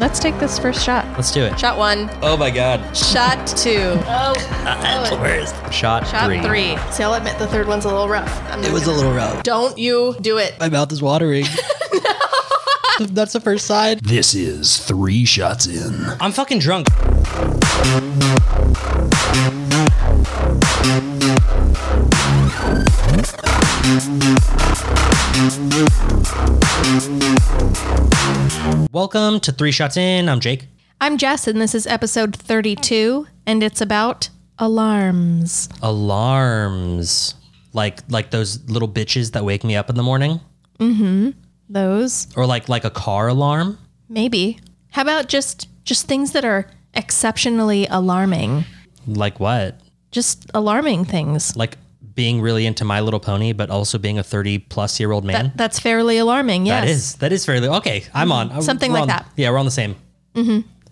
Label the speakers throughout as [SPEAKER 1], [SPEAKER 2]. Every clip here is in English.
[SPEAKER 1] Let's take this first shot.
[SPEAKER 2] Let's do it.
[SPEAKER 1] Shot one,
[SPEAKER 2] Oh my God.
[SPEAKER 1] shot two,
[SPEAKER 3] Oh,
[SPEAKER 2] Shot,
[SPEAKER 1] shot
[SPEAKER 2] three.
[SPEAKER 1] three.
[SPEAKER 3] See, I'll admit the third one's a little rough. I'm not
[SPEAKER 4] It was a
[SPEAKER 3] gonna-
[SPEAKER 4] little rough.
[SPEAKER 1] Don't you do it.
[SPEAKER 4] My mouth is watering. That's the first side.
[SPEAKER 5] This is Three Shots In.
[SPEAKER 2] I'm fucking drunk. Welcome to Three Shots In. I'm Jake.
[SPEAKER 1] I'm Jess, and this is episode 32, and it's about alarms.
[SPEAKER 2] Alarms. Like like those little bitches that wake me up in the morning.
[SPEAKER 1] Those,
[SPEAKER 2] Or like like a car alarm.
[SPEAKER 1] maybe. How about just just things that are exceptionally alarming?
[SPEAKER 2] Like what?
[SPEAKER 1] Just alarming things.
[SPEAKER 2] Like being really into My Little Pony, but also being a 30 plus year old man.
[SPEAKER 1] That, that's fairly alarming. Yes.
[SPEAKER 2] That is that is fairly okay. I'm on uh,
[SPEAKER 1] Something
[SPEAKER 2] we're
[SPEAKER 1] like
[SPEAKER 2] on-
[SPEAKER 1] that. Mm-hmm.
[SPEAKER 2] Yeah, we're on the same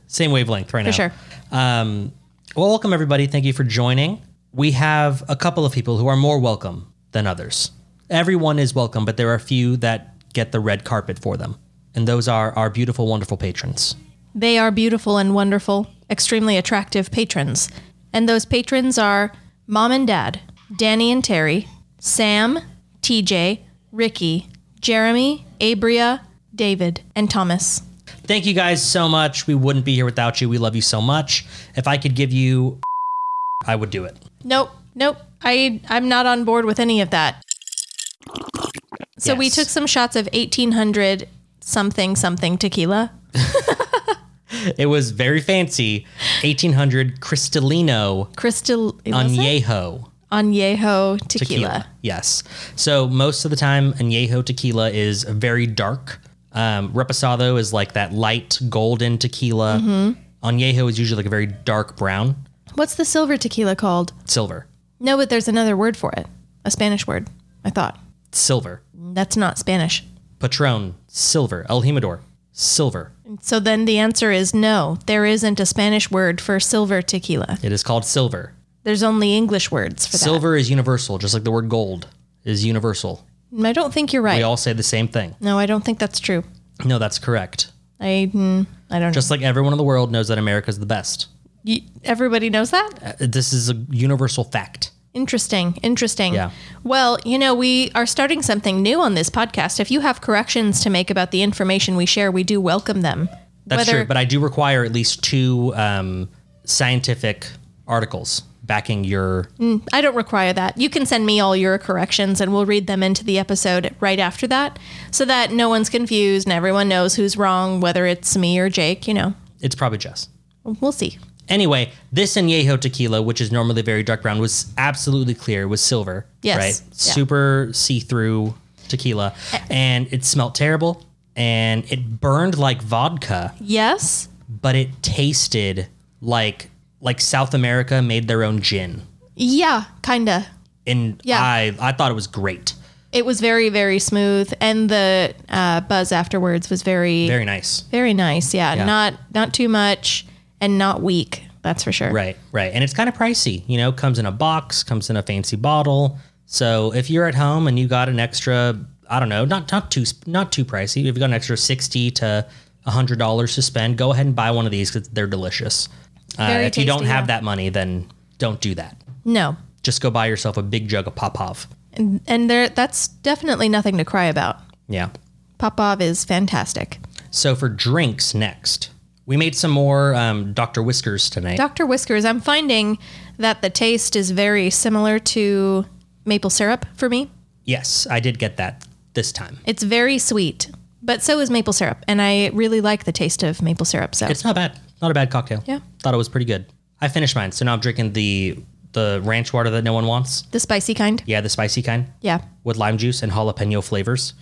[SPEAKER 2] same wavelength right now.
[SPEAKER 1] For sure.
[SPEAKER 2] Um, well, welcome everybody. Thank you for joining. We have a couple of people who are more welcome than others. Everyone is welcome, but there are a few that get the red carpet for them, and those are our beautiful, wonderful patrons.
[SPEAKER 1] They are beautiful and wonderful, extremely attractive patrons. And those patrons are Mom and Dad, Danny and Terry, Sam, TJ, Ricky, Jeremy, Abria, David, and Thomas.
[SPEAKER 2] Thank you guys so much. We wouldn't be here without you. We love you so much. If I could give you, I would do it.
[SPEAKER 1] Nope, nope. I I'm not on board with any of that. So we
[SPEAKER 2] Yes.
[SPEAKER 1] took some shots of 1800 something something tequila.
[SPEAKER 2] It was very fancy, 1800 Cristalino
[SPEAKER 1] Crystal Añejo
[SPEAKER 2] Añejo.
[SPEAKER 1] tequila.
[SPEAKER 2] Yes. So most of the time, añejo tequila is very dark. Um, reposado is like that light golden tequila.
[SPEAKER 1] Mm-hmm.
[SPEAKER 2] Añejo is usually like a very dark brown,
[SPEAKER 1] What's the silver tequila called?
[SPEAKER 2] silver,
[SPEAKER 1] No, but there's another word for it. A Spanish word. I thought.
[SPEAKER 2] silver.
[SPEAKER 1] That's not Spanish.
[SPEAKER 2] Patron, silver. El Jimador, silver.
[SPEAKER 1] So then the answer is no. There isn't a Spanish word for silver tequila.
[SPEAKER 2] It is called silver.
[SPEAKER 1] There's only English words for
[SPEAKER 2] Silver is universal, just like the word gold is universal.
[SPEAKER 1] that. I don't think you're right.
[SPEAKER 2] They all say the same thing.
[SPEAKER 1] no, I don't think that's true.
[SPEAKER 2] No, that's correct.
[SPEAKER 1] I mm, I don't
[SPEAKER 2] Just like everyone in the world knows that America's the
[SPEAKER 1] know.
[SPEAKER 2] best.
[SPEAKER 1] Y- Everybody knows that?
[SPEAKER 2] This is a universal fact.
[SPEAKER 1] Interesting. Interesting.
[SPEAKER 2] Yeah.
[SPEAKER 1] Well, you know, we are starting something new on this podcast. If you have corrections to make about the information we share, we do welcome them.
[SPEAKER 2] That's
[SPEAKER 1] Whether-
[SPEAKER 2] true, but I do require at least two um, scientific articles backing your.
[SPEAKER 1] I don't require that. You can send me all your corrections and we'll read them into the episode right after that so that no one's confused and everyone knows who's wrong, whether it's me or Jake, you know.
[SPEAKER 2] It's probably Jess.
[SPEAKER 1] We'll see.
[SPEAKER 2] Anyway, this añejo tequila, which is normally very dark brown, was absolutely clear. It was silver,
[SPEAKER 1] Yes.
[SPEAKER 2] right?
[SPEAKER 1] Yeah.
[SPEAKER 2] Super see-through tequila, and it smelled terrible, and it burned like vodka,
[SPEAKER 1] Yes.
[SPEAKER 2] but it tasted like like South America made their own gin,
[SPEAKER 1] Yeah, kinda.
[SPEAKER 2] and
[SPEAKER 1] Yeah.
[SPEAKER 2] I I thought it was great,
[SPEAKER 1] It was very, very smooth and the uh, buzz afterwards was very, very
[SPEAKER 2] very nice.
[SPEAKER 1] nice. Yeah. Not not too much and not weak, that's for sure.
[SPEAKER 2] Right, right. And it's kind of pricey, you know, comes in a box, comes in a fancy bottle. So if you're at home and you got an extra, I don't know, not not too not too pricey. If you got an extra 60 to $100 to spend, go ahead and buy one of these cuz they're delicious. Uh,
[SPEAKER 1] Very
[SPEAKER 2] if you don't
[SPEAKER 1] tasty,
[SPEAKER 2] have
[SPEAKER 1] yeah.
[SPEAKER 2] that money, then don't do that.
[SPEAKER 1] No.
[SPEAKER 2] Just go buy yourself a big jug of Popov.
[SPEAKER 1] And there that's definitely nothing to cry about.
[SPEAKER 2] Yeah.
[SPEAKER 1] Popov is fantastic.
[SPEAKER 2] So for drinks next, we made some more um, Dr. Whiskers tonight.
[SPEAKER 1] Dr. Whiskers, I'm finding that the taste is very similar to maple syrup for me.
[SPEAKER 2] yes, I did get that this time.
[SPEAKER 1] It's very sweet, but so is maple syrup. And I really like the taste of maple syrup. So
[SPEAKER 2] It's not bad. Not a bad cocktail.
[SPEAKER 1] Yeah.
[SPEAKER 2] Thought it was pretty good. I finished mine, so now I'm drinking the the ranch water that no one wants.
[SPEAKER 1] the spicy kind.
[SPEAKER 2] Yeah, the spicy kind
[SPEAKER 1] Yeah. Mm-hmm.
[SPEAKER 2] with lime juice and jalapeno flavors.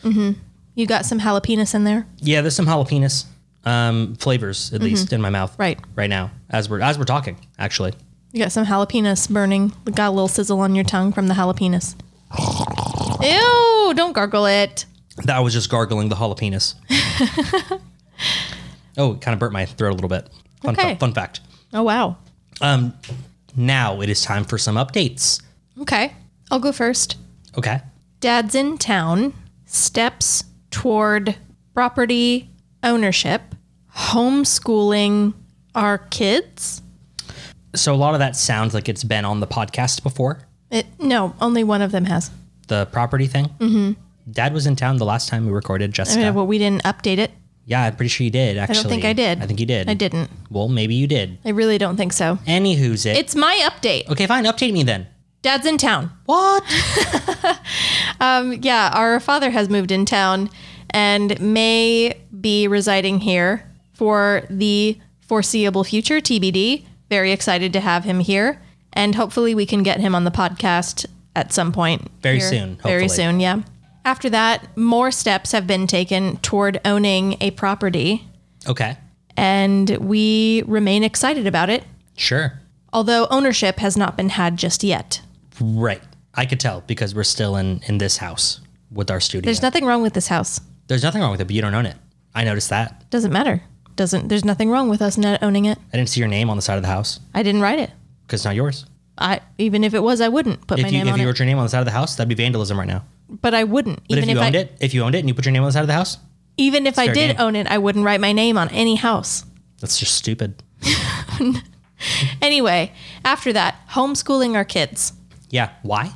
[SPEAKER 1] You got some jalapenos in there.
[SPEAKER 2] Yeah, there's some jalapenos um, flavors at least in my mouth
[SPEAKER 1] Mm-hmm. Right.
[SPEAKER 2] right now as we're as we're talking actually.
[SPEAKER 1] You got some jalapenos burning. Got a little sizzle on your tongue from the jalapenos. Ew, don't gargle it.
[SPEAKER 2] That I was just gargling the jalapenos. oh, it kind of burnt my throat a little bit. Fun, fa-
[SPEAKER 1] Okay.
[SPEAKER 2] fun fact.
[SPEAKER 1] Oh, wow.
[SPEAKER 2] Now it is time for some updates.
[SPEAKER 1] Okay. I'll go first.
[SPEAKER 2] Okay.
[SPEAKER 1] Dad's in town. Steps toward property ownership. homeschooling our kids?
[SPEAKER 2] So a lot of that sounds like it's been on the podcast before.
[SPEAKER 1] It, no, only one of them has.
[SPEAKER 2] The property thing. Mm-hmm. Dad was in town the last time we recorded.
[SPEAKER 1] I
[SPEAKER 2] Jessica.
[SPEAKER 1] mean, well, we didn't update it.
[SPEAKER 2] yeah, I'm pretty sure you did. Actually,
[SPEAKER 1] I don't think I did.
[SPEAKER 2] I think you did.
[SPEAKER 1] I didn't.
[SPEAKER 2] Well, maybe you did.
[SPEAKER 1] I really don't think so.
[SPEAKER 2] Anywho's it.
[SPEAKER 1] It's my update.
[SPEAKER 2] okay, fine. Update me then.
[SPEAKER 1] Dad's in town. Um,
[SPEAKER 2] What?
[SPEAKER 1] Yeah, our father has moved in town and may be residing here for the foreseeable future, TBD. Very excited to have him here. And hopefully, we can get him on the podcast at some point.
[SPEAKER 2] Very
[SPEAKER 1] here.
[SPEAKER 2] soon,
[SPEAKER 1] Very
[SPEAKER 2] hopefully.
[SPEAKER 1] soon, yeah. After that, more steps have been taken toward owning a property,
[SPEAKER 2] Okay.
[SPEAKER 1] and we remain excited about it,
[SPEAKER 2] Sure.
[SPEAKER 1] although ownership has not been had just yet.
[SPEAKER 2] Right. I could tell because we're still in in this house with our studio.
[SPEAKER 1] There's nothing wrong with this house.
[SPEAKER 2] There's nothing wrong with it, but you don't own it. I noticed that.
[SPEAKER 1] Doesn't matter. Doesn't there's nothing wrong with us not owning it.
[SPEAKER 2] I didn't see your name on the side of the house
[SPEAKER 1] I didn't write it.
[SPEAKER 2] because it's not yours.
[SPEAKER 1] I even if it was, I wouldn't put my
[SPEAKER 2] If you
[SPEAKER 1] name
[SPEAKER 2] if
[SPEAKER 1] on
[SPEAKER 2] you
[SPEAKER 1] it.
[SPEAKER 2] wrote your name on the side of the house, that'd be vandalism right now.
[SPEAKER 1] but I wouldn't.
[SPEAKER 2] But
[SPEAKER 1] even
[SPEAKER 2] if you
[SPEAKER 1] I
[SPEAKER 2] owned it, if you owned it and you put your name on the side of the house,
[SPEAKER 1] even if I
[SPEAKER 2] fair
[SPEAKER 1] did
[SPEAKER 2] game.
[SPEAKER 1] own it, I wouldn't write my name on any house.
[SPEAKER 2] that's just stupid.
[SPEAKER 1] Anyway, after that, homeschooling our kids.
[SPEAKER 2] Yeah. Why?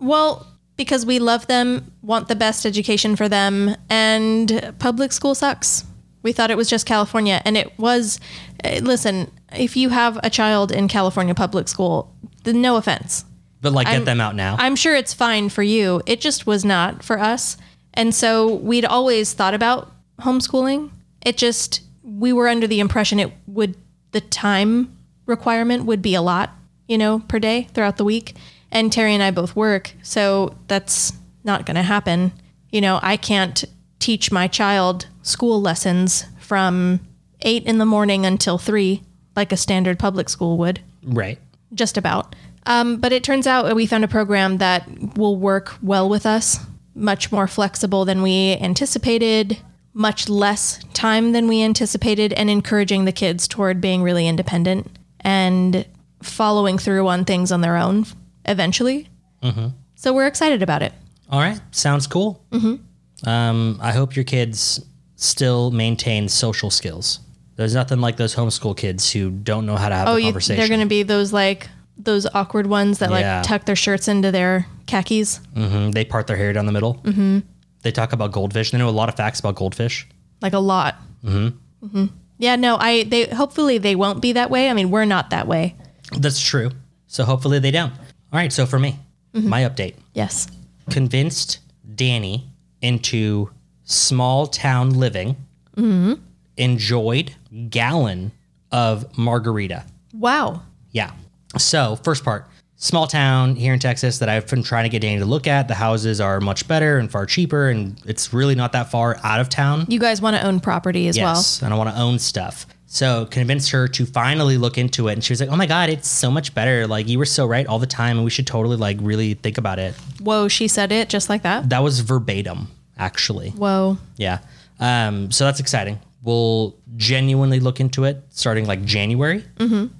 [SPEAKER 1] Well, because we love them, want the best education for them, and public school sucks. We thought it was just California, and it was. eh, Listen, if you have a child in California public school, then no offense.
[SPEAKER 2] But like, get them out now.
[SPEAKER 1] I'm sure it's fine for you. It just was not for us. And so we'd always thought about homeschooling. It just, we were under the impression it would, the time requirement would be a lot, you know, per day throughout the week. And Terry and I both work. So that's not going to happen. You know, I can't teach my child school lessons from eight in the morning until three, like a standard public school would
[SPEAKER 2] right.
[SPEAKER 1] just about. Um, but it turns out we found a program that will work well with us, much more flexible than we anticipated, much less time than we anticipated, and encouraging the kids toward being really independent and following through on things on their own eventually.
[SPEAKER 2] Mm-hmm.
[SPEAKER 1] So we're excited about it.
[SPEAKER 2] All right. Sounds cool. Mm-hmm. Um, I hope your kids still maintain social skills. There's nothing like those homeschool kids who don't know how to have
[SPEAKER 1] Oh,
[SPEAKER 2] a
[SPEAKER 1] you,
[SPEAKER 2] conversation.
[SPEAKER 1] they're going to be those like those awkward ones that
[SPEAKER 2] Yeah.
[SPEAKER 1] like tuck their shirts into their khakis.
[SPEAKER 2] Mm, They part their hair down the middle. Mm-hmm. They talk about goldfish. They know a lot of facts about goldfish.
[SPEAKER 1] like a lot. Mm-hmm. hmm Yeah, no, I they hopefully they won't be that way. I mean, we're not that way.
[SPEAKER 2] That's true. So hopefully they don't. All right. So for me,
[SPEAKER 1] Mm-hmm.
[SPEAKER 2] my update
[SPEAKER 1] Yes.
[SPEAKER 2] convinced Danny into small town living.
[SPEAKER 1] Mm-hmm.
[SPEAKER 2] Enjoyed gallon of margarita.
[SPEAKER 1] Wow.
[SPEAKER 2] Yeah. So, first part small town here in Texas that I've been trying to get Danny to look at. The houses are much better and far cheaper, and it's really not that far out of town.
[SPEAKER 1] You guys want to own property as
[SPEAKER 2] Yes. And I want to own stuff. So, convinced her to finally look into it. And she was like, oh my God, it's so much better. Like, you were so right all the time, and we should totally, like, really think about it.
[SPEAKER 1] well. Whoa, she said it just like that.
[SPEAKER 2] That was verbatim, actually.
[SPEAKER 1] Whoa.
[SPEAKER 2] Yeah. Um, so that's exciting. We'll genuinely look into it starting like January and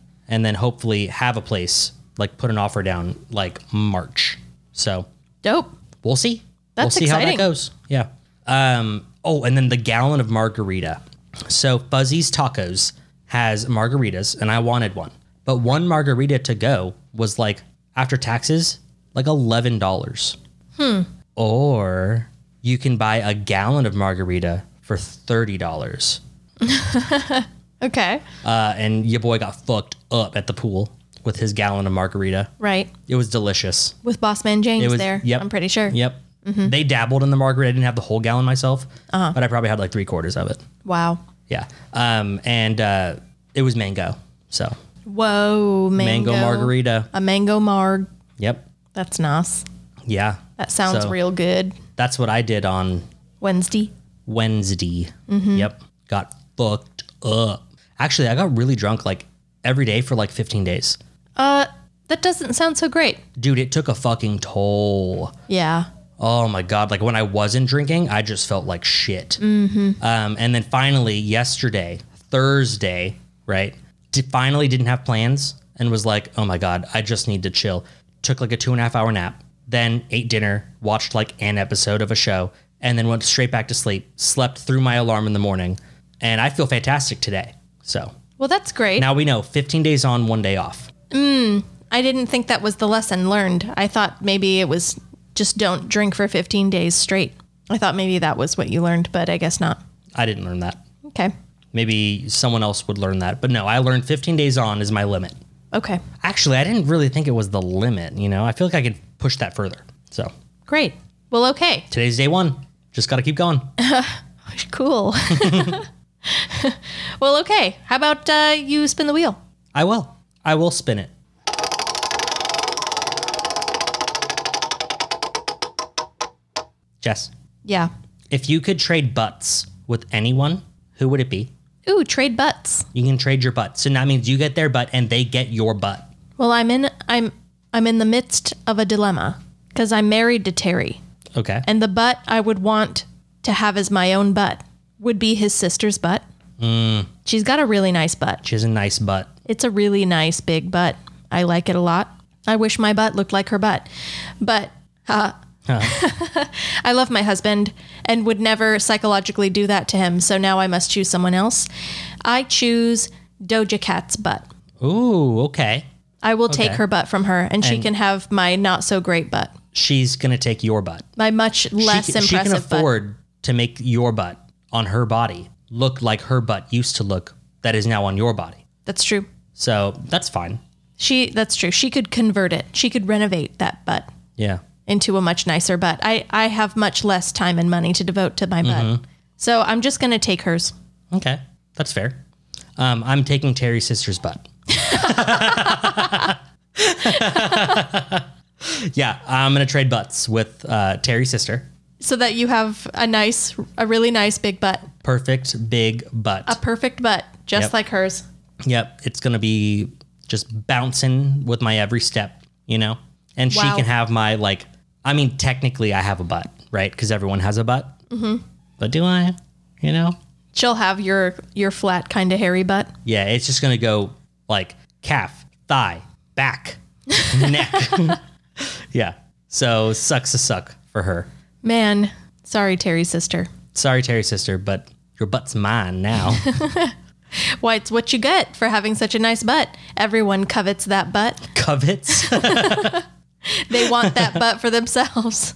[SPEAKER 2] then hopefully have a place, like put an offer down like March. So
[SPEAKER 1] Dope.
[SPEAKER 2] we'll see. we'll
[SPEAKER 1] That's
[SPEAKER 2] see how
[SPEAKER 1] exciting.
[SPEAKER 2] that goes. Yeah. Um, oh, and then the gallon of margarita. So Fuzzy's Tacos has margaritas, and I wanted one. But one margarita to go was like, after taxes, like $11. Hmm. Or you can buy a gallon of margarita for $30.
[SPEAKER 1] Okay.
[SPEAKER 2] Uh, and your boy got fucked up at the pool with his gallon of margarita.
[SPEAKER 1] Right.
[SPEAKER 2] It was delicious.
[SPEAKER 1] With Bossman James
[SPEAKER 2] It was-
[SPEAKER 1] there.
[SPEAKER 2] yep.
[SPEAKER 1] I'm pretty sure.
[SPEAKER 2] Yep. They dabbled in the margarita. I didn't have the whole gallon myself, but I probably had like three quarters of it.
[SPEAKER 1] Wow.
[SPEAKER 2] Yeah. Um, and uh, it was mango. So
[SPEAKER 1] Whoa, mango,
[SPEAKER 2] mango, margarita.
[SPEAKER 1] A mango marg.
[SPEAKER 2] Yep.
[SPEAKER 1] That's nice.
[SPEAKER 2] Yeah.
[SPEAKER 1] That sounds
[SPEAKER 2] So
[SPEAKER 1] real good.
[SPEAKER 2] That's what I did on
[SPEAKER 1] Wednesday.
[SPEAKER 2] Wednesday. Yep. Got fucked up. Actually, I got really drunk like every day for like 15 days.
[SPEAKER 1] That doesn't sound so great.
[SPEAKER 2] Dude, it took a fucking toll.
[SPEAKER 1] Yeah.
[SPEAKER 2] Oh my god! Like when I wasn't drinking, I just felt like shit. Um, and then finally, yesterday, Thursday, right? d- finally, didn't have plans and was like, "Oh my god, I just need to chill." Took like a two and a half hour nap, then ate dinner, watched like an episode of a show, and then went straight back to sleep. Slept through my alarm in the morning, and I feel fantastic today. So
[SPEAKER 1] Well, that's great.
[SPEAKER 2] now we know 15 days on, one day off.
[SPEAKER 1] I didn't think that was the lesson learned. I thought maybe it was just don't drink for 15 days straight. I thought maybe that was what you learned, but I guess not.
[SPEAKER 2] I didn't learn that.
[SPEAKER 1] Okay.
[SPEAKER 2] Maybe someone else would learn that. But no, I learned 15 days on is my limit.
[SPEAKER 1] Okay.
[SPEAKER 2] Actually, I didn't really think it was the limit. You know, I feel like I could push that further. So
[SPEAKER 1] Great. Well, okay.
[SPEAKER 2] today's day one. Just got to keep going.
[SPEAKER 1] Cool. well, okay. How about uh, you spin the wheel?
[SPEAKER 2] I will. I will spin it. Jess,
[SPEAKER 1] Yeah.
[SPEAKER 2] if you could trade butts with anyone, who would it be?
[SPEAKER 1] Ooh, trade butts.
[SPEAKER 2] You can trade your butt. So that means you get their butt and they get your butt.
[SPEAKER 1] Well, I'm in I'm I'm in the midst of a dilemma cuz I'm married to Terry
[SPEAKER 2] Okay.
[SPEAKER 1] and the butt I would want to have as my own butt would be his sister's butt. She's got a really nice butt.
[SPEAKER 2] she has a nice butt.
[SPEAKER 1] It's a really nice big butt. I like it a lot. I wish my butt looked like her butt. But uh, I love my husband and would never psychologically do that to him. So now I must choose someone else. I choose Doja Cat's butt.
[SPEAKER 2] Ooh, okay.
[SPEAKER 1] I will take
[SPEAKER 2] Okay.
[SPEAKER 1] her butt from her and, she
[SPEAKER 2] And-
[SPEAKER 1] can have my not so great butt,
[SPEAKER 2] She's going to take your butt.
[SPEAKER 1] my much less
[SPEAKER 2] she, can- she
[SPEAKER 1] impressive
[SPEAKER 2] can
[SPEAKER 1] butt.
[SPEAKER 2] afford to make your butt on her body look like her butt used to look that is now on your body.
[SPEAKER 1] That's true.
[SPEAKER 2] So that's fine.
[SPEAKER 1] She that's true. She could convert it. She could renovate that butt
[SPEAKER 2] Yeah.
[SPEAKER 1] into a much nicer butt. I, I have much less time and money to devote to my
[SPEAKER 2] Mm-hmm.
[SPEAKER 1] butt. So I'm just going to take hers.
[SPEAKER 2] Okay. That's fair. Um, I'm taking Terry's sister's butt. yeah, I'm going to trade butts with uh, Terry's sister.
[SPEAKER 1] So that you have a nice, a really nice big butt,
[SPEAKER 2] Perfect big butt.
[SPEAKER 1] a perfect butt, just
[SPEAKER 2] Yep.
[SPEAKER 1] like hers.
[SPEAKER 2] Yep, it's gonna be just bouncing with my every step, you know. And she
[SPEAKER 1] Wow.
[SPEAKER 2] can have my like. I mean, technically, I have a butt, right? Because everyone has a butt. Mm-hmm. But do I? You know?
[SPEAKER 1] She'll have your, your flat kind of hairy butt.
[SPEAKER 2] Yeah, it's just gonna go like calf, thigh, back, neck. yeah. So sucks a suck for her.
[SPEAKER 1] Man, sorry, Terry's sister.
[SPEAKER 2] Sorry, Terry sister, but your butt's mine now.
[SPEAKER 1] Why, it's what you get for having such a nice butt. Everyone covets that butt.
[SPEAKER 2] Covets.
[SPEAKER 1] They want that butt for themselves.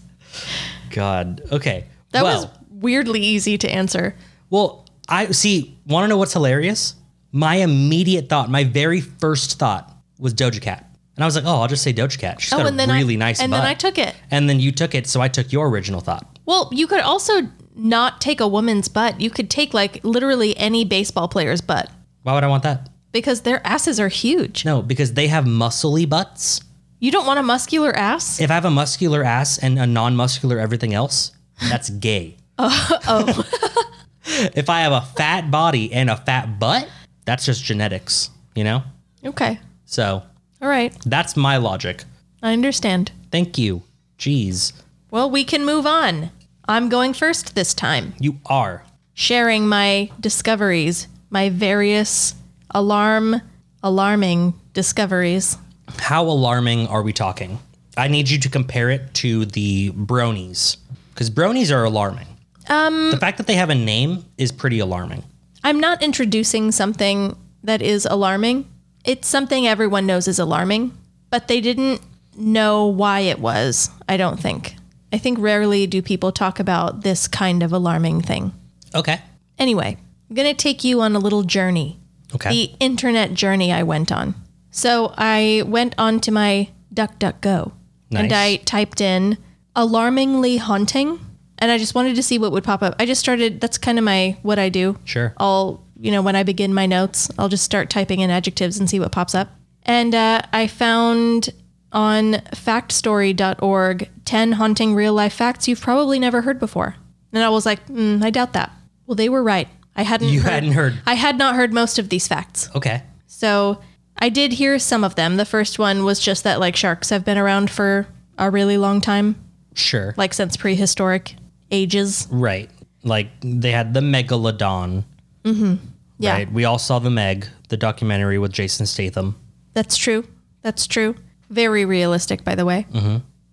[SPEAKER 2] God. Okay.
[SPEAKER 1] That
[SPEAKER 2] well,
[SPEAKER 1] was weirdly easy to answer.
[SPEAKER 2] Well, I see. Want to know what's hilarious? My immediate thought, my very first thought, was Doja Cat, and I was like, "Oh, I'll just say Doja Cat. She's got a really
[SPEAKER 1] I,
[SPEAKER 2] nice
[SPEAKER 1] and
[SPEAKER 2] butt."
[SPEAKER 1] then I took it.
[SPEAKER 2] and then you took it, so I took your original thought.
[SPEAKER 1] Well, you could also not take a woman's butt. You could take like literally any baseball player's butt
[SPEAKER 2] Why would I want that?
[SPEAKER 1] because their asses are huge.
[SPEAKER 2] No, because they have muscly butts.
[SPEAKER 1] You don't want a muscular ass?
[SPEAKER 2] If I have a muscular ass and a non-muscular everything else, that's gay. oh.
[SPEAKER 1] oh.
[SPEAKER 2] if I have a fat body and a fat butt, that's just genetics, you know.
[SPEAKER 1] Okay.
[SPEAKER 2] So
[SPEAKER 1] All right.
[SPEAKER 2] that's my logic.
[SPEAKER 1] I understand.
[SPEAKER 2] Thank you. Jeez,
[SPEAKER 1] Well, we can move on. I'm going first this time,
[SPEAKER 2] you are.
[SPEAKER 1] sharing my discoveries, my various alarm alarming discoveries.
[SPEAKER 2] How alarming are we talking? I need you to compare it to the bronies because bronies are alarming. Um, the fact that they have a name is pretty alarming.
[SPEAKER 1] I'm not introducing something that is alarming. It's something everyone knows is alarming, but they didn't know why it was, I don't think. I think rarely do people talk about this kind of alarming thing.
[SPEAKER 2] Okay.
[SPEAKER 1] Anyway, I'm going to take you on a little journey,
[SPEAKER 2] Okay.
[SPEAKER 1] the internet journey I went on. So I went on to my DuckDuckGo and
[SPEAKER 2] Nice.
[SPEAKER 1] I typed in alarmingly haunting and I just wanted to see what would pop up. I just started, that's kind of my what I do.
[SPEAKER 2] sure.
[SPEAKER 1] I'll, you know, when I begin my notes, I'll just start typing in adjectives and see what pops up. And uh, I found on factstory.org 10 haunting real life facts you've probably never heard before. And I was like, mm, I doubt that. Well, they were right. I hadn't
[SPEAKER 2] You hadn't heard.
[SPEAKER 1] I had not heard most of these facts.
[SPEAKER 2] Okay.
[SPEAKER 1] So I did hear some of them. The first one was just that like sharks have been around for a really long time,
[SPEAKER 2] Sure.
[SPEAKER 1] like since prehistoric ages.
[SPEAKER 2] right. Like they had the megalodon.
[SPEAKER 1] Mm-hmm. Yeah.
[SPEAKER 2] Right. We all saw the Meg, the documentary with Jason Statham.
[SPEAKER 1] That's true. That's true. Very realistic, by the way.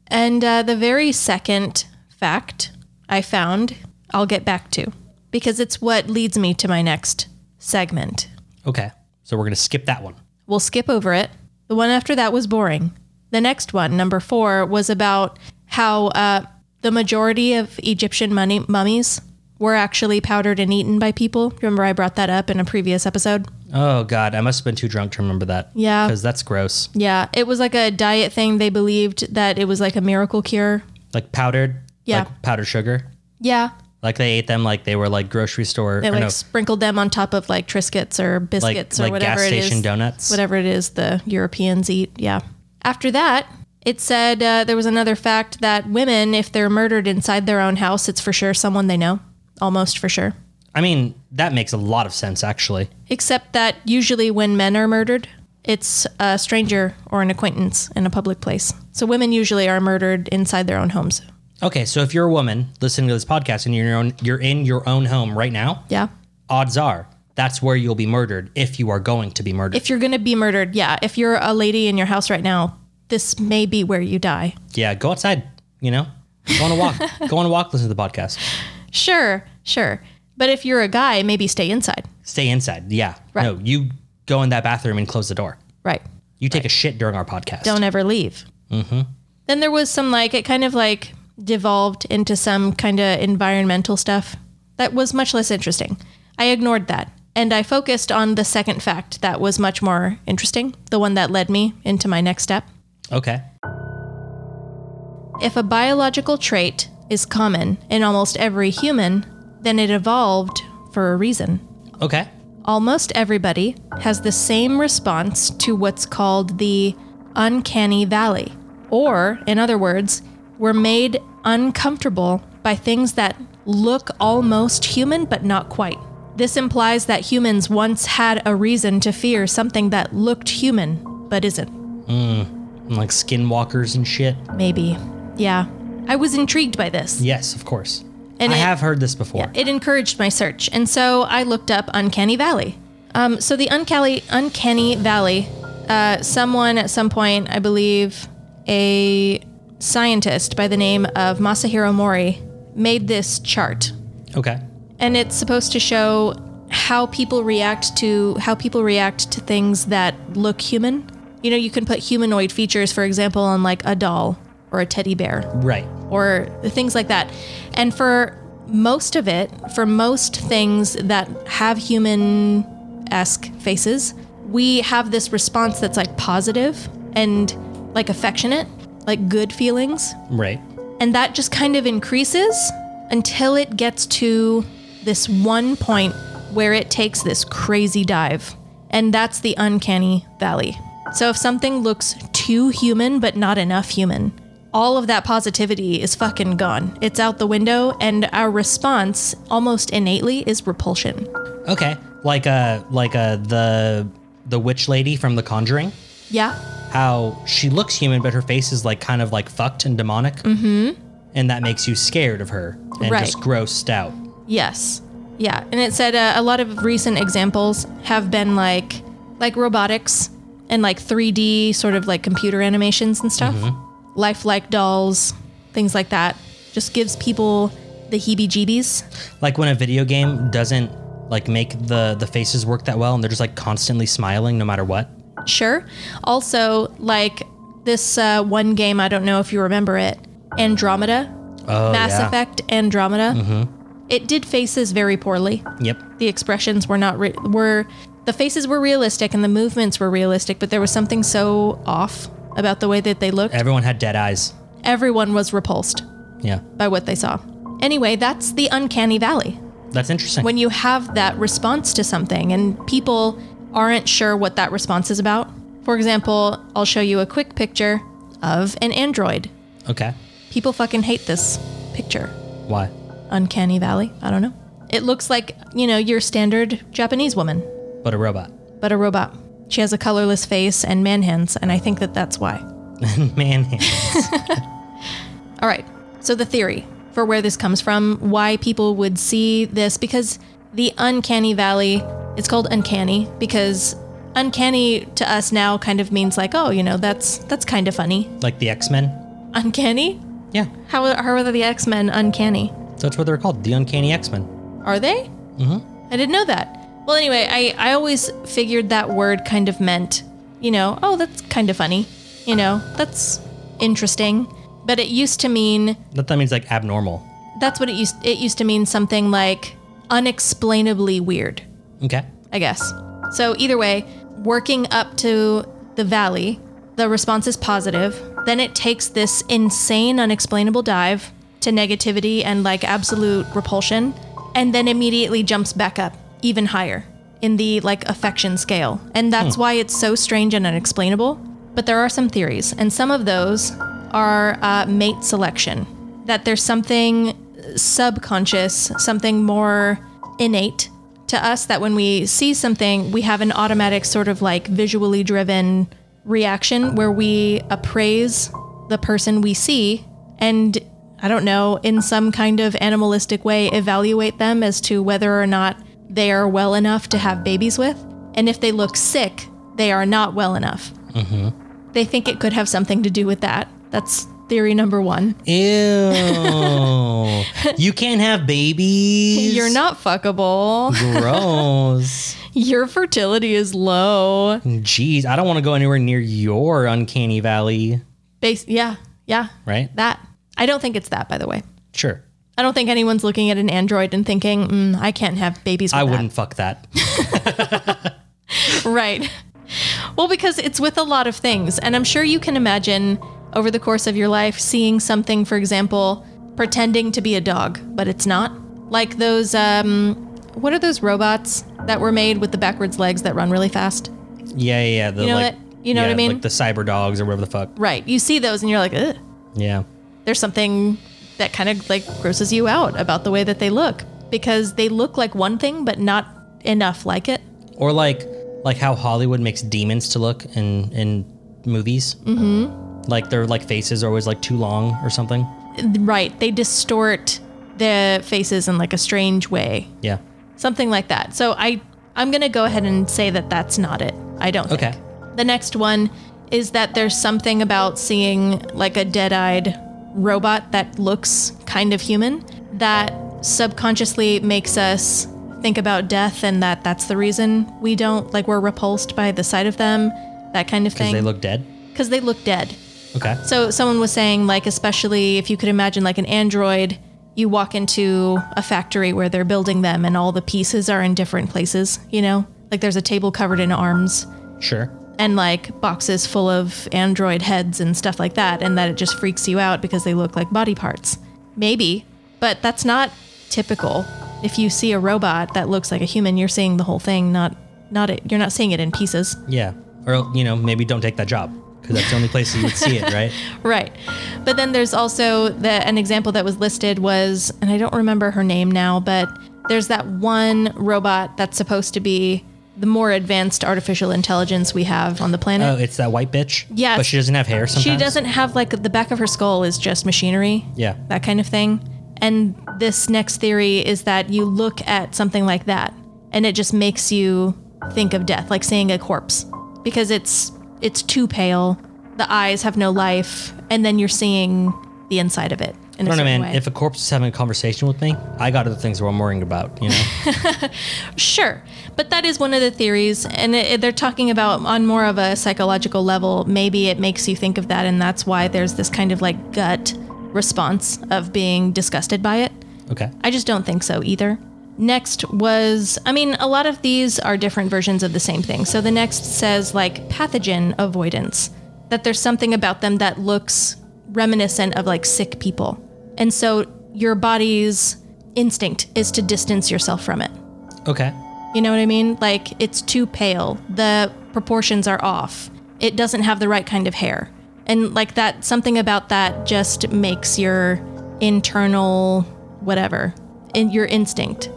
[SPEAKER 1] And uh, the very second fact I found, I'll get back to because it's what leads me to my next segment.
[SPEAKER 2] Okay. So we're going to skip that one.
[SPEAKER 1] We'll skip over it. The one after that was boring. The next one, number four, was about how uh, the majority of Egyptian money, mummies were actually powdered and eaten by people. Remember, I brought that up in a previous episode?
[SPEAKER 2] Oh, God. I must have been too drunk to remember that.
[SPEAKER 1] Yeah.
[SPEAKER 2] Because that's gross.
[SPEAKER 1] Yeah, it was like a diet thing. They believed that it was like a miracle cure.
[SPEAKER 2] Like powdered.
[SPEAKER 1] Yeah.
[SPEAKER 2] Like powdered sugar.
[SPEAKER 1] Yeah.
[SPEAKER 2] Like they ate them like they were like grocery store.
[SPEAKER 1] They
[SPEAKER 2] or
[SPEAKER 1] like
[SPEAKER 2] no,
[SPEAKER 1] sprinkled them on top of like Triscuits or
[SPEAKER 2] like,
[SPEAKER 1] biscuits or
[SPEAKER 2] like gas
[SPEAKER 1] whatever it
[SPEAKER 2] station
[SPEAKER 1] is.
[SPEAKER 2] donuts.
[SPEAKER 1] whatever it is the Europeans eat. Yeah. After that, it said uh, there was another fact that women, if they're murdered inside their own house, it's for sure someone they know, almost for sure.
[SPEAKER 2] I mean, that makes a lot of sense, actually.
[SPEAKER 1] Except that usually when men are murdered, it's a stranger or an acquaintance in a public place. So women usually are murdered inside their own homes.
[SPEAKER 2] Okay, so if you're a woman listening to this podcast and you're in your own, you're in your own home right now,
[SPEAKER 1] Yeah.
[SPEAKER 2] odds are that's where you'll be murdered if you are going to be murdered.
[SPEAKER 1] If you're going to be murdered, yeah. If you're a lady in your house right now, this may be where you die.
[SPEAKER 2] yeah, go outside. You know, go on a walk. go on a walk. Listen to the podcast.
[SPEAKER 1] Sure, sure. But if you're a guy, maybe stay inside.
[SPEAKER 2] Stay inside. Yeah.
[SPEAKER 1] Right.
[SPEAKER 2] No, you go in that bathroom and close the door.
[SPEAKER 1] Right.
[SPEAKER 2] You take a shit during our podcast.
[SPEAKER 1] don't ever leave. Then there was some like it kind of like devolved into some kind of environmental stuff that was much less interesting. I ignored that and I focused on the second fact that was much more interesting, the one that led me into my next step.
[SPEAKER 2] Okay.
[SPEAKER 1] If a biological trait is common in almost every human, then it evolved for a reason.
[SPEAKER 2] Okay.
[SPEAKER 1] Almost everybody has the same response to what's called the uncanny valley. Or, in other words, we're made uncomfortable by things that look almost human but not quite. This implies that humans once had a reason to fear something that looked human but isn't.
[SPEAKER 2] And like skinwalkers and shit.
[SPEAKER 1] Maybe. Yeah. I was intrigued by this.
[SPEAKER 2] Yes, of course.
[SPEAKER 1] And
[SPEAKER 2] I
[SPEAKER 1] it-
[SPEAKER 2] have heard this before.
[SPEAKER 1] It encouraged my search, and so I looked up Uncanny Valley. Um, so the Uncanny Uncanny Valley, uh, someone at some point, I believe, a scientist by the name of Masahiro Mori made this chart,
[SPEAKER 2] okay.
[SPEAKER 1] and it's supposed to show how people react to how people react to things that look human. You know, you can put humanoid features, for example, on like a doll or a teddy bear
[SPEAKER 2] Right.
[SPEAKER 1] or things like that. And for most of it, for most things that have human esque faces, we have this response that's like positive and like affectionate, like good feelings.
[SPEAKER 2] Right.
[SPEAKER 1] And that just kind of increases until it gets to this one point where it takes this crazy dive. And that's the uncanny valley. So if something looks too human, but not enough human, all of that positivity is fucking gone. It's out the window, and our response almost innately is repulsion.
[SPEAKER 2] Okay. Like uh like uh the the witch lady from The Conjuring.
[SPEAKER 1] Yeah.
[SPEAKER 2] how she looks human, but her face is like kind of like fucked and demonic. Mm-hmm. And that makes you scared of her and
[SPEAKER 1] Right.
[SPEAKER 2] just grossed out.
[SPEAKER 1] Yes. Yeah. And it said uh, a lot of recent examples have been like like robotics and like 3D sort of like computer animations and stuff.
[SPEAKER 2] Mm-hmm.
[SPEAKER 1] Lifelike dolls, things like that. Just gives people the heebie-jeebies.
[SPEAKER 2] Like when a video game doesn't like make the the faces work that well, and they're just like constantly smiling no matter what.
[SPEAKER 1] Sure. Also, like this uh, one game, I don't know if you remember it, Andromeda,
[SPEAKER 2] Oh,
[SPEAKER 1] Mass
[SPEAKER 2] yeah. Mm-hmm.
[SPEAKER 1] Effect Andromeda. It did faces very poorly.
[SPEAKER 2] Yep.
[SPEAKER 1] the expressions were not re- were the faces were realistic and the movements were realistic, but there was something so off about the way that they looked.
[SPEAKER 2] Everyone had dead eyes.
[SPEAKER 1] Everyone was repulsed
[SPEAKER 2] Yeah.
[SPEAKER 1] by what they saw. Anyway, that's the uncanny valley.
[SPEAKER 2] That's interesting.
[SPEAKER 1] When you have that response to something and people aren't sure what that response is about. For example, I'll show you a quick picture of an android.
[SPEAKER 2] okay.
[SPEAKER 1] People fucking hate this picture.
[SPEAKER 2] Why?
[SPEAKER 1] Uncanny valley. I don't know. It looks like, you know, your standard Japanese woman.
[SPEAKER 2] But a robot.
[SPEAKER 1] but a robot. She has a colorless face and man hands, and I think that that's why.
[SPEAKER 2] Man.
[SPEAKER 1] All right, so the theory for where this comes from, why people would see this, because the uncanny valley, it's called uncanny because uncanny to us now kind of means like, oh, you know, that's that's kind of funny.
[SPEAKER 2] like the X Men.
[SPEAKER 1] Uncanny?
[SPEAKER 2] Yeah.
[SPEAKER 1] How, how are the X Men uncanny?
[SPEAKER 2] That's what they're called. The Uncanny X Men.
[SPEAKER 1] Are they? I didn't know that. Well, anyway, I, I always figured that word kind of meant, you know, oh, that's kind of funny. You know, that's interesting. But it used to mean
[SPEAKER 2] That, that means like abnormal.
[SPEAKER 1] that's what it used it used to mean something like unexplainably weird,
[SPEAKER 2] Okay.
[SPEAKER 1] I guess. So either way, working up to the valley, the response is positive. Then it takes this insane unexplainable dive to negativity and like absolute repulsion and then immediately jumps back up even higher in the like affection scale. And that's why it's so strange and unexplainable. But there are some theories, and some of those are uh, mate selection that there's something subconscious, something more innate to us that when we see something, we have an automatic sort of like visually driven reaction where we appraise the person we see and I don't know, in some kind of animalistic way, evaluate them as to whether or not they are well enough to have babies with. And if they look sick, they are not well enough. They think it could have something to do with that. That's theory number one.
[SPEAKER 2] Ew. you can't have babies.
[SPEAKER 1] You're not fuckable.
[SPEAKER 2] Gross.
[SPEAKER 1] Your fertility is low.
[SPEAKER 2] Mm. Jeez, I don't want to go anywhere near your uncanny valley,
[SPEAKER 1] Bas- yeah, yeah.
[SPEAKER 2] right?
[SPEAKER 1] That. I don't think it's that, by the way.
[SPEAKER 2] Sure.
[SPEAKER 1] I don't think anyone's looking at an android and thinking, mm, I can't have babies with
[SPEAKER 2] I
[SPEAKER 1] that.
[SPEAKER 2] wouldn't fuck that.
[SPEAKER 1] Right. Well, because it's with a lot of things. And I'm sure you can imagine over the course of your life seeing something, for example, pretending to be a dog, but it's not. Like those, um, what are those robots that were made with the backwards legs that run really fast?
[SPEAKER 2] Yeah, yeah, yeah. The,
[SPEAKER 1] You know
[SPEAKER 2] like,
[SPEAKER 1] what- you know what I
[SPEAKER 2] yeah,
[SPEAKER 1] mean?
[SPEAKER 2] Like the cyber dogs or whatever the fuck.
[SPEAKER 1] Right. You see those and you're like, ugh.
[SPEAKER 2] Yeah.
[SPEAKER 1] there's something that kind of like grosses you out about the way that they look because they look like one thing but not enough like it.
[SPEAKER 2] Or like like how Hollywood makes demons to look in in movies. Mm-hmm. Like their like faces are always like too long or something.
[SPEAKER 1] Right. They distort the faces in like a strange way,
[SPEAKER 2] Yeah.
[SPEAKER 1] something like that. So I I'm going to go ahead and say that that's not it. I don't
[SPEAKER 2] Okay.
[SPEAKER 1] think. The next one is that there's something about seeing like a dead eyed robot that looks kind of human that subconsciously makes us think about death and that that's the reason we don't like we're repulsed by the sight of them, that kind of
[SPEAKER 2] Because
[SPEAKER 1] thing.
[SPEAKER 2] they look dead.
[SPEAKER 1] Because they look dead.
[SPEAKER 2] Okay.
[SPEAKER 1] So someone was saying like especially if you could imagine like an android, you walk into a factory where they're building them and all the pieces are in different places, you know? Like there's a table covered in arms
[SPEAKER 2] Sure.
[SPEAKER 1] and like boxes full of android heads and stuff like that and that it just freaks you out because they look like body parts. Maybe, but that's not typical. If you see a robot that looks like a human, you're seeing the whole thing, not not it. You're not seeing it in pieces.
[SPEAKER 2] Yeah. Or you know, maybe don't take that job. Because that's the only place you would see it, right?
[SPEAKER 1] Right. But then there's also the an example that was listed was and I don't remember her name now, but there's that one robot that's supposed to be the more advanced artificial intelligence we have on the planet.
[SPEAKER 2] Oh, it's that white bitch.
[SPEAKER 1] Yes.
[SPEAKER 2] But she doesn't have hair sometimes.
[SPEAKER 1] she doesn't have like the back of her skull is just machinery.
[SPEAKER 2] Yeah.
[SPEAKER 1] That kind of thing. And this next theory is that you look at something like that and it just makes you think of death, like seeing a corpse because it's it's too pale. The eyes have no life and then you're seeing the inside of it. In
[SPEAKER 2] I
[SPEAKER 1] a
[SPEAKER 2] don't know,
[SPEAKER 1] certain
[SPEAKER 2] man.
[SPEAKER 1] Way.
[SPEAKER 2] If a corpse is having a conversation with me, I got other things that I'm worrying about, you know?
[SPEAKER 1] Sure, but that is one of the theories, and it, it- they're talking about on more of a psychological level. Maybe it makes you think of that, and that's why there's this kind of like gut response of being disgusted by it.
[SPEAKER 2] okay.
[SPEAKER 1] I just don't think so either. Next was, I mean, a lot of these are different versions of the same thing. So the next says like pathogen avoidance, that there's something about them that looks reminiscent of like sick people. And so your body's instinct is to distance yourself from it.
[SPEAKER 2] Okay.
[SPEAKER 1] You know what I mean? Like it's too pale. The proportions are off. It doesn't have the right kind of hair. And like that something about that just makes your internal whatever in your instinct.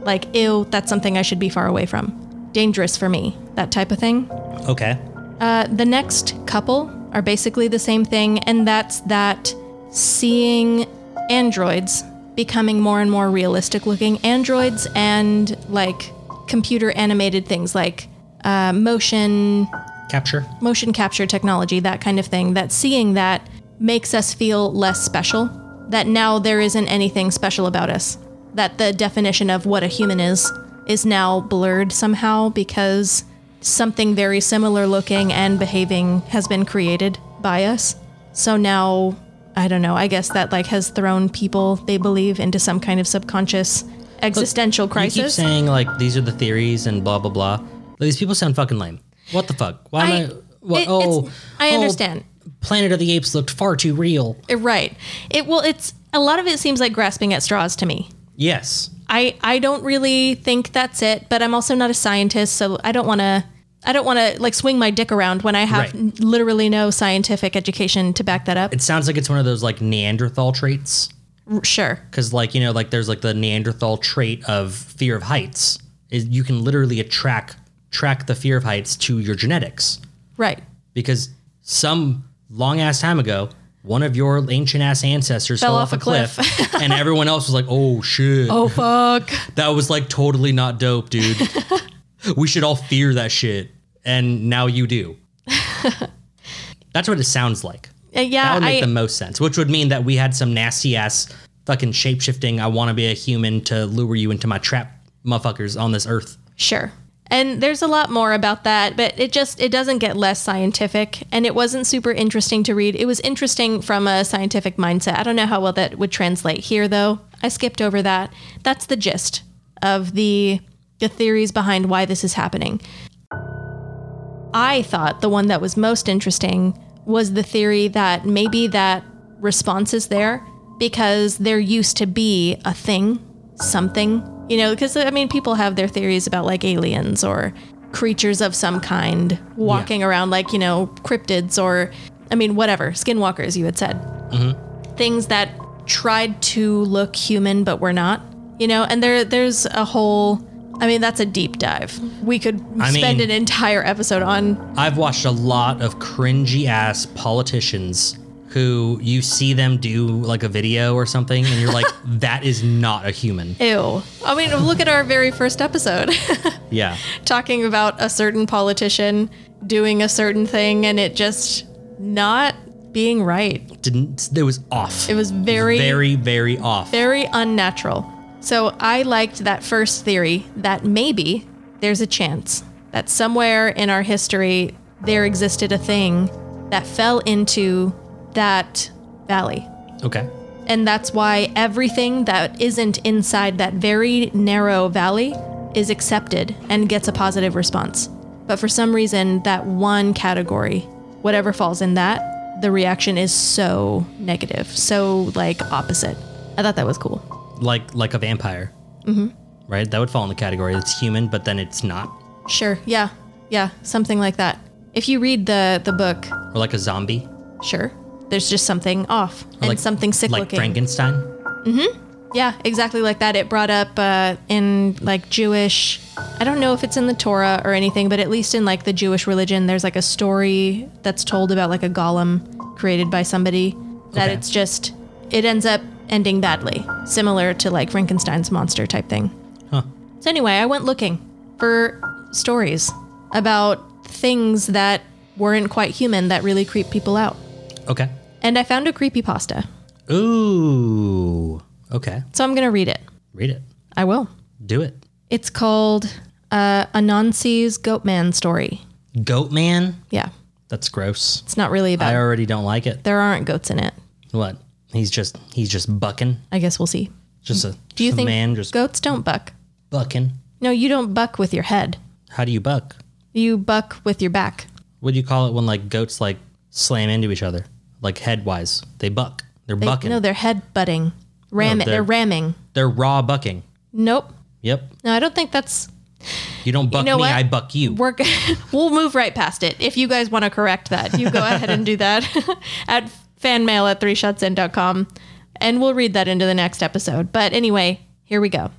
[SPEAKER 1] Like ew, that's something I should be far away from. Dangerous for me. That type of thing.
[SPEAKER 2] Okay.
[SPEAKER 1] Uh, the next couple are basically the same thing, and that's that seeing androids becoming more and more realistic looking androids and like computer animated things like uh, motion
[SPEAKER 2] Capture.
[SPEAKER 1] motion capture technology that kind of thing that seeing that makes us feel less special that now there isn't anything special about us that the definition of what a human is is now blurred somehow because something very similar looking and behaving has been created by us. So now, I don't know, I guess that like has thrown people they believe into some kind of subconscious existential crisis.
[SPEAKER 2] You keep saying like these are the theories and blah blah blah. Like, these people sound fucking lame. What the fuck? Why am I?
[SPEAKER 1] I-
[SPEAKER 2] What,
[SPEAKER 1] it-
[SPEAKER 2] oh,
[SPEAKER 1] it's- I
[SPEAKER 2] oh,
[SPEAKER 1] understand.
[SPEAKER 2] Planet of the Apes looked far too real.
[SPEAKER 1] Uh, Right. It well it's a lot of it seems like grasping at straws to me.
[SPEAKER 2] Yes,
[SPEAKER 1] I I don't really think that's it, but I'm also not a scientist, so I don't want to I don't want to like swing my dick around when I have
[SPEAKER 2] Right.
[SPEAKER 1] n- literally no scientific education to back that up.
[SPEAKER 2] it sounds like it's one of those like Neanderthal traits.
[SPEAKER 1] R- sure.
[SPEAKER 2] because like you know like there's like the neanderthal trait of fear of heights is you can literally attract track the fear of heights to your genetics
[SPEAKER 1] Right.
[SPEAKER 2] because some long ass time ago one of your ancient ass ancestors fell, off, a cliff, and everyone else was like oh shit
[SPEAKER 1] Oh fuck.
[SPEAKER 2] that was like totally not dope dude we should all fear that shit and now you do that's what it sounds like that
[SPEAKER 1] Eh, yeah,
[SPEAKER 2] would make
[SPEAKER 1] Uh, I
[SPEAKER 2] the most sense, which would mean that we had some nasty ass fucking shapeshifting. I want to be a human to lure you into my trap, motherfuckers on this earth.
[SPEAKER 1] Sure. And there's a lot more about that, but it just it doesn't get less scientific and it wasn't super interesting to read. It was interesting from a scientific mindset. I don't know how well that would translate here though. I skipped over that. That's the gist of the the theories behind why this is happening. I thought the one that was most interesting was the theory that maybe that response is there because there used to be a thing, something, you know, because I mean, people have their theories about like aliens or creatures of some kind walking around, like, you know, cryptids or, I mean, whatever, skinwalkers, you had said. Things that tried to look human but were not, you know, and there there's a whole. I mean, that's a deep dive. We could
[SPEAKER 2] I
[SPEAKER 1] spend an
[SPEAKER 2] mean-
[SPEAKER 1] entire episode on
[SPEAKER 2] I've watched a lot of cringy ass politicians who you see them do like a video or something, and you're like, that is not a human.
[SPEAKER 1] Ew. I mean, look at our very first episode
[SPEAKER 2] Yeah.
[SPEAKER 1] talking about a certain politician doing a certain thing and it just not being right.
[SPEAKER 2] Didn't, it was off.
[SPEAKER 1] It was very, very,
[SPEAKER 2] very, very off.
[SPEAKER 1] unnatural. So I liked that first theory that maybe there's a chance that somewhere in our history there existed a thing that fell into that valley.
[SPEAKER 2] okay.
[SPEAKER 1] And that's why everything that isn't inside that very narrow valley is accepted and gets a positive response. But for some reason, that one category, whatever falls in that, the reaction is so negative, so like opposite. I thought that was cool.
[SPEAKER 2] Like like a vampire. Mm-hmm. Right? That would fall in the category. It's human, but then it's not.
[SPEAKER 1] Sure. Yeah. Yeah. Something like that. If you read the the book,
[SPEAKER 2] Or like a zombie.
[SPEAKER 1] sure, there's just something off and
[SPEAKER 2] like-
[SPEAKER 1] something sick
[SPEAKER 2] Like
[SPEAKER 1] looking.
[SPEAKER 2] Frankenstein.
[SPEAKER 1] Yeah, exactly like that. It brought up uh, in like Jewish, I don't know if it's in the Torah or anything, but at least in like the Jewish religion, there's like a story that's told about like a golem created by somebody that
[SPEAKER 2] Okay.
[SPEAKER 1] it's just, it ends up ending badly, similar to like Frankenstein's monster type thing.
[SPEAKER 2] Huh.
[SPEAKER 1] So anyway, I went looking for stories about things that weren't quite human that really creep people out.
[SPEAKER 2] Okay.
[SPEAKER 1] And I found a creepypasta.
[SPEAKER 2] Ooh. Okay.
[SPEAKER 1] So I'm going to read it.
[SPEAKER 2] Read it.
[SPEAKER 1] I will.
[SPEAKER 2] Do it.
[SPEAKER 1] It's called uh, Anansi's Goatman Story.
[SPEAKER 2] Goat man.
[SPEAKER 1] Yeah,
[SPEAKER 2] That's gross.
[SPEAKER 1] it's not really about.
[SPEAKER 2] I already don't like it.
[SPEAKER 1] there aren't goats in it.
[SPEAKER 2] What? He's just he's just bucking.
[SPEAKER 1] I guess we'll see.
[SPEAKER 2] Just a,
[SPEAKER 1] Do you
[SPEAKER 2] just a
[SPEAKER 1] think
[SPEAKER 2] man just
[SPEAKER 1] goats don't buck?
[SPEAKER 2] bucking?
[SPEAKER 1] No, you don't buck with your head.
[SPEAKER 2] How do you buck?
[SPEAKER 1] You buck with your back.
[SPEAKER 2] What do you call it when like goats like slam into each other? Like headwise. They buck. They're
[SPEAKER 1] They,
[SPEAKER 2] bucking.
[SPEAKER 1] no, they're head butting. Ram
[SPEAKER 2] No,
[SPEAKER 1] it. They're
[SPEAKER 2] they're-
[SPEAKER 1] ramming.
[SPEAKER 2] They're raw bucking.
[SPEAKER 1] Nope.
[SPEAKER 2] Yep.
[SPEAKER 1] No, I don't think that's.
[SPEAKER 2] You don't buck
[SPEAKER 1] know
[SPEAKER 2] me,
[SPEAKER 1] what?
[SPEAKER 2] I buck you.
[SPEAKER 1] We're, g- we'll move right past it. If you guys want to correct that, you go ahead and do that at fanmail at threeshotsin.com. And we'll read that into the next episode. But anyway, here we go.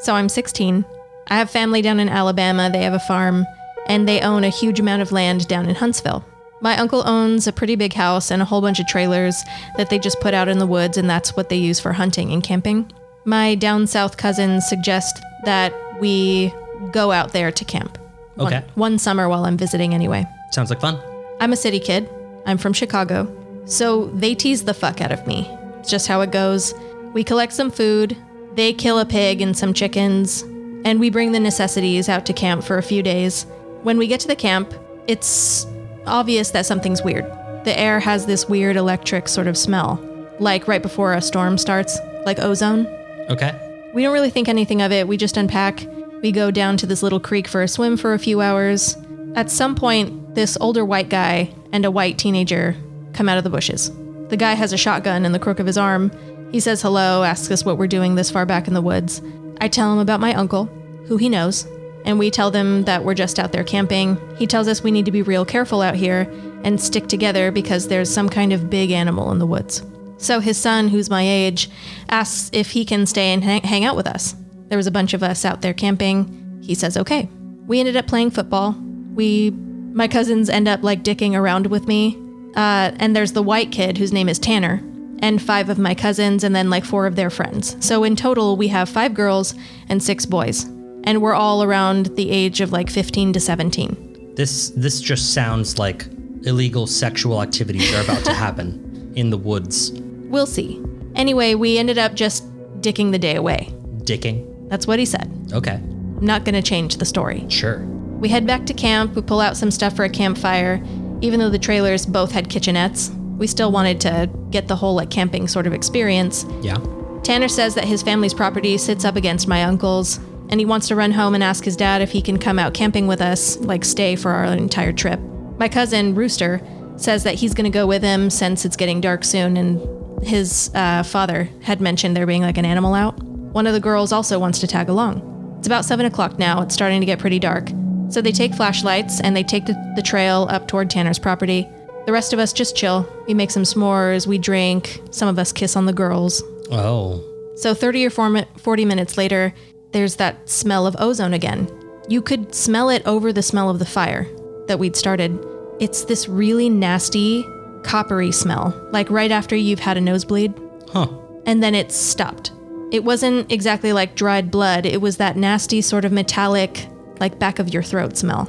[SPEAKER 1] So I'm 16. I have family down in Alabama. They have a farm and they own a huge amount of land down in Huntsville. My uncle owns a pretty big house and a whole bunch of trailers that they just put out in the woods, and that's what they use for hunting and camping. My down south cousins suggest that we go out there to camp. One-
[SPEAKER 2] Okay.
[SPEAKER 1] one summer while I'm visiting, anyway.
[SPEAKER 2] Sounds like fun.
[SPEAKER 1] I'm a city kid. I'm from Chicago. So they tease the fuck out of me. It's just how it goes. We collect some food, they kill a pig and some chickens, and we bring the necessities out to camp for a few days. When we get to the camp, it's obvious that something's weird. The air has this weird electric sort of smell, like right before a storm starts, like ozone.
[SPEAKER 2] Okay.
[SPEAKER 1] We don't really think anything of it. We just unpack. We go down to this little creek for a swim for a few hours. At some point, this older white guy and a white teenager come out of the bushes. The guy has a shotgun in the crook of his arm. He says hello, asks us what we're doing this far back in the woods. I tell him about my uncle, who he knows, and we tell them that we're just out there camping. He tells us we need to be real careful out here and stick together because there's some kind of big animal in the woods. So his son, who's my age, asks if he can stay and hang, hang out with us. There was a bunch of us out there camping. He says, okay. We ended up playing football. We, my cousins end up like dicking around with me. Uh, and there's the white kid whose name is Tanner, and five of my cousins, and then like four of their friends. So in total, we have five girls and six boys. And we're all around the age of like 15 to 17.
[SPEAKER 2] This this just sounds like illegal sexual activities are about to happen in the woods.
[SPEAKER 1] We'll see. Anyway, we ended up just dicking the day away.
[SPEAKER 2] Dicking.
[SPEAKER 1] That's what he said.
[SPEAKER 2] Okay.
[SPEAKER 1] I'm not going to change the story.
[SPEAKER 2] Sure.
[SPEAKER 1] We head back to camp. We pull out some stuff for a campfire. Even though the trailers both had kitchenettes, we still wanted to get the whole like camping sort of experience.
[SPEAKER 2] Yeah.
[SPEAKER 1] Tanner says that his family's property sits up against my uncle's, and he wants to run home and ask his dad if he can come out camping with us, like stay for our entire trip. My cousin, Rooster, says that he's going to go with him since it's getting dark soon, and his uh, father had mentioned there being like an animal out. One of the girls also wants to tag along. It's about 7 o'clock now, it's starting to get pretty dark. So they take flashlights and they take the, the trail up toward Tanner's property. The rest of us just chill. We make some s'mores, we drink, some of us kiss on the girls,
[SPEAKER 2] Oh.
[SPEAKER 1] so 30 or four mi- 40 minutes later, there's that smell of ozone again. You could smell it over the smell of the fire that we'd started. It's this really nasty, coppery smell, like right after you've had a nosebleed,
[SPEAKER 2] Huh.
[SPEAKER 1] and then it stopped. It wasn't exactly like dried blood, it was that nasty, sort of metallic, like back of your throat smell.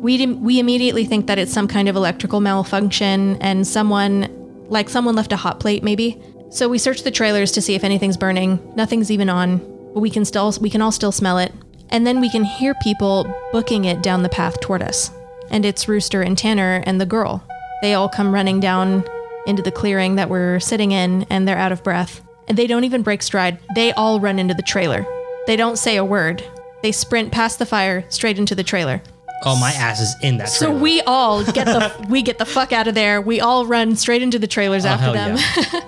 [SPEAKER 1] We, dim- we immediately think that it's some kind of electrical malfunction and someone, like someone left a hot plate maybe. So we search the trailers to see if anything's burning. Nothing's even on, but we can still we can all still smell it. And then we can hear people booking it down the path toward us. And it's Rooster and Tanner and the girl. They all come running down into the clearing that we're sitting in and they're out of breath. And they don't even break stride. They all run into the trailer. They don't say a word. They sprint past the fire straight into the trailer.
[SPEAKER 2] Oh, my ass is in that.
[SPEAKER 1] So
[SPEAKER 2] trailer.
[SPEAKER 1] we all get the we get the fuck out of there. We all run straight into the trailers
[SPEAKER 2] Oh,
[SPEAKER 1] after
[SPEAKER 2] hell
[SPEAKER 1] them.
[SPEAKER 2] yeah.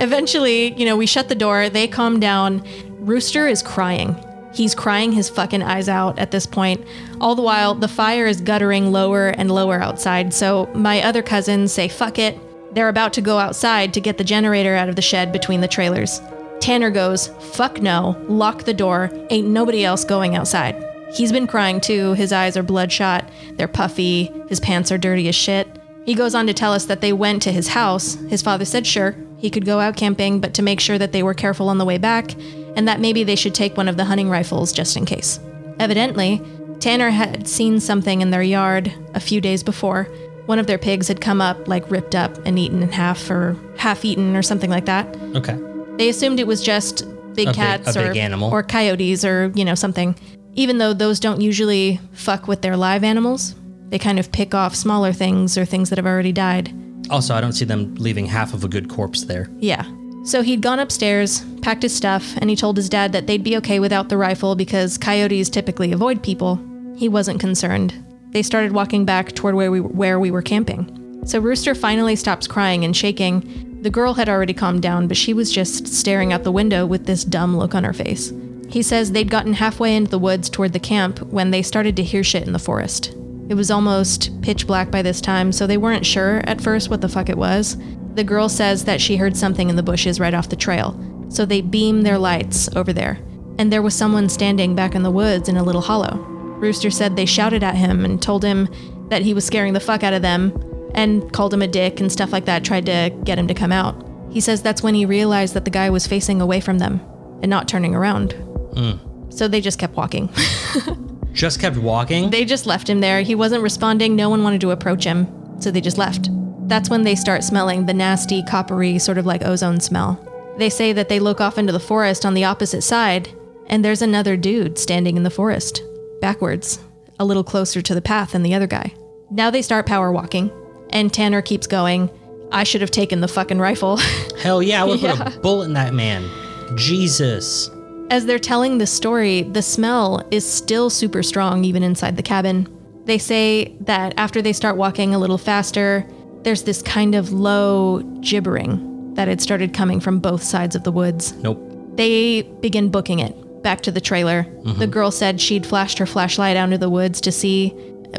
[SPEAKER 1] Eventually, you know, we shut the door. They calm down. Rooster is crying. He's crying his fucking eyes out at this point. All the while, the fire is guttering lower and lower outside. So my other cousins say fuck it. They're about to go outside to get the generator out of the shed between the trailers. Tanner goes, fuck no, lock the door. Ain't nobody else going outside. He's been crying too. His eyes are bloodshot. They're puffy. His pants are dirty as shit. He goes on to tell us that they went to his house. His father said sure, he could go out camping, but to make sure that they were careful on the way back, and that maybe they should take one of the hunting rifles just in case. Evidently, Tanner had seen something in their yard a few days before. One of their pigs had come up, like ripped up and eaten in half, or half eaten, or something like that.
[SPEAKER 2] Okay.
[SPEAKER 1] They assumed it was just big
[SPEAKER 2] A big-
[SPEAKER 1] cats
[SPEAKER 2] a
[SPEAKER 1] or,
[SPEAKER 2] big animal.
[SPEAKER 1] or coyotes or, you know, something. Even though those don't usually fuck with their live animals, they kind of pick off smaller things or things that have already died.
[SPEAKER 2] Also, I don't see them leaving half of a good corpse there.
[SPEAKER 1] Yeah. So he'd gone upstairs, packed his stuff, and he told his dad that they'd be okay without the rifle because coyotes typically avoid people. He wasn't concerned. They started walking back toward where we where we were camping. So Rooster finally stops crying and shaking. The girl had already calmed down, but she was just staring out the window with this dumb look on her face. He says they'd gotten halfway into the woods toward the camp when they started to hear shit in the forest. It was almost pitch black by this time, so they weren't sure at first what the fuck it was. The girl says that she heard something in the bushes right off the trail, so they beam their lights over there, and there was someone standing back in the woods in a little hollow. Rooster said they shouted at him and told him that he was scaring the fuck out of them and called him a dick and stuff like that, tried to get him to come out. He says that's when he realized that the guy was facing away from them and not turning around. So they just kept walking.
[SPEAKER 2] Just kept walking.
[SPEAKER 1] They just left him there. He wasn't responding. No one wanted to approach him, so they just left. That's when they start smelling the nasty, coppery, sort of like ozone smell. They say that they look off into the forest on the opposite side, and there's another dude standing in the forest, backwards, a little closer to the path than the other guy. Now they start power walking, and Tanner keeps going. I should have taken the fucking rifle.
[SPEAKER 2] Hell yeah, I would put a bullet in that man. Jesus.
[SPEAKER 1] As they're telling the story, the smell is still super strong even inside the cabin. They say that after they start walking a little faster, there's this kind of low gibbering that had started coming from both sides of the woods.
[SPEAKER 2] Nope.
[SPEAKER 1] They begin booking it back to the trailer. The girl said she'd flashed her flashlight out into the woods to see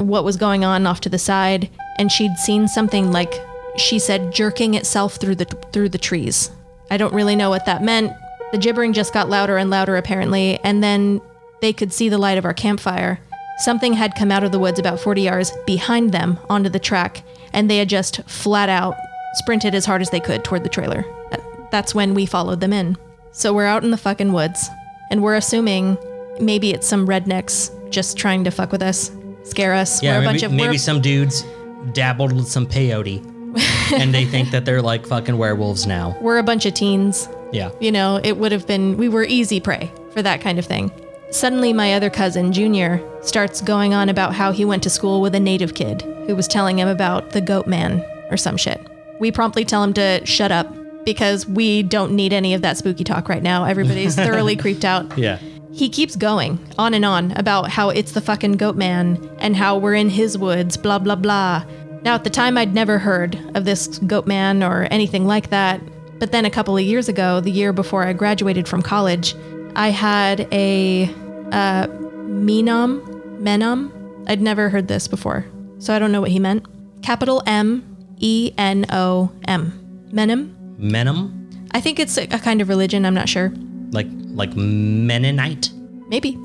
[SPEAKER 1] what was going on off to the side, and she'd seen something like she said jerking itself through the through the trees. I don't really know what that meant. The gibbering just got louder and louder apparently, and then they could see the light of our campfire. Something had come out of the woods about 40 yards behind them onto the track, and they had just flat out sprinted as hard as they could toward the trailer. Uh, That's when we followed them in. So we're out in the fucking woods, and we're assuming maybe it's some rednecks just trying to fuck with us, scare us.
[SPEAKER 2] Yeah,
[SPEAKER 1] we're a
[SPEAKER 2] maybe,
[SPEAKER 1] bunch of
[SPEAKER 2] maybe
[SPEAKER 1] we're-
[SPEAKER 2] some dudes dabbled with some peyote and they think that they're like fucking werewolves now.
[SPEAKER 1] we're a bunch of teens.
[SPEAKER 2] Yeah.
[SPEAKER 1] You know, it would have been, we were easy prey for that kind of thing. Suddenly, my other cousin, Junior, starts going on about how he went to school with a native kid who was telling him about the goat man or some shit. We promptly tell him to shut up because we don't need any of that spooky talk right now. Everybody's thoroughly creeped out.
[SPEAKER 2] Yeah.
[SPEAKER 1] He keeps going on and on about how it's the fucking goat man and how we're in his woods, blah, blah, blah. Now, at the time, I'd never heard of this goat man or anything like that. But then a couple of years ago, the year before I graduated from college, I had a uh, Menom, Menom. I'd never heard this before, so I don't know what he meant. Capital M E N O M. Menom?
[SPEAKER 2] Menom?
[SPEAKER 1] I think it's a, a kind of religion, I'm not sure.
[SPEAKER 2] Like like Mennonite?
[SPEAKER 1] Maybe.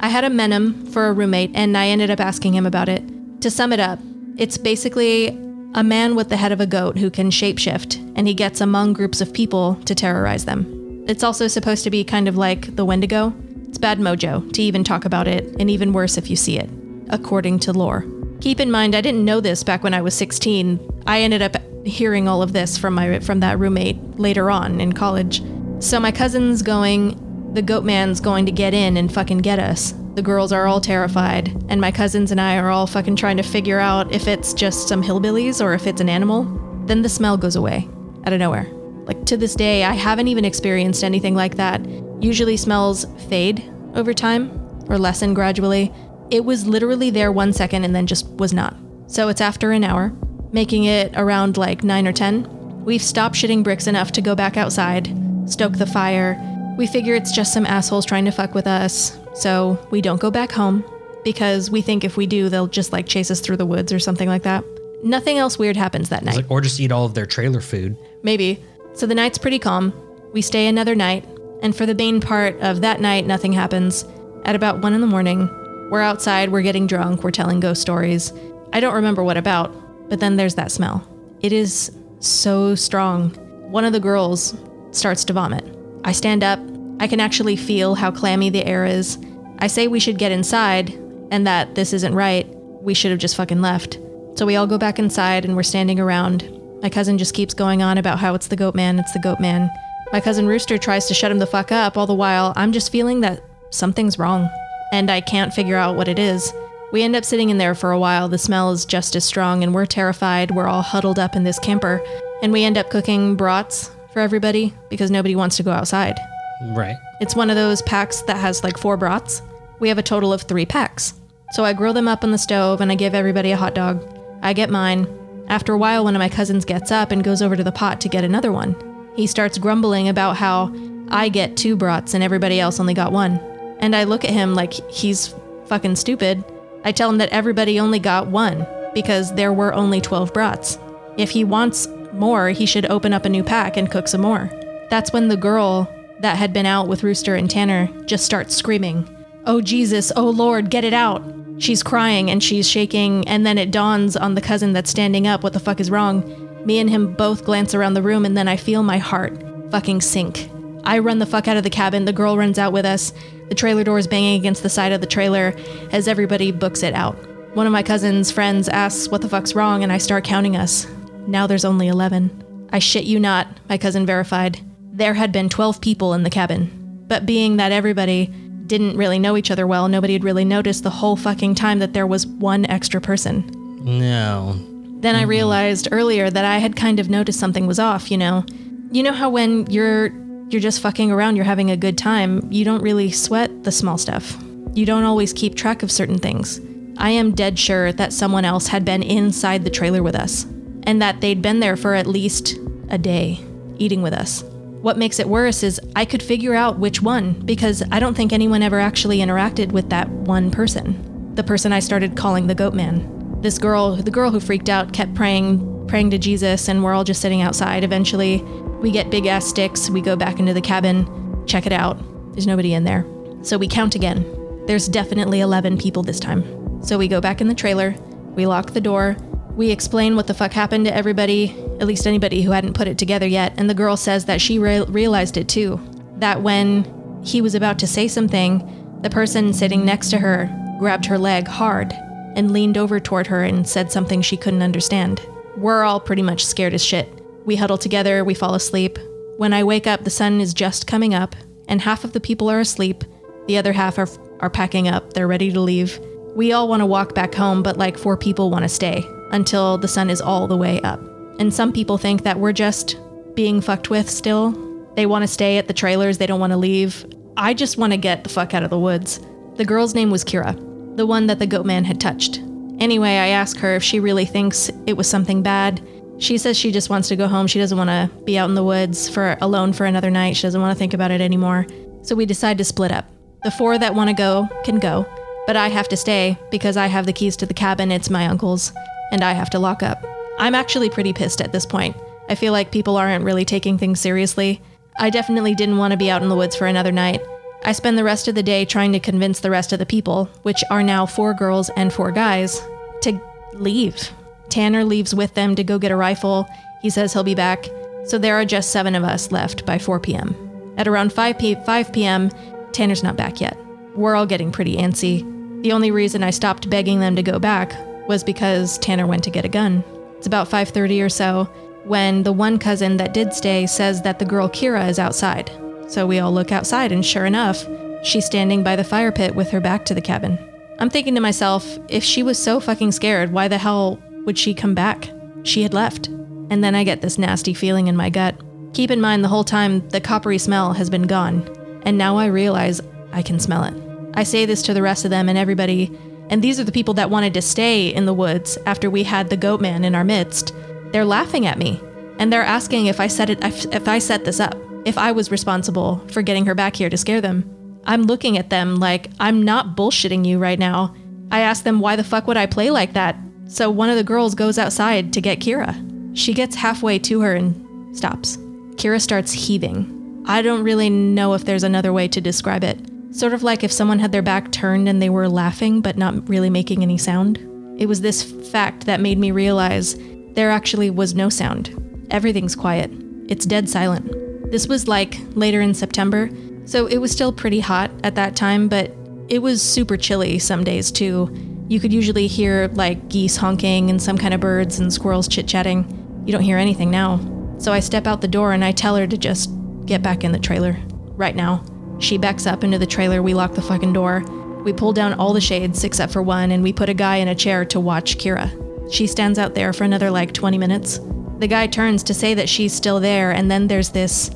[SPEAKER 1] I had a menem for a roommate, and I ended up asking him about it. To sum it up, it's basically a man with the head of a goat who can shapeshift, and he gets among groups of people to terrorize them. It's also supposed to be kind of like the Wendigo. It's bad mojo to even talk about it, and even worse if you see it, according to lore. Keep in mind, I didn't know this back when I was 16. I ended up hearing all of this from my from that roommate later on in college. So my cousin's going, the goat man's going to get in and fucking get us. The girls are all terrified, and my cousins and I are all fucking trying to figure out if it's just some hillbillies or if it's an animal. Then the smell goes away out of nowhere. Like to this day, I haven't even experienced anything like that. Usually smells fade over time or lessen gradually. It was literally there one second and then just was not. So it's after an hour, making it around like 9 or 10. We've stopped shitting bricks enough to go back outside, stoke the fire. We figure it's just some assholes trying to fuck with us, so we don't go back home because we think if we do, they'll just like chase us through the woods or something like that. Nothing else weird happens that night.
[SPEAKER 2] Like, or just eat all of their trailer food.
[SPEAKER 1] Maybe. So the night's pretty calm. We stay another night, and for the main part of that night, nothing happens. At about one in the morning, we're outside, we're getting drunk, we're telling ghost stories. I don't remember what about, but then there's that smell. It is so strong. One of the girls starts to vomit. I stand up. I can actually feel how clammy the air is. I say we should get inside and that this isn't right. We should have just fucking left. So we all go back inside and we're standing around. My cousin just keeps going on about how it's the goat man, it's the goat man. My cousin Rooster tries to shut him the fuck up, all the while I'm just feeling that something's wrong and I can't figure out what it is. We end up sitting in there for a while. The smell is just as strong, and we're terrified. We're all huddled up in this camper, and we end up cooking brats for everybody because nobody wants to go outside.
[SPEAKER 2] Right.
[SPEAKER 1] It's one of those packs that has like four brats. We have a total of three packs. So I grill them up on the stove and I give everybody a hot dog. I get mine. After a while, one of my cousins gets up and goes over to the pot to get another one. He starts grumbling about how I get two brats and everybody else only got one. And I look at him like he's fucking stupid. I tell him that everybody only got one because there were only 12 brats. If he wants more, he should open up a new pack and cook some more. That's when the girl that had been out with Rooster and Tanner just starts screaming, Oh Jesus, oh Lord, get it out. She's crying and she's shaking, and then it dawns on the cousin that's standing up what the fuck is wrong. Me and him both glance around the room, and then I feel my heart fucking sink. I run the fuck out of the cabin, the girl runs out with us, the trailer door's banging against the side of the trailer as everybody books it out. One of my cousin's friends asks what the fuck's wrong, and I start counting us. Now there's only 11. I shit you not, my cousin verified. There had been 12 people in the cabin. But being that everybody didn't really know each other well, nobody had really noticed the whole fucking time that there was one extra person.
[SPEAKER 2] No.
[SPEAKER 1] Then I realized earlier that I had kind of noticed something was off, you know. You know how when you're you're just fucking around, you're having a good time, you don't really sweat the small stuff. You don't always keep track of certain things. I am dead sure that someone else had been inside the trailer with us and that they'd been there for at least a day eating with us. What makes it worse is I could figure out which one because I don't think anyone ever actually interacted with that one person. The person I started calling the goat man. This girl, the girl who freaked out, kept praying, praying to Jesus, and we're all just sitting outside. Eventually, we get big ass sticks, we go back into the cabin, check it out. There's nobody in there. So we count again. There's definitely 11 people this time. So we go back in the trailer, we lock the door, we explain what the fuck happened to everybody, at least anybody who hadn't put it together yet, and the girl says that she re- realized it too. That when he was about to say something, the person sitting next to her grabbed her leg hard and leaned over toward her and said something she couldn't understand. We're all pretty much scared as shit. We huddle together, we fall asleep. When I wake up, the sun is just coming up, and half of the people are asleep, the other half are, are packing up, they're ready to leave. We all want to walk back home, but like four people want to stay until the sun is all the way up. And some people think that we're just being fucked with still. They want to stay at the trailers, they don't want to leave. I just want to get the fuck out of the woods. The girl's name was Kira, the one that the goat man had touched. Anyway, I ask her if she really thinks it was something bad. She says she just wants to go home. She doesn't want to be out in the woods for alone for another night. She doesn't want to think about it anymore. So we decide to split up. The four that want to go can go, but I have to stay because I have the keys to the cabin. It's my uncle's and I have to lock up. I'm actually pretty pissed at this point. I feel like people aren't really taking things seriously. I definitely didn't want to be out in the woods for another night. I spend the rest of the day trying to convince the rest of the people, which are now four girls and four guys, to leave. Tanner leaves with them to go get a rifle. He says he'll be back. So there are just seven of us left by 4 p.m. At around 5, p- 5 p.m., Tanner's not back yet. We're all getting pretty antsy. The only reason I stopped begging them to go back was because Tanner went to get a gun. It's about 5:30 or so when the one cousin that did stay says that the girl Kira is outside. So we all look outside and sure enough, she's standing by the fire pit with her back to the cabin. I'm thinking to myself, if she was so fucking scared, why the hell would she come back? She had left. And then I get this nasty feeling in my gut. Keep in mind the whole time the coppery smell has been gone, and now I realize I can smell it. I say this to the rest of them and everybody and these are the people that wanted to stay in the woods after we had the goat man in our midst. They're laughing at me and they're asking if I set it if, if I set this up, if I was responsible for getting her back here to scare them. I'm looking at them like I'm not bullshitting you right now. I ask them why the fuck would I play like that? So one of the girls goes outside to get Kira. She gets halfway to her and stops. Kira starts heaving. I don't really know if there's another way to describe it. Sort of like if someone had their back turned and they were laughing but not really making any sound. It was this fact that made me realize there actually was no sound. Everything's quiet, it's dead silent. This was like later in September, so it was still pretty hot at that time, but it was super chilly some days too. You could usually hear like geese honking and some kind of birds and squirrels chit chatting. You don't hear anything now. So I step out the door and I tell her to just get back in the trailer right now. She backs up into the trailer. We lock the fucking door. We pull down all the shades except for one, and we put a guy in a chair to watch Kira. She stands out there for another like 20 minutes. The guy turns to say that she's still there, and then there's this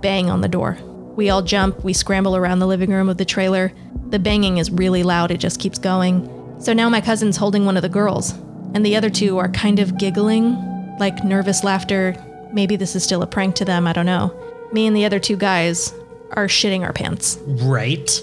[SPEAKER 1] bang on the door. We all jump, we scramble around the living room of the trailer. The banging is really loud, it just keeps going. So now my cousin's holding one of the girls, and the other two are kind of giggling, like nervous laughter. Maybe this is still a prank to them, I don't know. Me and the other two guys are shitting our pants.
[SPEAKER 2] Right?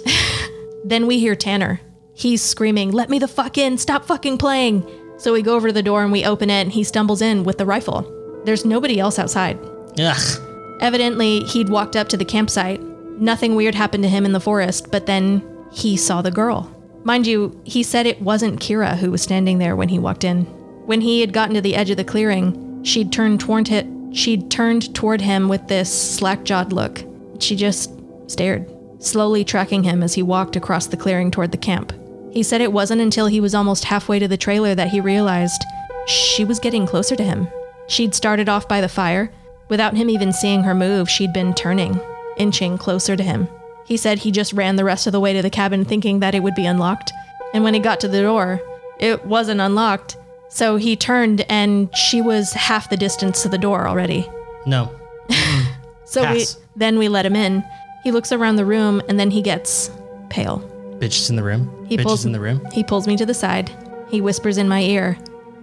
[SPEAKER 1] Then we hear Tanner. He's screaming, Let me the fuck in, stop fucking playing. So we go over to the door and we open it, and he stumbles in with the rifle. There's nobody else outside.
[SPEAKER 2] Ugh.
[SPEAKER 1] Evidently, he'd walked up to the campsite. Nothing weird happened to him in the forest, but then he saw the girl. Mind you, he said it wasn't Kira who was standing there when he walked in. When he had gotten to the edge of the clearing, she'd turned toward it. She'd turned toward him with this slack-jawed look. She just stared, slowly tracking him as he walked across the clearing toward the camp. He said it wasn't until he was almost halfway to the trailer that he realized she was getting closer to him. She'd started off by the fire. Without him even seeing her move, she'd been turning, inching closer to him. He said he just ran the rest of the way to the cabin thinking that it would be unlocked. And when he got to the door, it wasn't unlocked. So he turned and she was half the distance to the door already.
[SPEAKER 2] No.
[SPEAKER 1] So
[SPEAKER 2] Pass.
[SPEAKER 1] we then we let him in. He looks around the room and then he gets pale.
[SPEAKER 2] Bitches in the room.
[SPEAKER 1] He
[SPEAKER 2] Bitches
[SPEAKER 1] pulls
[SPEAKER 2] in the room.
[SPEAKER 1] He pulls me to the side. He whispers in my ear,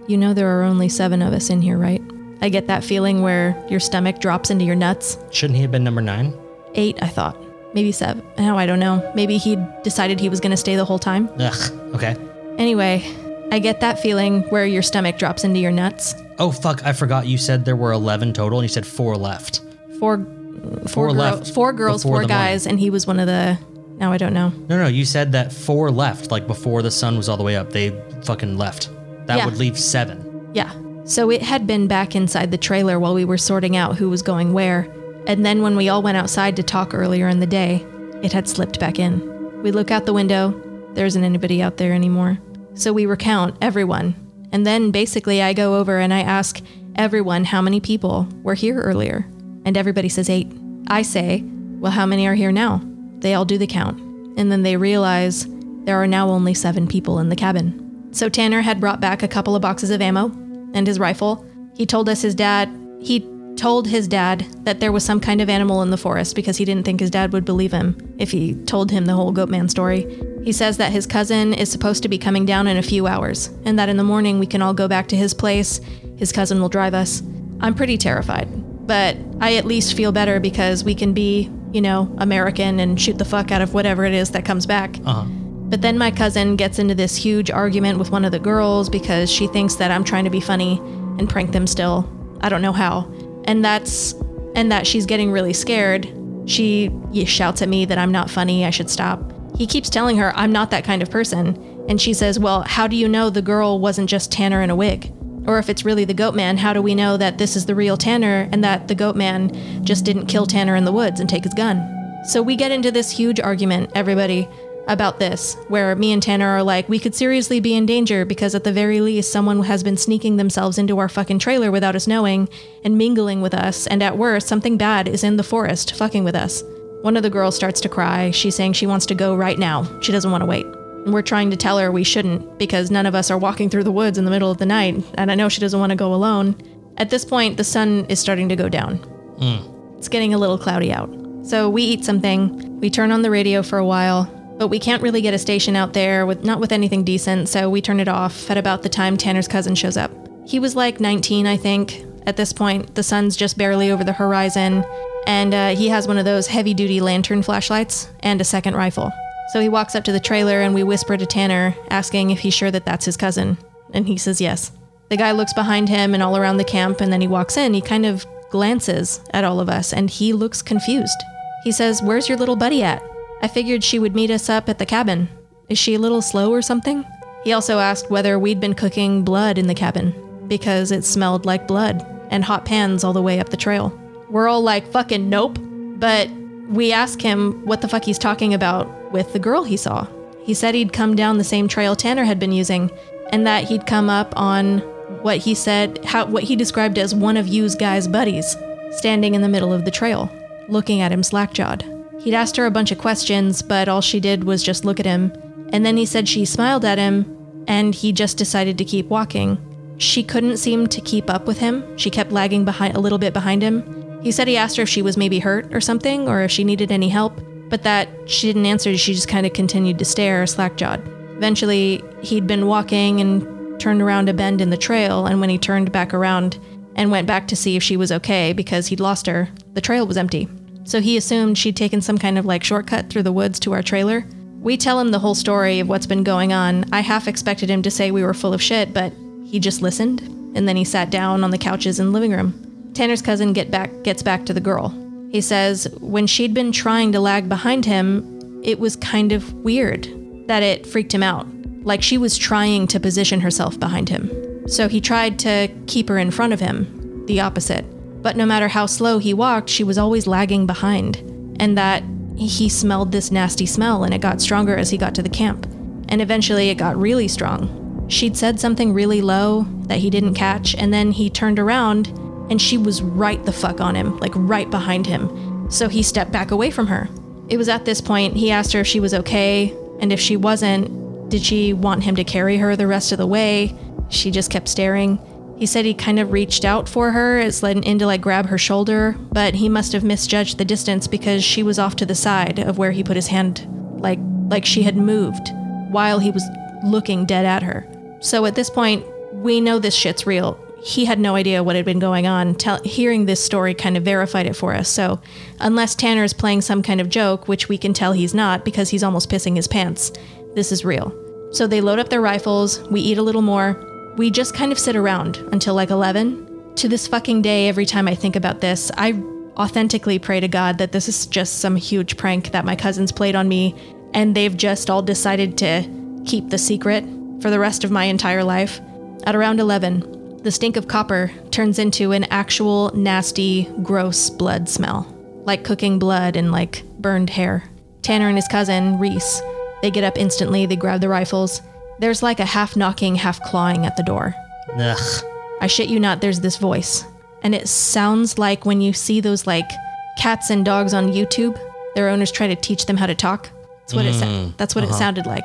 [SPEAKER 1] "You know there are only 7 of us in here, right?" I get that feeling where your stomach drops into your nuts.
[SPEAKER 2] Shouldn't he have been number nine?
[SPEAKER 1] Eight, I thought. Maybe seven. No, I don't know. Maybe he decided he was going to stay the whole time.
[SPEAKER 2] Ugh. Okay.
[SPEAKER 1] Anyway, I get that feeling where your stomach drops into your nuts.
[SPEAKER 2] Oh fuck! I forgot you said there were eleven total, and you said four left.
[SPEAKER 1] Four, four,
[SPEAKER 2] Four
[SPEAKER 1] gro-
[SPEAKER 2] left
[SPEAKER 1] four girls,
[SPEAKER 2] before
[SPEAKER 1] four
[SPEAKER 2] the morning.
[SPEAKER 1] guys, and he was one of the. Now I don't know.
[SPEAKER 2] No, no, you said that four left, like before the sun was all the way up. They fucking left. That
[SPEAKER 1] Yeah.
[SPEAKER 2] would leave seven.
[SPEAKER 1] Yeah. So it had been back inside the trailer while we were sorting out who was going where. And then when we all went outside to talk earlier in the day, it had slipped back in. We look out the window. There isn't anybody out there anymore. So we recount everyone. And then basically I go over and I ask everyone how many people were here earlier. And everybody says eight. I say, well, how many are here now? They all do the count. And then they realize there are now only seven people in the cabin. So Tanner had brought back a couple of boxes of ammo and his rifle. He told us his dad, he told his dad that there was some kind of animal in the forest because he didn't think his dad would believe him if he told him the whole Goatman story. He says that his cousin is supposed to be coming down in a few hours and that in the morning we can all go back to his place. His cousin will drive us. I'm pretty terrified, but I at least feel better because we can be, you know, American and shoot the fuck out of whatever it is that comes back. But then my cousin gets into this huge argument with one of the girls because she thinks that I'm trying to be funny and prank them still. I don't know how. And that's and that she's getting really scared. She y- shouts at me that I'm not funny, I should stop. He keeps telling her I'm not that kind of person, and she says, "Well, how do you know the girl wasn't just Tanner in a wig?" Or if it's really the goat man, how do we know that this is the real Tanner and that the goat man just didn't kill Tanner in the woods and take his gun? So we get into this huge argument, everybody, about this, where me and Tanner are like, we could seriously be in danger because at the very least, someone has been sneaking themselves into our fucking trailer without us knowing and mingling with us, and at worst, something bad is in the forest fucking with us. One of the girls starts to cry. She's saying she wants to go right now. She doesn't want to wait. And We're trying to tell her we shouldn't because none of us are walking through the woods in the middle of the night, and I know she doesn't want to go alone. At this point, the sun is starting to go down. It's getting a little cloudy out. So we eat something, we turn on the radio for a while, but we can't really get a station out there with not with anything decent, so we turn it off at about the time Tanner's cousin shows up. He was like 19, I think. At this point, the sun's just barely over the horizon, and uh, he has one of those heavy duty lantern flashlights and a second rifle. So he walks up to the trailer and we whisper to Tanner, asking if he's sure that that's his cousin. And he says yes. The guy looks behind him and all around the camp, and then he walks in. He kind of glances at all of us and he looks confused. He says, Where's your little buddy at? I figured she would meet us up at the cabin. Is she a little slow or something? He also asked whether we'd been cooking blood in the cabin because it smelled like blood and hot pans all the way up the trail. We're all like, fucking nope. But we ask him what the fuck he's talking about with the girl he saw. He said he'd come down the same trail Tanner had been using and that he'd come up on what he said, how, what he described as one of you's guy's buddies, standing in the middle of the trail, looking at him slack jawed. He'd asked her a bunch of questions, but all she did was just look at him. And then he said she smiled at him, and he just decided to keep walking. She couldn't seem to keep up with him. She kept lagging behind a little bit behind him. He said he asked her if she was maybe hurt or something, or if she needed any help, but that she didn't answer. She just kind of continued to stare, slack jawed. Eventually, he'd been walking and turned around a bend in the trail, and when he turned back around and went back to see if she was okay because he'd lost her, the trail was empty. So he assumed she'd taken some kind of like shortcut through the woods to our trailer. We tell him the whole story of what's been going on. I half expected him to say we were full of shit, but he just listened, and then he sat down on the couches in the living room. Tanner's cousin get back gets back to the girl. He says when she'd been trying to lag behind him, it was kind of weird that it freaked him out. Like she was trying to position herself behind him. So he tried to keep her in front of him, the opposite. But no matter how slow he walked, she was always lagging behind, and that he smelled this nasty smell and it got stronger as he got to the camp. And eventually it got really strong. She'd said something really low that he didn't catch, and then he turned around and she was right the fuck on him, like right behind him. So he stepped back away from her. It was at this point he asked her if she was okay, and if she wasn't, did she want him to carry her the rest of the way? She just kept staring. He said he kind of reached out for her as an in to like grab her shoulder, but he must have misjudged the distance because she was off to the side of where he put his hand, like like she had moved while he was looking dead at her. So at this point, we know this shit's real. He had no idea what had been going on. Tell, hearing this story kind of verified it for us. So, unless Tanner's playing some kind of joke, which we can tell he's not because he's almost pissing his pants, this is real. So, they load up their rifles, we eat a little more, we just kind of sit around until like 11. To this fucking day, every time I think about this, I authentically pray to God that this is just some huge prank that my cousins played on me and they've just all decided to keep the secret for the rest of my entire life. At around 11, the stink of copper turns into an actual nasty, gross blood smell, like cooking blood and like burned hair. Tanner and his cousin, Reese, they get up instantly, they grab the rifles. There's like a half knocking, half clawing at the door.
[SPEAKER 2] Ugh.
[SPEAKER 1] I shit you not, there's this voice. And it sounds like when you see those like cats and dogs on YouTube, their owners try to teach them how to talk. That's what it sa- that's what it sounded like.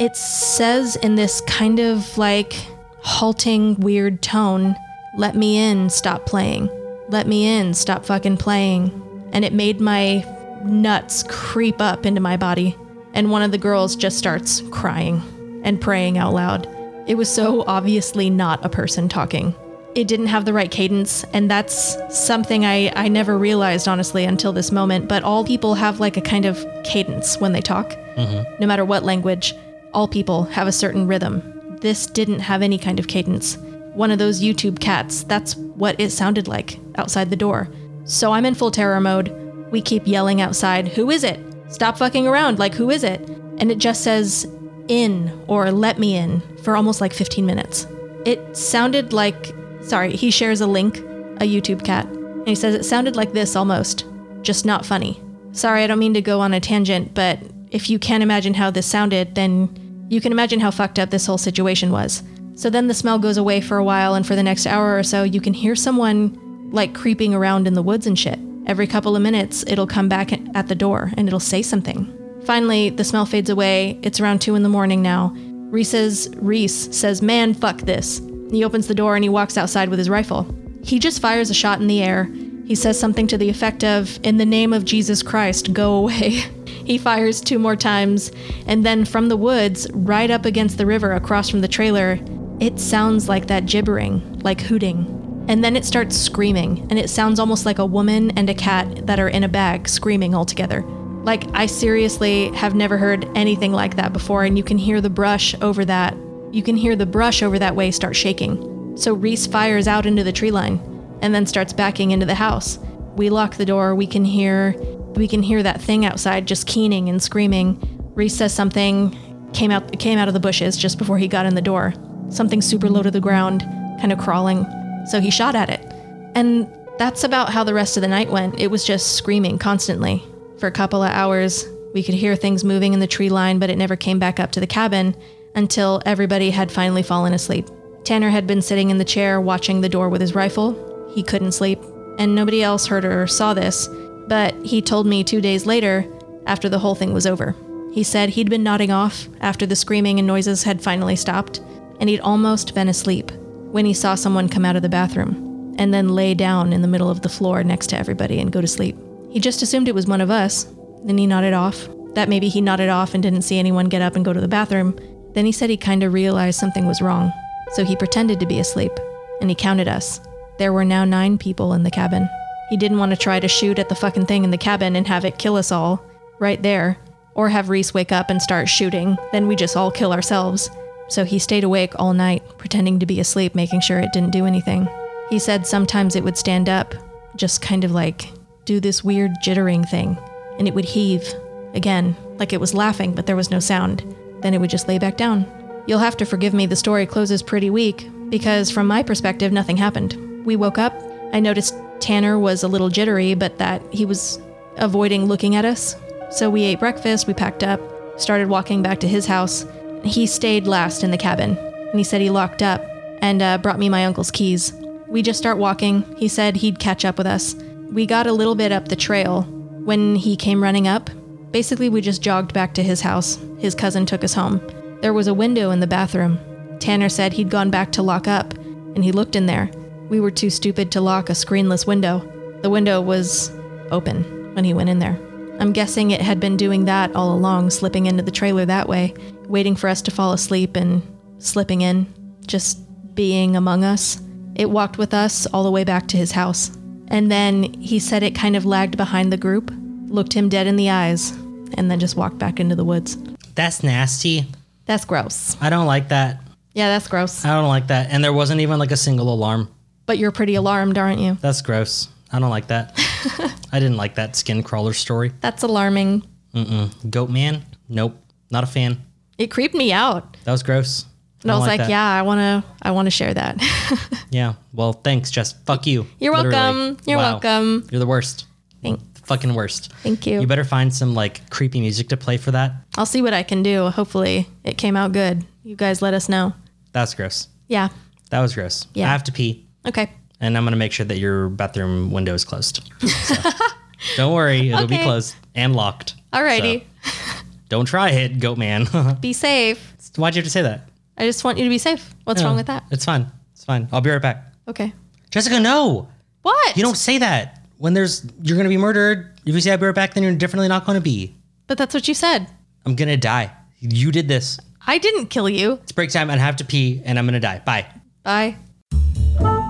[SPEAKER 1] It says in this kind of like halting weird tone, "Let me in, stop playing. Let me in, stop fucking playing." And it made my nuts creep up into my body. And one of the girls just starts crying and praying out loud. It was so obviously not a person talking. It didn't have the right cadence, and that's something I, I never realized, honestly, until this moment. But all people have like a kind of cadence when they talk, no matter what language. All people have a certain rhythm. This didn't have any kind of cadence. One of those YouTube cats, that's what it sounded like outside the door. So I'm in full terror mode. We keep yelling outside, Who is it? Stop fucking around. Like, who is it? And it just says, in or let me in for almost like 15 minutes. It sounded like, sorry, he shares a link, a YouTube cat, and he says it sounded like this almost, just not funny. Sorry, I don't mean to go on a tangent, but if you can't imagine how this sounded, then you can imagine how fucked up this whole situation was. So then the smell goes away for a while, and for the next hour or so, you can hear someone like creeping around in the woods and shit. Every couple of minutes, it'll come back at the door and it'll say something. Finally, the smell fades away. It's around two in the morning now. Reese's Reese says, "Man, fuck this." He opens the door and he walks outside with his rifle. He just fires a shot in the air. He says something to the effect of, "In the name of Jesus Christ, go away." he fires two more times, and then from the woods, right up against the river across from the trailer, it sounds like that gibbering, like hooting. And then it starts screaming, and it sounds almost like a woman and a cat that are in a bag screaming all together. Like, I seriously have never heard anything like that before, and you can hear the brush over that. You can hear the brush over that way start shaking. So Reese fires out into the tree line and then starts backing into the house. We lock the door, we can hear we can hear that thing outside just keening and screaming. Reese says something, came out came out of the bushes just before he got in the door. Something super low to the ground, kind of crawling. So he shot at it. And that's about how the rest of the night went. It was just screaming constantly. For a couple of hours, we could hear things moving in the tree line, but it never came back up to the cabin until everybody had finally fallen asleep. Tanner had been sitting in the chair watching the door with his rifle. He couldn't sleep, and nobody else heard or saw this, but he told me two days later, after the whole thing was over. He said he'd been nodding off after the screaming and noises had finally stopped, and he'd almost been asleep when he saw someone come out of the bathroom and then lay down in the middle of the floor next to everybody and go to sleep. He just assumed it was one of us. Then he nodded off. That maybe he nodded off and didn't see anyone get up and go to the bathroom. Then he said he kind of realized something was wrong. So he pretended to be asleep and he counted us. There were now nine people in the cabin. He didn't want to try to shoot at the fucking thing in the cabin and have it kill us all right there, or have Reese wake up and start shooting. Then we just all kill ourselves. So he stayed awake all night, pretending to be asleep, making sure it didn't do anything. He said sometimes it would stand up, just kind of like do this weird jittering thing, and it would heave again, like it was laughing, but there was no sound. Then it would just lay back down. You'll have to forgive me, the story closes pretty weak, because from my perspective, nothing happened. We woke up. I noticed Tanner was a little jittery, but that he was avoiding looking at us. So we ate breakfast, we packed up, started walking back to his house. He stayed last in the cabin, and he said he locked up and uh, brought me my uncle's keys. We just start walking. He said he'd catch up with us. We got a little bit up the trail when he came running up. Basically, we just jogged back to his house. His cousin took us home. There was a window in the bathroom. Tanner said he'd gone back to lock up, and he looked in there. We were too stupid to lock a screenless window. The window was open when he went in there. I'm guessing it had been doing that all along, slipping into the trailer that way, waiting for us to fall asleep and slipping in, just being among us. It walked with us all the way back to his house. And then he said it kind of lagged behind the group, looked him dead in the eyes, and then just walked back into the woods.
[SPEAKER 2] That's nasty.
[SPEAKER 1] That's gross.
[SPEAKER 2] I don't like that.
[SPEAKER 1] Yeah, that's gross.
[SPEAKER 2] I don't like that. And there wasn't even like a single alarm.
[SPEAKER 1] But you're pretty alarmed, aren't you?
[SPEAKER 2] That's gross. I don't like that. I didn't like that skin crawler story.
[SPEAKER 1] That's alarming.
[SPEAKER 2] Goat man? Nope. Not a fan.
[SPEAKER 1] It creeped me out.
[SPEAKER 2] That was gross.
[SPEAKER 1] And I,
[SPEAKER 2] don't
[SPEAKER 1] was like,
[SPEAKER 2] that.
[SPEAKER 1] yeah, I want to I want to share that.
[SPEAKER 2] Yeah. Well, thanks, Jess. Fuck you.
[SPEAKER 1] You're
[SPEAKER 2] Literally.
[SPEAKER 1] welcome. You're welcome.
[SPEAKER 2] You're the worst.
[SPEAKER 1] Thank-
[SPEAKER 2] The Fucking worst.
[SPEAKER 1] Thank you.
[SPEAKER 2] You better find some like creepy music to play for that.
[SPEAKER 1] I'll see what I can do. Hopefully, it came out good. You guys let us know.
[SPEAKER 2] That's gross.
[SPEAKER 1] Yeah.
[SPEAKER 2] That was gross.
[SPEAKER 1] Yeah.
[SPEAKER 2] I have to pee,
[SPEAKER 1] Okay.
[SPEAKER 2] and I'm gonna make sure that your bathroom window is closed. So, don't worry, it'll be
[SPEAKER 1] Okay.
[SPEAKER 2] closed and locked.
[SPEAKER 1] Alrighty.
[SPEAKER 2] Don't try it, goat man.
[SPEAKER 1] Be safe.
[SPEAKER 2] Why'd you have to say that?
[SPEAKER 1] I just want you to be safe. What's
[SPEAKER 2] No,
[SPEAKER 1] wrong with that?
[SPEAKER 2] It's fine. It's fine. I'll be right back.
[SPEAKER 1] Okay.
[SPEAKER 2] Jessica, no.
[SPEAKER 1] What?
[SPEAKER 2] You don't say that. When there's you're gonna be murdered. If you say I'll be right back, then you're definitely not gonna be.
[SPEAKER 1] But that's what you said.
[SPEAKER 2] I'm gonna die. You did this.
[SPEAKER 1] I didn't kill you.
[SPEAKER 2] It's break time. I have to pee, and I'm gonna die. Bye.
[SPEAKER 1] Bye.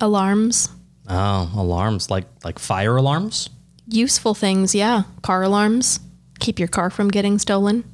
[SPEAKER 1] Alarms.
[SPEAKER 2] Oh, alarms like like fire alarms.
[SPEAKER 1] Useful things, yeah. Car alarms. Keep your car from getting stolen.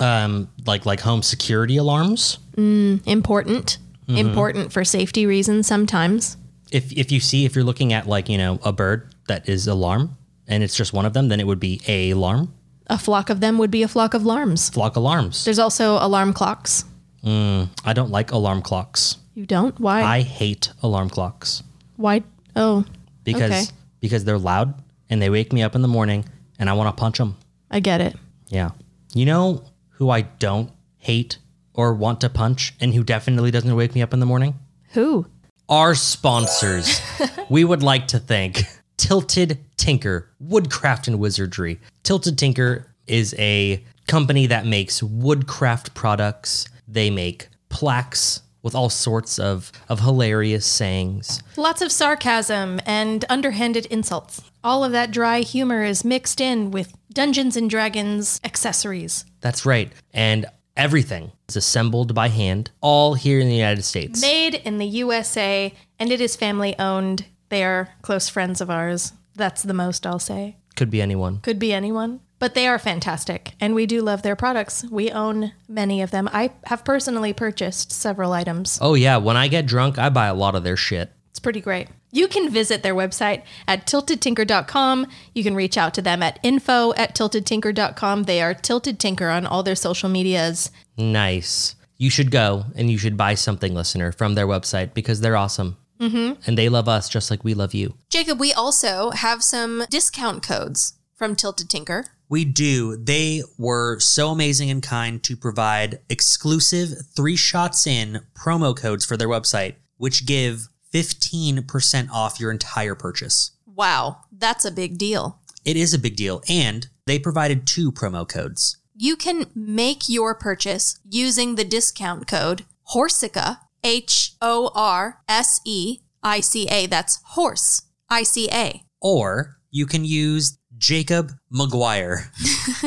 [SPEAKER 2] Um, like like home security alarms.
[SPEAKER 1] Important. Important for safety reasons sometimes.
[SPEAKER 2] If if you see if you're looking at like you know a bird that is alarm and it's just one of them, then it would be a alarm
[SPEAKER 1] A flock of them would be a flock of alarms.
[SPEAKER 2] flock alarms.
[SPEAKER 1] There's also alarm clocks.
[SPEAKER 2] I don't like alarm clocks.
[SPEAKER 1] You don't? Why?
[SPEAKER 2] I hate alarm clocks
[SPEAKER 1] Why? Oh,
[SPEAKER 2] because
[SPEAKER 1] Okay.
[SPEAKER 2] because they're loud and they wake me up in the morning and I want to punch them.
[SPEAKER 1] I get it.
[SPEAKER 2] Yeah. You know who I don't hate or want to punch and who definitely doesn't wake me up in the morning?
[SPEAKER 1] Who?
[SPEAKER 2] Our sponsors. we would like to thank Tilted Tinker, Woodcraft and Wizardry. Tilted Tinker is a company that makes woodcraft products. They make plaques with all sorts of, of hilarious sayings.
[SPEAKER 1] Lots of sarcasm and underhanded insults. All of that dry humor is mixed in with Dungeons and Dragons accessories
[SPEAKER 2] That's right. And everything is assembled by hand, all here in the United States.
[SPEAKER 1] made in the USA, and it is family owned. They are close friends of ours. That's the most I'll say.
[SPEAKER 2] Could be anyone.
[SPEAKER 1] Could be anyone, but they are fantastic, and we do love their products. We own many of them. I have personally purchased several items.
[SPEAKER 2] Oh, yeah. When I get drunk, I buy a lot of their shit.
[SPEAKER 1] It's pretty great. You can visit their website at tiltedtinker.com. You can reach out to them at info at tiltedtinker.com. They are Tilted Tinker on all their social medias.
[SPEAKER 2] Nice. You should go and you should buy something, listener, from their website because they're awesome. Mm-hmm. And they love us just like we love you.
[SPEAKER 1] Jacob, we also have some discount codes from Tilted Tinker.
[SPEAKER 2] We do. They were so amazing and kind to provide exclusive three shots in promo codes for their website, which give 15% off your entire purchase.
[SPEAKER 1] Wow, that's a big deal.
[SPEAKER 2] It is a big deal. And they provided two promo codes.
[SPEAKER 1] You can make your purchase using the discount code Horsica, H O R S E I C A. That's horse, I C A.
[SPEAKER 2] or you can use Jacob McGuire.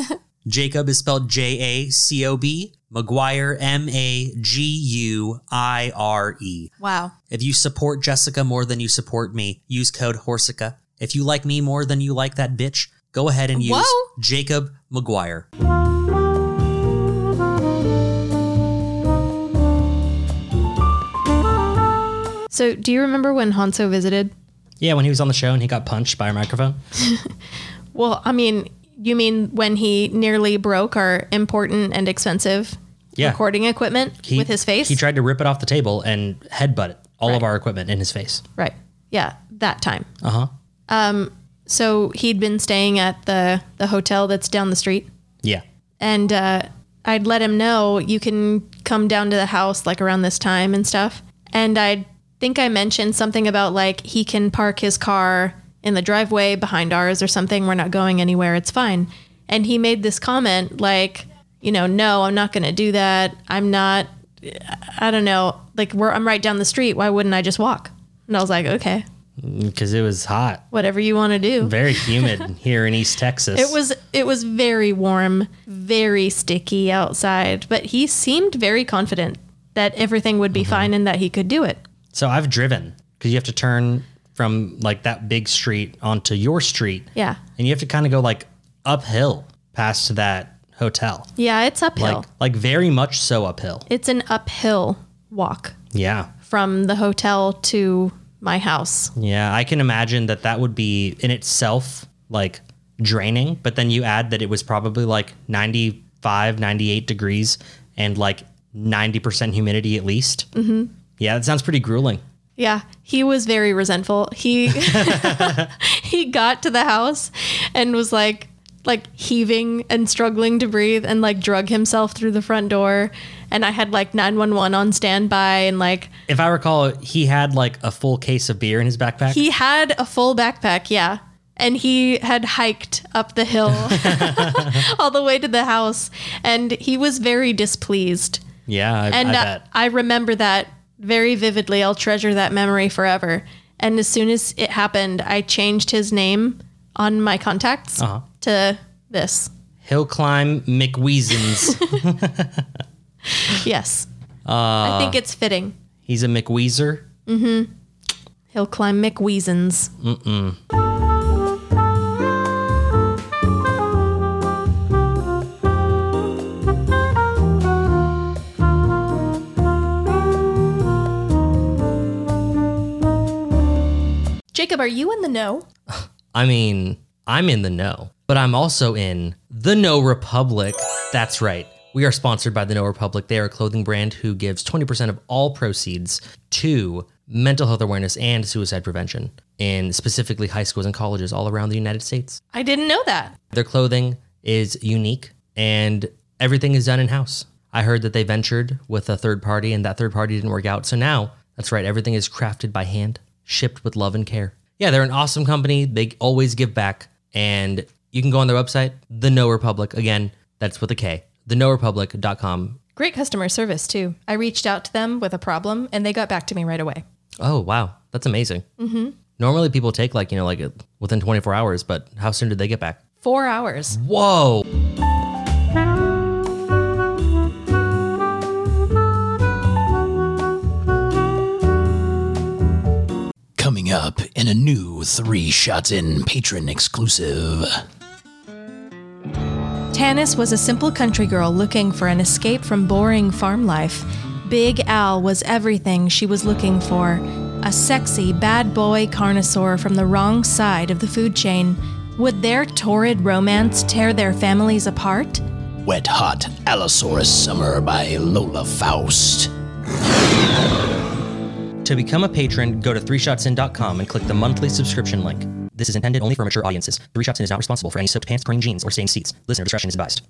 [SPEAKER 2] Jacob is spelled J A C O B, McGuire M A G U I R E.
[SPEAKER 1] Wow.
[SPEAKER 2] If you support Jessica more than you support me, use code Horsica. If you like me more than you like that bitch, go ahead and use
[SPEAKER 1] Whoa.
[SPEAKER 2] Jacob McGuire.
[SPEAKER 1] So, do you remember when Hanso visited?
[SPEAKER 2] Yeah, when he was on the show and he got punched by a microphone.
[SPEAKER 1] Well, I mean, you mean when he nearly broke our important and expensive
[SPEAKER 2] Yeah.
[SPEAKER 1] recording equipment with his face?
[SPEAKER 2] He tried to rip it off the table and headbutt it, all of our equipment in his face. Uh-huh.
[SPEAKER 1] right. Yeah, that time.
[SPEAKER 2] Uh huh.
[SPEAKER 1] So he'd been staying at the the hotel that's down the street,
[SPEAKER 2] Yeah.
[SPEAKER 1] and uh, I'd let him know you can come down to the house like around this time and stuff. And I think I mentioned something about like he can park his car in the driveway behind ours or something. We're not going anywhere. It's fine. And he made this comment like, you know, no, I'm not going to do that. I'm not. I don't know. Like, we're, I'm right down the street. Why wouldn't I just walk? And I was like, okay,
[SPEAKER 2] Because it was hot,
[SPEAKER 1] whatever you want to do.
[SPEAKER 2] very humid here in East Texas.
[SPEAKER 1] It was it was very warm, very sticky outside, but he seemed very confident that everything would be fine and that he could do it.
[SPEAKER 2] So I've driven because you have to turn from like that big street onto your street.
[SPEAKER 1] Yeah.
[SPEAKER 2] And you have to kind of go like uphill past that hotel.
[SPEAKER 1] Yeah, it's uphill.
[SPEAKER 2] Like like very much so uphill.
[SPEAKER 1] it's an uphill walk
[SPEAKER 2] Yeah.
[SPEAKER 1] from the hotel to my house.
[SPEAKER 2] Yeah, I can imagine that that would be in itself like draining, but then you add that it was probably like 95, 98 degrees and like 90% humidity at least. Mm-hmm. Yeah, that sounds pretty grueling.
[SPEAKER 1] Yeah, he was very resentful. He he got to the house and was like like heaving and struggling to breathe and like drug himself through the front door and I had like 911 on standby and like
[SPEAKER 2] If I recall, he had like a full case of beer in his backpack.
[SPEAKER 1] He had a full backpack, yeah. And he had hiked up the hill all the way to the house. And he was very displeased.
[SPEAKER 2] yeah, I,
[SPEAKER 1] And
[SPEAKER 2] I
[SPEAKER 1] uh,
[SPEAKER 2] bet.
[SPEAKER 1] I remember that very vividly. I'll treasure that memory forever. And as soon as it happened, I changed his name on my contacts
[SPEAKER 2] Uh-huh.
[SPEAKER 1] to this.
[SPEAKER 2] Hill climb McWeasons.
[SPEAKER 1] Yes. I
[SPEAKER 2] Uh,
[SPEAKER 1] think it's fitting.
[SPEAKER 2] He's a McWeezer.
[SPEAKER 1] He'll climb McWeasons. Jacob, are you in the know?
[SPEAKER 2] I mean, I'm in the know, but I'm also in the No Republic. That's right. We are sponsored by the No Republic. They are a clothing brand who gives 20% of all proceeds to mental health awareness and suicide prevention in specifically high schools and colleges all around the United States.
[SPEAKER 1] I didn't know that.
[SPEAKER 2] Their clothing is unique and everything is done in house. I heard that they ventured with a third party and that third party didn't work out. So now, that's right, everything is crafted by hand, shipped with love and care. Yeah, they're an awesome company. They always give back. And you can go on their website, The No Republic. Again, that's with a K, thenorepublic.com.
[SPEAKER 1] Great customer service, too. I reached out to them with a problem and they got back to me right away.
[SPEAKER 2] Oh, wow. That's amazing. Mm-hmm. Normally people take like, you know, like uh, within 24 hours, but how soon did they get back?
[SPEAKER 1] Four hours.
[SPEAKER 2] Whoa.
[SPEAKER 5] Coming up in a new Three Shots In patron exclusive.
[SPEAKER 1] Tanis was a simple country girl looking for an escape from boring farm life. Big Al was everything she was looking for a sexy, bad boy carnivore from the wrong side of the food chain. Would their torrid romance tear their families apart?
[SPEAKER 5] Wet Hot Allosaurus Summer by Lola Faust.
[SPEAKER 2] To become a patron, go to 3shotsin.com and click the monthly subscription link. This is intended only for mature audiences. 3shotsin is not responsible for any soaked pants, green jeans, or stained seats. Listener discretion is advised.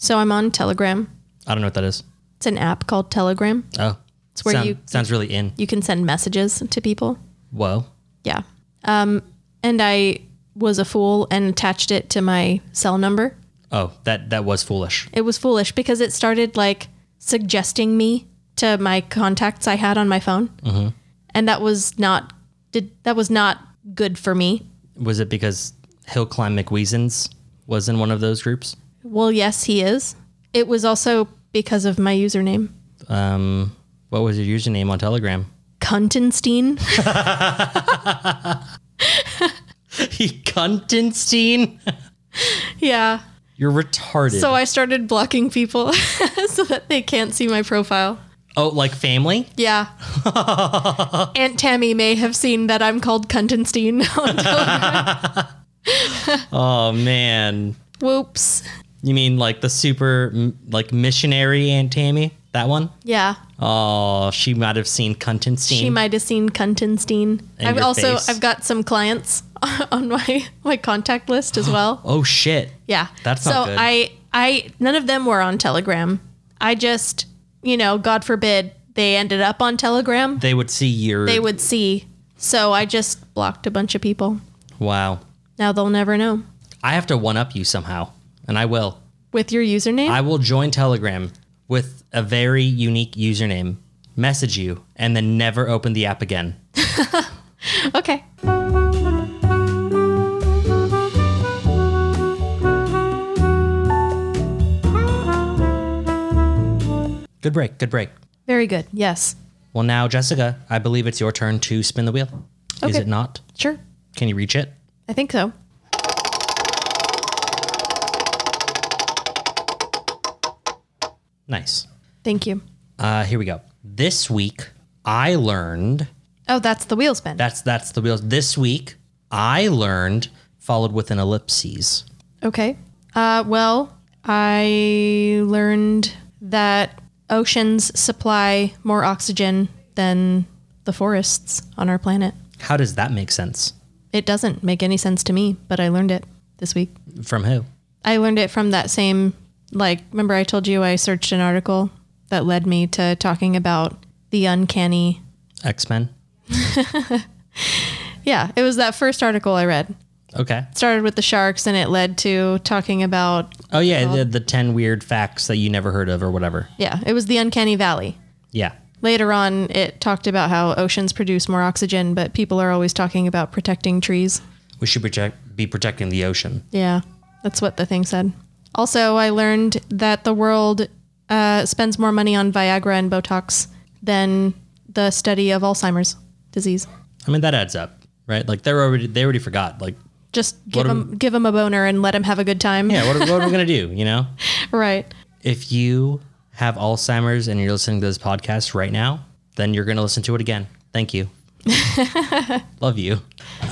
[SPEAKER 1] So I'm on Telegram.
[SPEAKER 2] I don't know what that is.
[SPEAKER 1] It's an app called Telegram.
[SPEAKER 2] Oh.
[SPEAKER 1] It's where
[SPEAKER 2] Sound-
[SPEAKER 1] you
[SPEAKER 2] Sounds really in.
[SPEAKER 1] you can send messages to people.
[SPEAKER 2] Whoa.
[SPEAKER 1] Yeah. Um, and I was a fool and attached it to my cell number.
[SPEAKER 2] Oh, that, that was foolish.
[SPEAKER 1] It was foolish because it started like suggesting me to my contacts I had on my phone, and that was not did that was not good for me.
[SPEAKER 2] Was it because Hill Climb McWeasons was in one of those groups?
[SPEAKER 1] Well, yes, he is. It was also because of my username,
[SPEAKER 2] Um, what was your username on Telegram?
[SPEAKER 1] Cuntenstein.
[SPEAKER 2] He Cuntenstein?
[SPEAKER 1] yeah.
[SPEAKER 2] You're retarded.
[SPEAKER 1] So I started blocking people so that they can't see my profile.
[SPEAKER 2] oh, like family?
[SPEAKER 1] Yeah. Aunt Tammy may have seen that I'm called Cuntenstein.
[SPEAKER 2] Oh, man.
[SPEAKER 1] Whoops.
[SPEAKER 2] You mean like the super m- like missionary Aunt Tammy? That one?
[SPEAKER 1] Yeah.
[SPEAKER 2] Oh, she might have seen Cuntenstein.
[SPEAKER 1] She might have seen Cuntenstein.
[SPEAKER 2] And
[SPEAKER 1] I've
[SPEAKER 2] your
[SPEAKER 1] also
[SPEAKER 2] face.
[SPEAKER 1] I've got some clients on my my contact list as well.
[SPEAKER 2] Oh shit.
[SPEAKER 1] Yeah.
[SPEAKER 2] That's
[SPEAKER 1] so
[SPEAKER 2] not good.
[SPEAKER 1] I I none of them were on Telegram. I just, you know, God forbid they ended up on Telegram.
[SPEAKER 2] They would see your.
[SPEAKER 1] They would see. So I just blocked a bunch of people.
[SPEAKER 2] Wow.
[SPEAKER 1] Now they'll never know.
[SPEAKER 2] I have to one up you somehow, and I will.
[SPEAKER 1] With your username?
[SPEAKER 2] I will join Telegram with a very unique username, message you, and then never open the app again.
[SPEAKER 1] okay.
[SPEAKER 2] Good break. Good break.
[SPEAKER 1] Very good. Yes.
[SPEAKER 2] Well, now, Jessica, I believe it's your turn to spin the wheel. Is
[SPEAKER 1] Okay.
[SPEAKER 2] it not?
[SPEAKER 1] Sure.
[SPEAKER 2] Can you reach it?
[SPEAKER 1] I think so.
[SPEAKER 2] Nice.
[SPEAKER 1] Thank you.
[SPEAKER 2] Uh, here we go. This week, I learned
[SPEAKER 1] Oh, that's the wheel spin.
[SPEAKER 2] that's that's the wheels. This week, I learned followed with an ellipses.
[SPEAKER 1] Okay. Uh, well, I learned that oceans supply more oxygen than the forests on our planet.
[SPEAKER 2] How does that make sense?
[SPEAKER 1] It doesn't make any sense to me, but I learned it this week.
[SPEAKER 2] From who?
[SPEAKER 1] I learned it from that same, like, remember I told you I searched an article that led me to talking about the uncanny.
[SPEAKER 2] X Men.
[SPEAKER 1] Yeah, it was that first article I read.
[SPEAKER 2] Okay.
[SPEAKER 1] It started with the sharks and it led to talking about,
[SPEAKER 2] Oh yeah, the, the ten weird facts that you never heard of or whatever.
[SPEAKER 1] yeah, it was the uncanny valley.
[SPEAKER 2] Yeah.
[SPEAKER 1] Later on, it talked about how oceans produce more oxygen, but people are always talking about protecting trees.
[SPEAKER 2] We should protect, be protecting the ocean.
[SPEAKER 1] Yeah, that's what the thing said. Also, I learned that the world uh, spends more money on Viagra and Botox than the study of Alzheimer's disease.
[SPEAKER 2] I mean that adds up, right? Like they're already they already forgot. Like
[SPEAKER 1] Just give
[SPEAKER 2] What
[SPEAKER 1] them, give them a boner and let them have a good time.
[SPEAKER 2] yeah, what are, what are we gonna do? You know,
[SPEAKER 1] right.
[SPEAKER 2] if you have Alzheimer's and you're listening to this podcast right now, then you're gonna listen to it again. Thank you. Love you.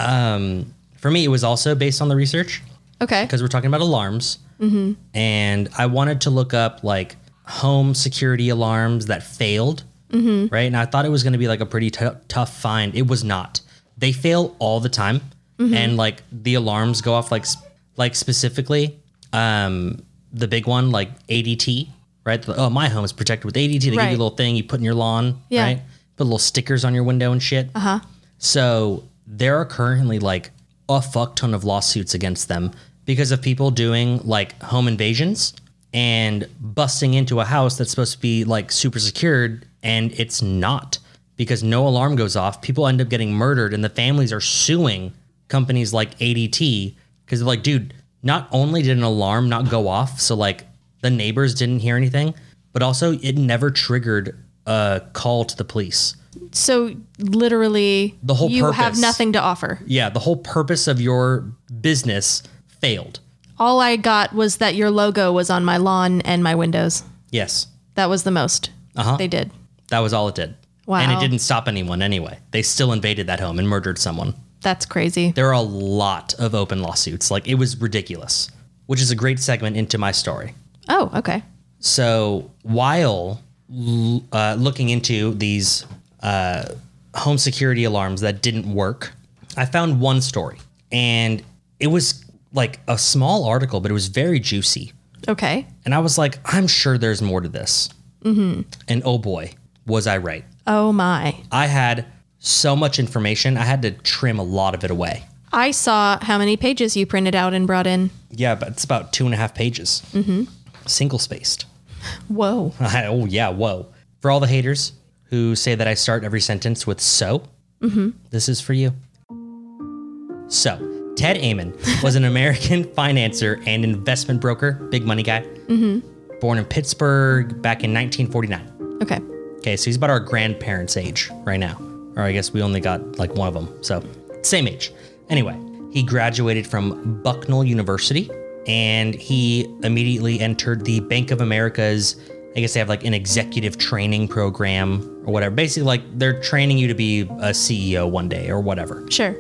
[SPEAKER 2] Um, for me, it was also based on the research.
[SPEAKER 1] Okay. Mm-hmm.
[SPEAKER 2] because we're talking about alarms. And I wanted to look up like home security alarms that failed,
[SPEAKER 1] Mm-hmm.
[SPEAKER 2] right? And I thought it was going to be like a pretty t- tough find. It was not. They fail all the time,
[SPEAKER 1] Mm-hmm.
[SPEAKER 2] and like the alarms go off like s- like specifically um, the big one like ADT, right? The- oh, my home is protected with ADT. They give you
[SPEAKER 1] Right.
[SPEAKER 2] a little thing you put in your lawn,
[SPEAKER 1] Yeah. Uh-huh.
[SPEAKER 2] right? Put little stickers on your window and shit. Uh huh. So there are currently like a fuck ton of lawsuits against them because of people doing like home invasions and busting into a house that's supposed to be like super secured and it's not because no alarm goes off. People end up getting murdered and the families are suing companies like ADT because they're like, dude, not only did an alarm not go off, so like the neighbors didn't hear anything, but also it never triggered a call to the police.
[SPEAKER 1] So literally,
[SPEAKER 2] The whole
[SPEAKER 1] you have
[SPEAKER 2] purpose.
[SPEAKER 1] nothing to offer.
[SPEAKER 2] Yeah, the whole purpose of your business failed.
[SPEAKER 1] All I got was that your logo was on my lawn and my windows.
[SPEAKER 2] Yes,
[SPEAKER 1] That was the most
[SPEAKER 2] Uh-huh.
[SPEAKER 1] they did.
[SPEAKER 2] that was all it did.
[SPEAKER 1] Wow.
[SPEAKER 2] And it didn't stop anyone anyway. They still invaded that home and murdered someone.
[SPEAKER 1] That's crazy.
[SPEAKER 2] There are a lot of open lawsuits. Like it was ridiculous, which is a great segment into my story.
[SPEAKER 1] Oh, okay.
[SPEAKER 2] So while l- uh, looking into these uh, home security alarms that didn't work, I found one story, and it was like a small article, but it was very juicy.
[SPEAKER 1] Okay.
[SPEAKER 2] And I was like, I'm sure there's more to this. And oh boy, was I right.
[SPEAKER 1] Oh my.
[SPEAKER 2] I had so much information, I had to trim a lot of it away.
[SPEAKER 1] I saw how many pages you printed out and brought in.
[SPEAKER 2] Yeah, but it's about two and a half pages, mm-hmm. single spaced.
[SPEAKER 1] Whoa.
[SPEAKER 2] oh, yeah, whoa. For all the haters who say that I start every sentence with so, this is for you. So, Ted Amon was an American financier and investment broker, big money guy, born in Pittsburgh back in 1949.
[SPEAKER 1] Okay.
[SPEAKER 2] Okay, so he's about our grandparents' age right now. Or I guess we only got like one of them. So, same age. Anyway, he graduated from Bucknell University and he immediately entered the Bank of America's, I guess they have like an executive training program or whatever. Basically, like they're training you to be a CEO one day or whatever.
[SPEAKER 1] Sure.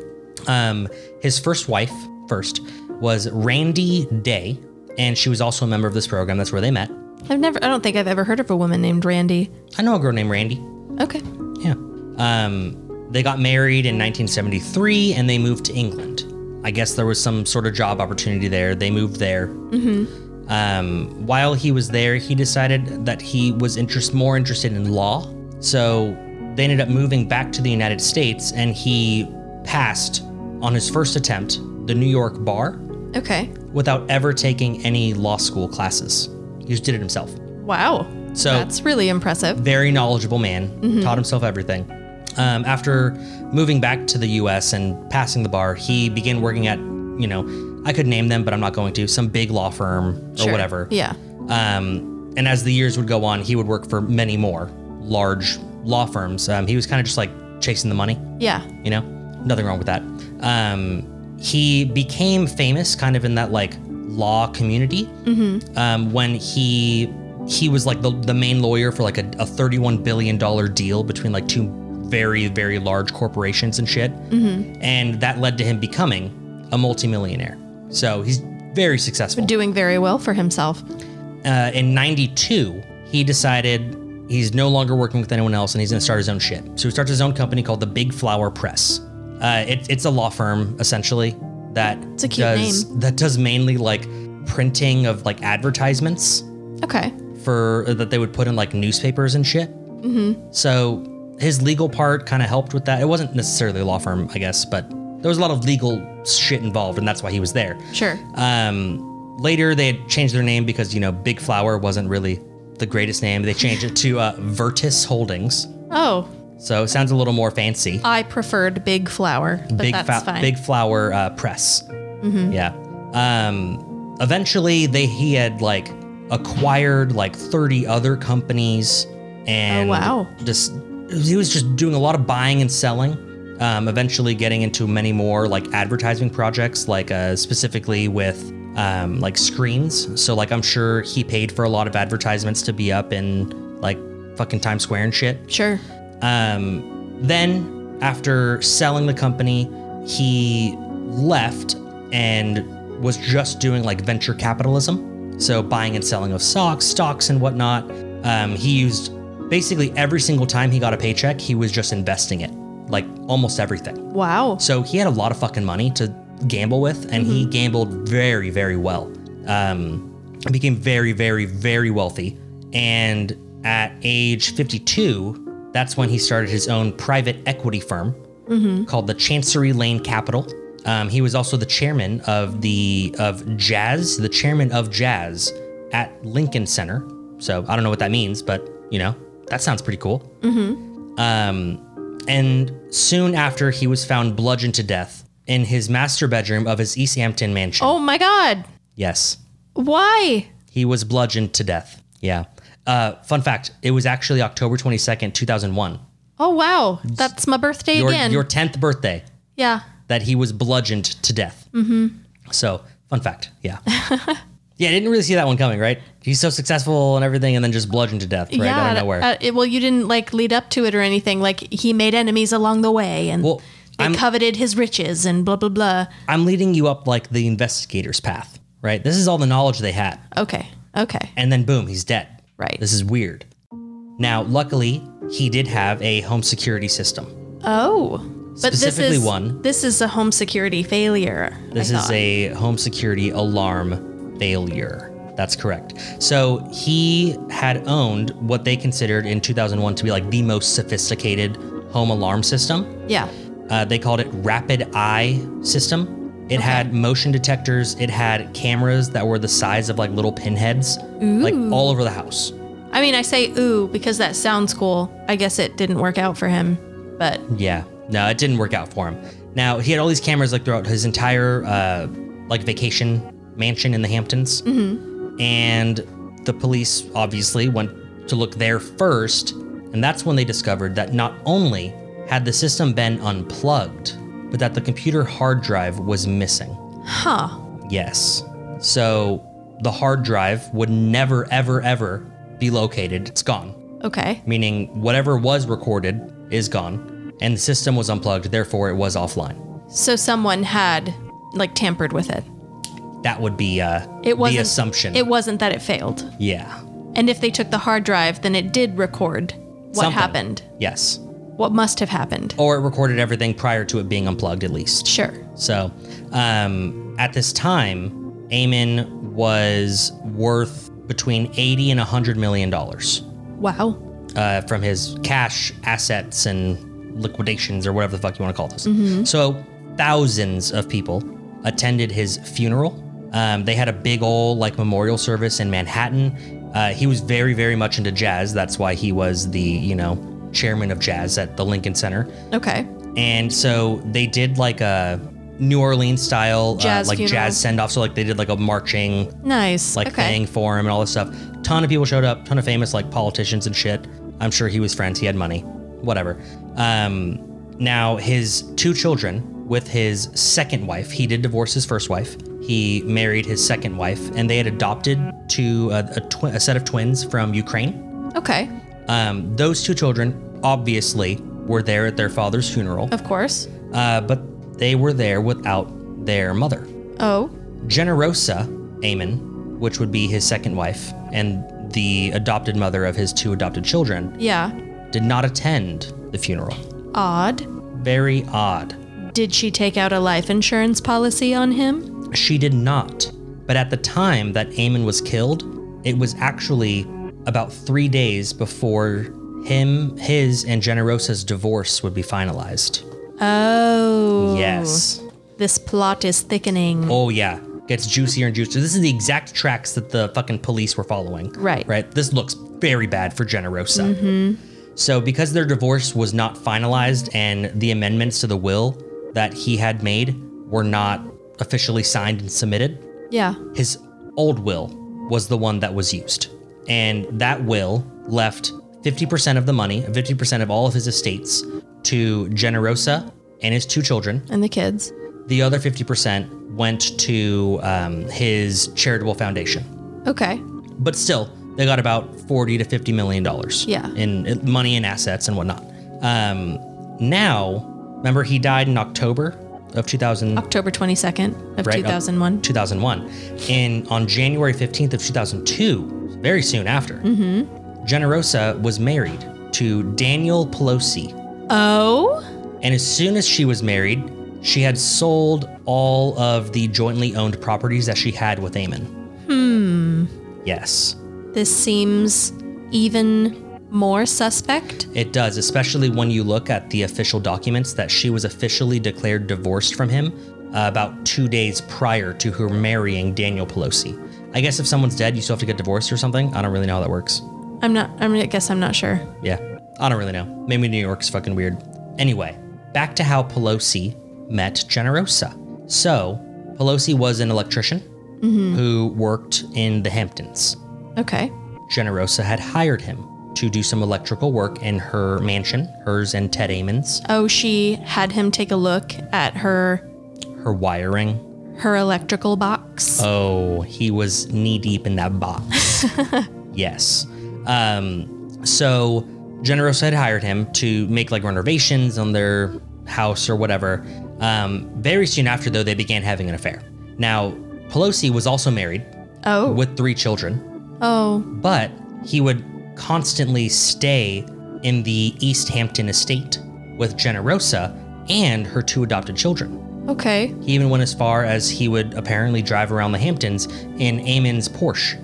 [SPEAKER 2] Um, his first wife, first, was Randy Day, and she was also a member of this program. That's where they met.
[SPEAKER 1] I've never. I don't think I've ever heard of a woman named Randy.
[SPEAKER 2] I know a girl named Randy.
[SPEAKER 1] Okay.
[SPEAKER 2] Yeah. Um, they got married in 1973 and they moved to England. I guess there was some sort of job opportunity there. They moved there. Mm-hmm. Um, while he was there, he decided that he was interest, more interested in law. So they ended up moving back to the United States and he passed on his first attempt the New York bar
[SPEAKER 1] Okay.
[SPEAKER 2] without ever taking any law school classes. He just did it himself.
[SPEAKER 1] Wow.
[SPEAKER 2] So-
[SPEAKER 1] that's really impressive.
[SPEAKER 2] very knowledgeable man,
[SPEAKER 1] Mm-hmm.
[SPEAKER 2] taught himself everything. Um, after moving back to the U.S. and passing the bar, he began working at, you know, I could name them, but I'm not going to, some big law firm or
[SPEAKER 1] Sure.
[SPEAKER 2] whatever.
[SPEAKER 1] Yeah.
[SPEAKER 2] Um, and as the years would go on, he would work for many more large law firms. Um, he was kind of just like chasing the money
[SPEAKER 1] Yeah.
[SPEAKER 2] you know nothing wrong with that um, he became famous kind of in that like law community um, when he he was like the, the main lawyer for like a, a 31 billion dollar deal between like two very very large corporations and shit and that led to him becoming a multimillionaire so he's very successful
[SPEAKER 1] Doing very well for himself.
[SPEAKER 2] uh, in 92, he decided he's no longer working with anyone else and he's going to start his own shit. So he starts his own company called the Big Flower Press. Uh, it, it's a law firm, essentially, that
[SPEAKER 1] a cute
[SPEAKER 2] does that does mainly like printing of like advertisements
[SPEAKER 1] Okay.
[SPEAKER 2] for uh, that they would put in like newspapers and shit.
[SPEAKER 1] Mm-hmm.
[SPEAKER 2] So his legal part kind of helped with that. It wasn't necessarily a law firm, I guess, but there was a lot of legal shit involved, and that's why he was there.
[SPEAKER 1] Sure.
[SPEAKER 2] Um, later, they had changed their name because you know Big Flower wasn't really the greatest name. They changed it to uh, Vertis Holdings,
[SPEAKER 1] Oh,
[SPEAKER 2] so it sounds a little more fancy.
[SPEAKER 1] I preferred Big Flower, but
[SPEAKER 2] big,
[SPEAKER 1] that's
[SPEAKER 2] Fa-
[SPEAKER 1] fine. Mm-hmm.
[SPEAKER 2] big Flower uh, Press. Yeah. Um, eventually, they he had like acquired like thirty other companies, and
[SPEAKER 1] Oh, wow.
[SPEAKER 2] just he was just doing a lot of buying and selling. Um, eventually, getting into many more like advertising projects, like uh, specifically with um, like screens. So, like I'm sure he paid for a lot of advertisements to be up in like fucking Times Square and shit.
[SPEAKER 1] sure.
[SPEAKER 2] Um, then, after selling the company, he left and was just doing like venture capitalism. So, buying and selling of stocks, stocks, and whatnot. Um, he used basically every single time he got a paycheck, he was just investing it, like almost everything.
[SPEAKER 1] Wow.
[SPEAKER 2] So, he had a lot of fucking money to gamble with, and he gambled very, very well. Um, became very, very, very wealthy. And at age 52, that's when he started his own private equity firm called the Chancery Lane Capital. Um, he was also the chairman of the of Jazz, the chairman of Jazz at Lincoln Center. So I don't know what that means, but you know that sounds pretty cool.
[SPEAKER 1] Mm-hmm.
[SPEAKER 2] Um, and soon after, he was found bludgeoned to death in his master bedroom of his East Hampton mansion.
[SPEAKER 1] Oh my God.
[SPEAKER 2] Yes.
[SPEAKER 1] Why?
[SPEAKER 2] He was bludgeoned to death. Yeah. Uh, fun fact: It was actually October twenty second, two thousand one.
[SPEAKER 1] Oh wow. That's my birthday
[SPEAKER 2] Your
[SPEAKER 1] again.
[SPEAKER 2] your tenth birthday
[SPEAKER 1] yeah.
[SPEAKER 2] that he was bludgeoned to death. Mm-hmm. So fun fact. Yeah. yeah, I didn't really see that one coming. Right? He's so successful and everything, and then just bludgeoned to death. Right?
[SPEAKER 1] yeah.
[SPEAKER 2] Out of
[SPEAKER 1] that-
[SPEAKER 2] nowhere.
[SPEAKER 1] uh, it- well, you didn't like lead up to it or anything. Like he made enemies along the way, and
[SPEAKER 2] well,
[SPEAKER 1] they
[SPEAKER 2] I'm
[SPEAKER 1] coveted his riches and blah blah blah.
[SPEAKER 2] I'm leading you up like the investigator's path. Right? This is all the knowledge they had.
[SPEAKER 1] Okay. Okay.
[SPEAKER 2] and then boom, he's dead.
[SPEAKER 1] Right.
[SPEAKER 2] This is weird. Now, luckily, he did have a home security system.
[SPEAKER 1] Oh. But this
[SPEAKER 2] Specifically
[SPEAKER 1] is
[SPEAKER 2] one.
[SPEAKER 1] this is a home security failure. I
[SPEAKER 2] This is
[SPEAKER 1] thought.
[SPEAKER 2] a home security alarm failure. That's correct. So he had owned what they considered in 2001 to be like the most sophisticated home alarm system.
[SPEAKER 1] yeah.
[SPEAKER 2] Uh, they called it Rapid Eye System. It had motion detectors. It had cameras that were the size of like little pinheads, like all over the house.
[SPEAKER 1] I mean, I say ooh because that sounds cool. I guess it didn't work out for him, but
[SPEAKER 2] Yeah. No, it didn't work out for him. Now he had all these cameras like throughout his entire uh, like vacation mansion in the Hamptons, and the police obviously went to look there first, and that's when they discovered that not only had the system been unplugged, but that the computer hard drive was missing.
[SPEAKER 1] huh.
[SPEAKER 2] Yes. So the hard drive would never, ever, ever be located. It's gone
[SPEAKER 1] Okay.
[SPEAKER 2] meaning whatever was recorded is gone, and the system was unplugged, therefore it was offline.
[SPEAKER 1] So someone had like tampered with it.
[SPEAKER 2] that would be uh,
[SPEAKER 1] It wasn't
[SPEAKER 2] the assumption.
[SPEAKER 1] It wasn't that it failed.
[SPEAKER 2] yeah.
[SPEAKER 1] And if they took the hard drive, then it did record what
[SPEAKER 2] Something.
[SPEAKER 1] happened,
[SPEAKER 2] Yes.
[SPEAKER 1] what must have happened.
[SPEAKER 2] Or it recorded everything prior to it being unplugged, at least.
[SPEAKER 1] Sure.
[SPEAKER 2] So, um, at this time, Aemon was worth between 80 and 100 million dollars
[SPEAKER 1] Wow.
[SPEAKER 2] uh, from his cash assets and liquidations or whatever the fuck you want to call this.
[SPEAKER 1] Mm-hmm.
[SPEAKER 2] So, thousands of people attended his funeral. Um, they had a big old like memorial service in Manhattan. Uh, he was very, very much into jazz. That's why he was the, you know, chairman of jazz at the Lincoln Center.
[SPEAKER 1] Okay.
[SPEAKER 2] And so they did like a New Orleans style,
[SPEAKER 1] Jazz
[SPEAKER 2] uh, like
[SPEAKER 1] funeral.
[SPEAKER 2] jazz send off. So like they did like a marching
[SPEAKER 1] Nice.
[SPEAKER 2] like
[SPEAKER 1] okay.
[SPEAKER 2] thing for him and all this stuff. Ton of people showed up. Ton of famous like politicians and shit. I'm sure he was friends. He had money. Whatever. Um, now his two children with his second wife. He did divorce his first wife. He married his second wife, and they had adopted two uh, a, twi- a set of twins from Ukraine.
[SPEAKER 1] Okay.
[SPEAKER 2] Um, those two children obviously were there at their father's funeral
[SPEAKER 1] Of course.
[SPEAKER 2] uh, but they were there without their mother.
[SPEAKER 1] Oh.
[SPEAKER 2] Generosa Amon, which would be his second wife and the adopted mother of his two adopted children,
[SPEAKER 1] Yeah.
[SPEAKER 2] did not attend the funeral.
[SPEAKER 1] Odd.
[SPEAKER 2] Very odd.
[SPEAKER 1] Did she take out a life insurance policy on him?
[SPEAKER 2] She did not. But at the time that Amon was killed, it was actually about three days before him, his, and Generosa's divorce would be finalized.
[SPEAKER 1] Oh.
[SPEAKER 2] Yes.
[SPEAKER 1] This plot is thickening.
[SPEAKER 2] Oh yeah, gets juicier and juicier. This is the exact tracks that the fucking police were following.
[SPEAKER 1] Right.
[SPEAKER 2] Right. This looks very bad for Generosa. So because their divorce was not finalized and the amendments to the will that he had made were not officially signed and submitted,
[SPEAKER 1] Yeah.
[SPEAKER 2] his old will was the one that was used. And that will left 50% of the money, 50% of all of his estates to Generosa and his two children.
[SPEAKER 1] And the kids.
[SPEAKER 2] The other 50% went to um, his charitable foundation.
[SPEAKER 1] Okay.
[SPEAKER 2] But still, they got about 40 to 50 million dollars
[SPEAKER 1] Yeah.
[SPEAKER 2] in in money and assets and whatnot. Um, now, remember, he died in October of 2000,
[SPEAKER 1] October 22nd of
[SPEAKER 2] Right, uh,
[SPEAKER 1] 2001.
[SPEAKER 2] 2001. And on January 15th of 2002, very soon after,
[SPEAKER 1] Mm-hmm.
[SPEAKER 2] Generosa was married to Daniel Pelosi.
[SPEAKER 1] Oh.
[SPEAKER 2] And as soon as she was married, she had sold all of the jointly owned properties that she had with Eamon. Hmm. Yes,
[SPEAKER 1] This seems even more suspect.
[SPEAKER 2] it does, especially when you look at the official documents that she was officially declared divorced from him uh, about two days prior to her marrying Daniel Pelosi. I guess if someone's dead, you still have to get divorced or something. I don't really know how that works.
[SPEAKER 1] I'm not, I, mean, I guess I'm not sure.
[SPEAKER 2] Yeah, I don't really know. Maybe New York's fucking weird. Anyway, back to how Pelosi met Generosa. So, Pelosi was an electrician who worked in the Hamptons.
[SPEAKER 1] Okay.
[SPEAKER 2] Generosa had hired him to do some electrical work in her mansion, hers and Ted Amon's,
[SPEAKER 1] Oh, she had him take a look at her
[SPEAKER 2] her wiring.
[SPEAKER 1] her electrical box.
[SPEAKER 2] Oh, he was knee deep in that box. yes. Um, so Generosa had hired him to make like renovations on their house or whatever. Um, very soon after, though, they began having an affair. Now, Pelosi was also married
[SPEAKER 1] Oh.
[SPEAKER 2] with three children,
[SPEAKER 1] oh.
[SPEAKER 2] but he would constantly stay in the East Hampton estate with Generosa and her two adopted children.
[SPEAKER 1] Okay.
[SPEAKER 2] He even went as far as he would apparently drive around the Hamptons in Amon's Porsche.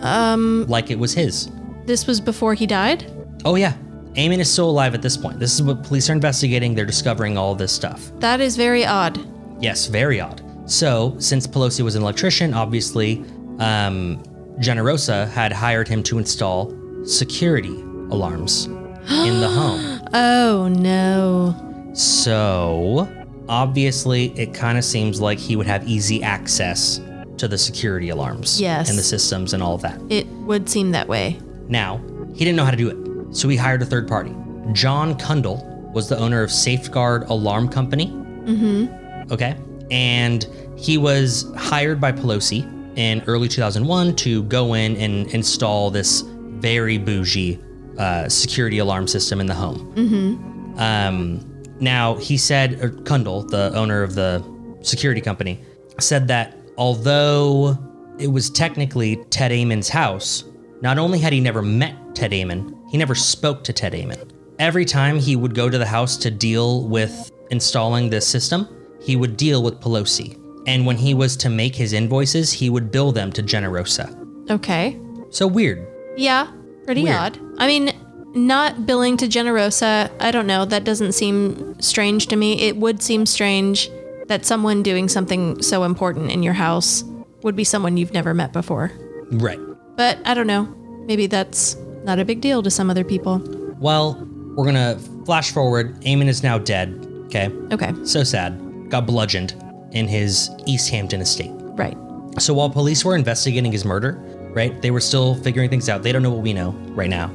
[SPEAKER 2] Um, like it was his.
[SPEAKER 1] This was before he died?
[SPEAKER 2] Oh yeah, Amon is still alive at this point. This is what police are investigating. They're discovering all this stuff.
[SPEAKER 1] That is very odd.
[SPEAKER 2] Yes, very odd. So, since Pelosi was an electrician, obviously, um, Generosa had hired him to install security alarms in the home.
[SPEAKER 1] Oh no.
[SPEAKER 2] So, obviously, it kind of seems like he would have easy access to the security alarms
[SPEAKER 1] Yes.
[SPEAKER 2] and the systems and all of that.
[SPEAKER 1] It would seem that way.
[SPEAKER 2] Now, he didn't know how to do it, so he hired a third party. John Kundle was the owner of Safeguard Alarm Company. Mm-hmm. Okay. And he was hired by Pelosi in early 2001 to go in and install this very bougie uh, security alarm system in the home. Mm-hmm. Um, now, he said, or Kundle, the owner of the security company, said that although it was technically Ted Amon's house, not only had he never met Ted Amon, he never spoke to Ted Amon. Every time he would go to the house to deal with installing this system, he would deal with Pelosi. And when he was to make his invoices, he would bill them to Generosa.
[SPEAKER 1] Okay.
[SPEAKER 2] So weird.
[SPEAKER 1] Yeah, pretty
[SPEAKER 2] Weird.
[SPEAKER 1] odd. I mean, not billing to Generosa, I don't know. That doesn't seem strange to me. It would seem strange that someone doing something so important in your house would be someone you've never met before.
[SPEAKER 2] Right.
[SPEAKER 1] But I don't know. Maybe that's not a big deal to some other people.
[SPEAKER 2] Well, we're gonna flash forward. Amon is now dead. Okay.
[SPEAKER 1] Okay,
[SPEAKER 2] So sad. Got bludgeoned in his East Hampton estate.
[SPEAKER 1] right.
[SPEAKER 2] So while police were investigating his murder, right, they were still figuring things out. They don't know what we know right now.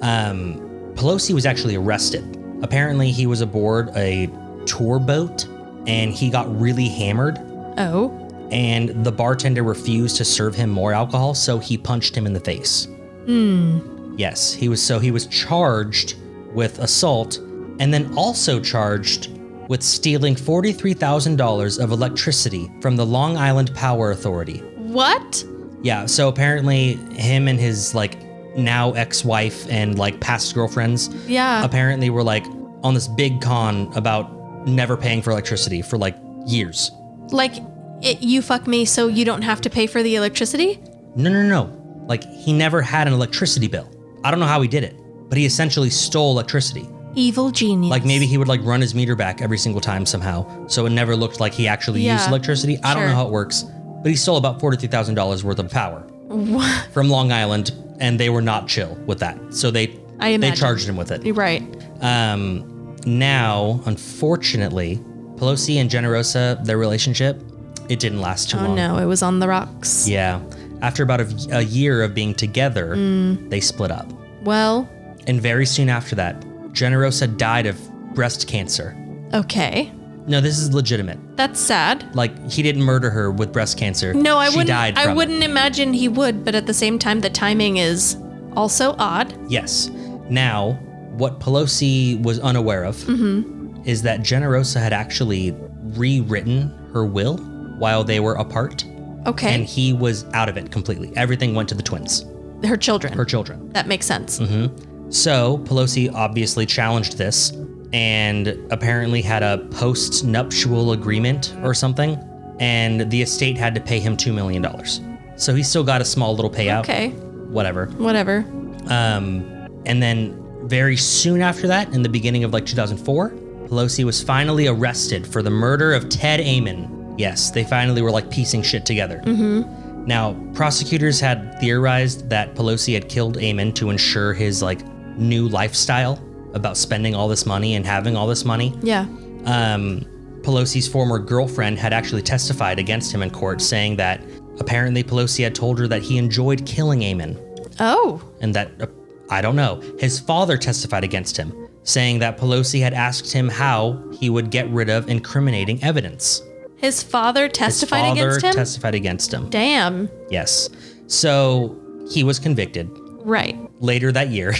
[SPEAKER 2] Um, Pelosi was actually arrested. Apparently, he was aboard a tour boat and he got really hammered.
[SPEAKER 1] Oh,
[SPEAKER 2] And the bartender refused to serve him more alcohol, so he punched him in the face. Yes, he was. So he was charged with assault, and then also charged with stealing forty-three thousand dollars of electricity from the Long Island Power Authority.
[SPEAKER 1] what?
[SPEAKER 2] Yeah, so apparently him and his like now ex-wife and like past girlfriends
[SPEAKER 1] Yeah.
[SPEAKER 2] apparently were like on this big con about never paying for electricity for like years.
[SPEAKER 1] Like, it, you fuck me so you don't have to pay for the electricity?
[SPEAKER 2] No, no, no. Like he never had an electricity bill. I don't know how he did it, but he essentially stole electricity.
[SPEAKER 1] Evil genius.
[SPEAKER 2] Like maybe he would like run his meter back every single time somehow, so it never looked like he actually
[SPEAKER 1] Yeah,
[SPEAKER 2] used electricity. I don't
[SPEAKER 1] sure.
[SPEAKER 2] know how it works, but he stole about forty-three thousand dollars worth of power from Long Island, and they were not chill with that. So they
[SPEAKER 1] I
[SPEAKER 2] they
[SPEAKER 1] imagine.
[SPEAKER 2] charged him with it.
[SPEAKER 1] Right.
[SPEAKER 2] Um, now, unfortunately, Pelosi and Generosa, their relationship, it didn't last too
[SPEAKER 1] Oh
[SPEAKER 2] long.
[SPEAKER 1] no, it was on the rocks.
[SPEAKER 2] Yeah, after about a, a year of being together,
[SPEAKER 1] Mm.
[SPEAKER 2] they split up,
[SPEAKER 1] Well,
[SPEAKER 2] and very soon after that, Generosa died of breast cancer.
[SPEAKER 1] okay.
[SPEAKER 2] No, this is legitimate.
[SPEAKER 1] That's sad.
[SPEAKER 2] Like he didn't murder her with breast cancer.
[SPEAKER 1] No, I
[SPEAKER 2] she
[SPEAKER 1] wouldn't.
[SPEAKER 2] Died
[SPEAKER 1] I
[SPEAKER 2] from it.
[SPEAKER 1] wouldn't imagine he would, but at the same time, the timing is also odd.
[SPEAKER 2] Yes. Now, what Pelosi was unaware of
[SPEAKER 1] Mm-hmm.
[SPEAKER 2] is that Generosa had actually rewritten her will while they were apart,
[SPEAKER 1] Okay,
[SPEAKER 2] and he was out of it completely. Everything went to the twins,
[SPEAKER 1] her children.
[SPEAKER 2] her Mm-hmm. children.
[SPEAKER 1] that makes sense.
[SPEAKER 2] So Pelosi obviously challenged this and apparently had a post nuptial agreement or something, and the estate had to pay him $2 million. So he still got a small little payout.
[SPEAKER 1] Okay,
[SPEAKER 2] Whatever.
[SPEAKER 1] whatever.
[SPEAKER 2] Um, and then very soon after that, in the beginning of like 2004, Pelosi was finally arrested for the murder of Ted Amon. Yes, they finally were like piecing shit together. Mm-hmm. Now, prosecutors had theorized that Pelosi had killed Amon to ensure his like new lifestyle about spending all this money and having all this money.
[SPEAKER 1] Yeah.
[SPEAKER 2] Um, Pelosi's former girlfriend had actually testified against him in court, saying that apparently Pelosi had told her that he enjoyed killing Amon
[SPEAKER 1] Oh,
[SPEAKER 2] and that uh, I don't know. His father testified against him, saying that Pelosi had asked him how he would get rid of incriminating evidence.
[SPEAKER 1] his father
[SPEAKER 2] His
[SPEAKER 1] testified
[SPEAKER 2] father
[SPEAKER 1] against him.
[SPEAKER 2] testified against him.
[SPEAKER 1] Damn.
[SPEAKER 2] Yes. So he was convicted
[SPEAKER 1] Right.
[SPEAKER 2] later that year.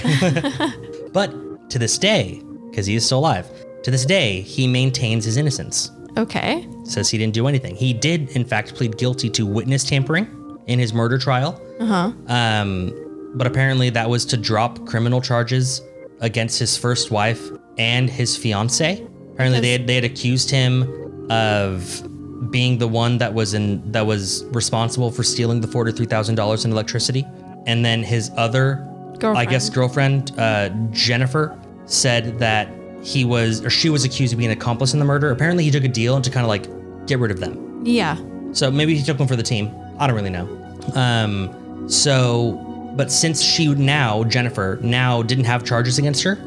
[SPEAKER 2] but to this day, because he is still alive, to this day, he maintains his innocence.
[SPEAKER 1] Okay.
[SPEAKER 2] Says he didn't do anything. He did, in fact, plead guilty to witness tampering in his murder trial.
[SPEAKER 1] Uh huh.
[SPEAKER 2] Um, but apparently that was to drop criminal charges against his first wife and his fiance. Apparently they had, they had accused him of being the one that was in that was responsible for stealing the forty three thousand dollars in electricity, and then his other, I guess, girlfriend uh, Jennifer said that he was or she was accused of being an accomplice in the murder. Apparently he took a deal to kind of like get rid of them.
[SPEAKER 1] Yeah.
[SPEAKER 2] So maybe he took them for the team. I don't really know. Um, so, but since she now, Jennifer, now didn't have charges against her,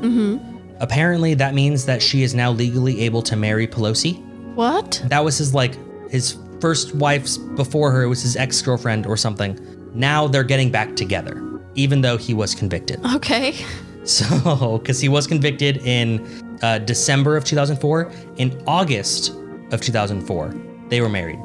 [SPEAKER 2] apparently that means that she is now legally able to marry Pelosi.
[SPEAKER 1] What?
[SPEAKER 2] That was his, like, his first wife's before her, it was his ex girlfriend or something. Now they're getting back together, even though he was convicted.
[SPEAKER 1] Okay.
[SPEAKER 2] So, because he was convicted in uh, December of 2004, in August of 2004, they were married.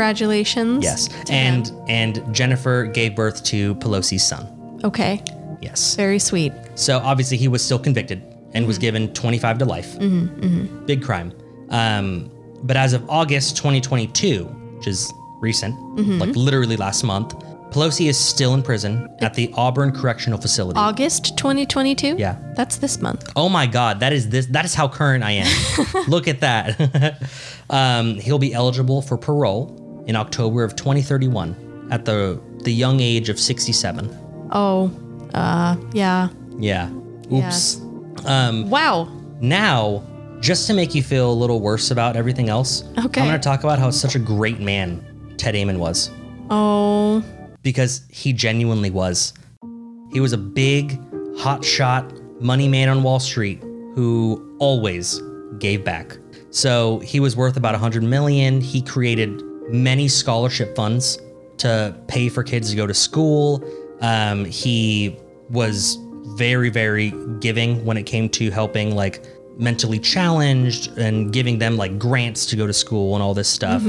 [SPEAKER 1] Congratulations.
[SPEAKER 2] Yes,
[SPEAKER 1] to him.
[SPEAKER 2] and and Jennifer gave birth to Pelosi's son.
[SPEAKER 1] okay.
[SPEAKER 2] Yes.
[SPEAKER 1] Very sweet.
[SPEAKER 2] So obviously he was still convicted and was given 25 to life. Mm-hmm, Big crime. Um, but as of August 2022, which is recent, like literally last month. Pelosi is still in prison at the Auburn Correctional Facility.
[SPEAKER 1] August 2022?
[SPEAKER 2] Yeah.
[SPEAKER 1] That's this month.
[SPEAKER 2] Oh my God, that is this. That is how current I am. Look at that. um, he'll be eligible for parole in October of 2031 at the the young age of 67.
[SPEAKER 1] Oh, uh, yeah.
[SPEAKER 2] Yeah. Oops.
[SPEAKER 1] Wow.
[SPEAKER 2] Now, just to make you feel a little worse about everything else,
[SPEAKER 1] Okay.
[SPEAKER 2] I'm going to talk about how such a great man Ted Amon was
[SPEAKER 1] Oh,
[SPEAKER 2] because he genuinely was. He was a big, hotshot money man on Wall Street who always gave back. So he was worth about 100 million. He created many scholarship funds to pay for kids to go to school. Um, he was very, very giving when it came to helping like mentally challenged and giving them like grants to go to school and all this stuff.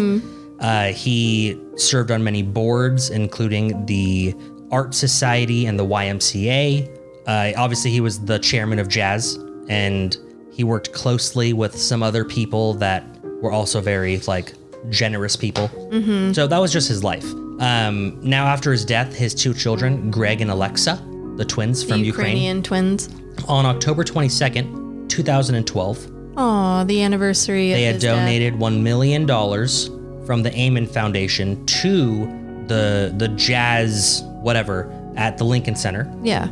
[SPEAKER 2] Uh, he served on many boards, including the Art Society and the YMCA. Uh, obviously, he was the chairman of jazz, and he worked closely with some other people that were also very like generous people.
[SPEAKER 1] Mm-hmm.
[SPEAKER 2] So that was just his life. Um, now, after his death, his two children, Greg and Alexa, the twins from
[SPEAKER 1] the
[SPEAKER 2] Ukraine,
[SPEAKER 1] Ukrainian twins.
[SPEAKER 2] on October 22nd, 2012,
[SPEAKER 1] Oh, the anniversary
[SPEAKER 2] they
[SPEAKER 1] of
[SPEAKER 2] had
[SPEAKER 1] his death.
[SPEAKER 2] donated one million dollars from the Amon Foundation to the the jazz whatever at the Lincoln Center.
[SPEAKER 1] Yeah.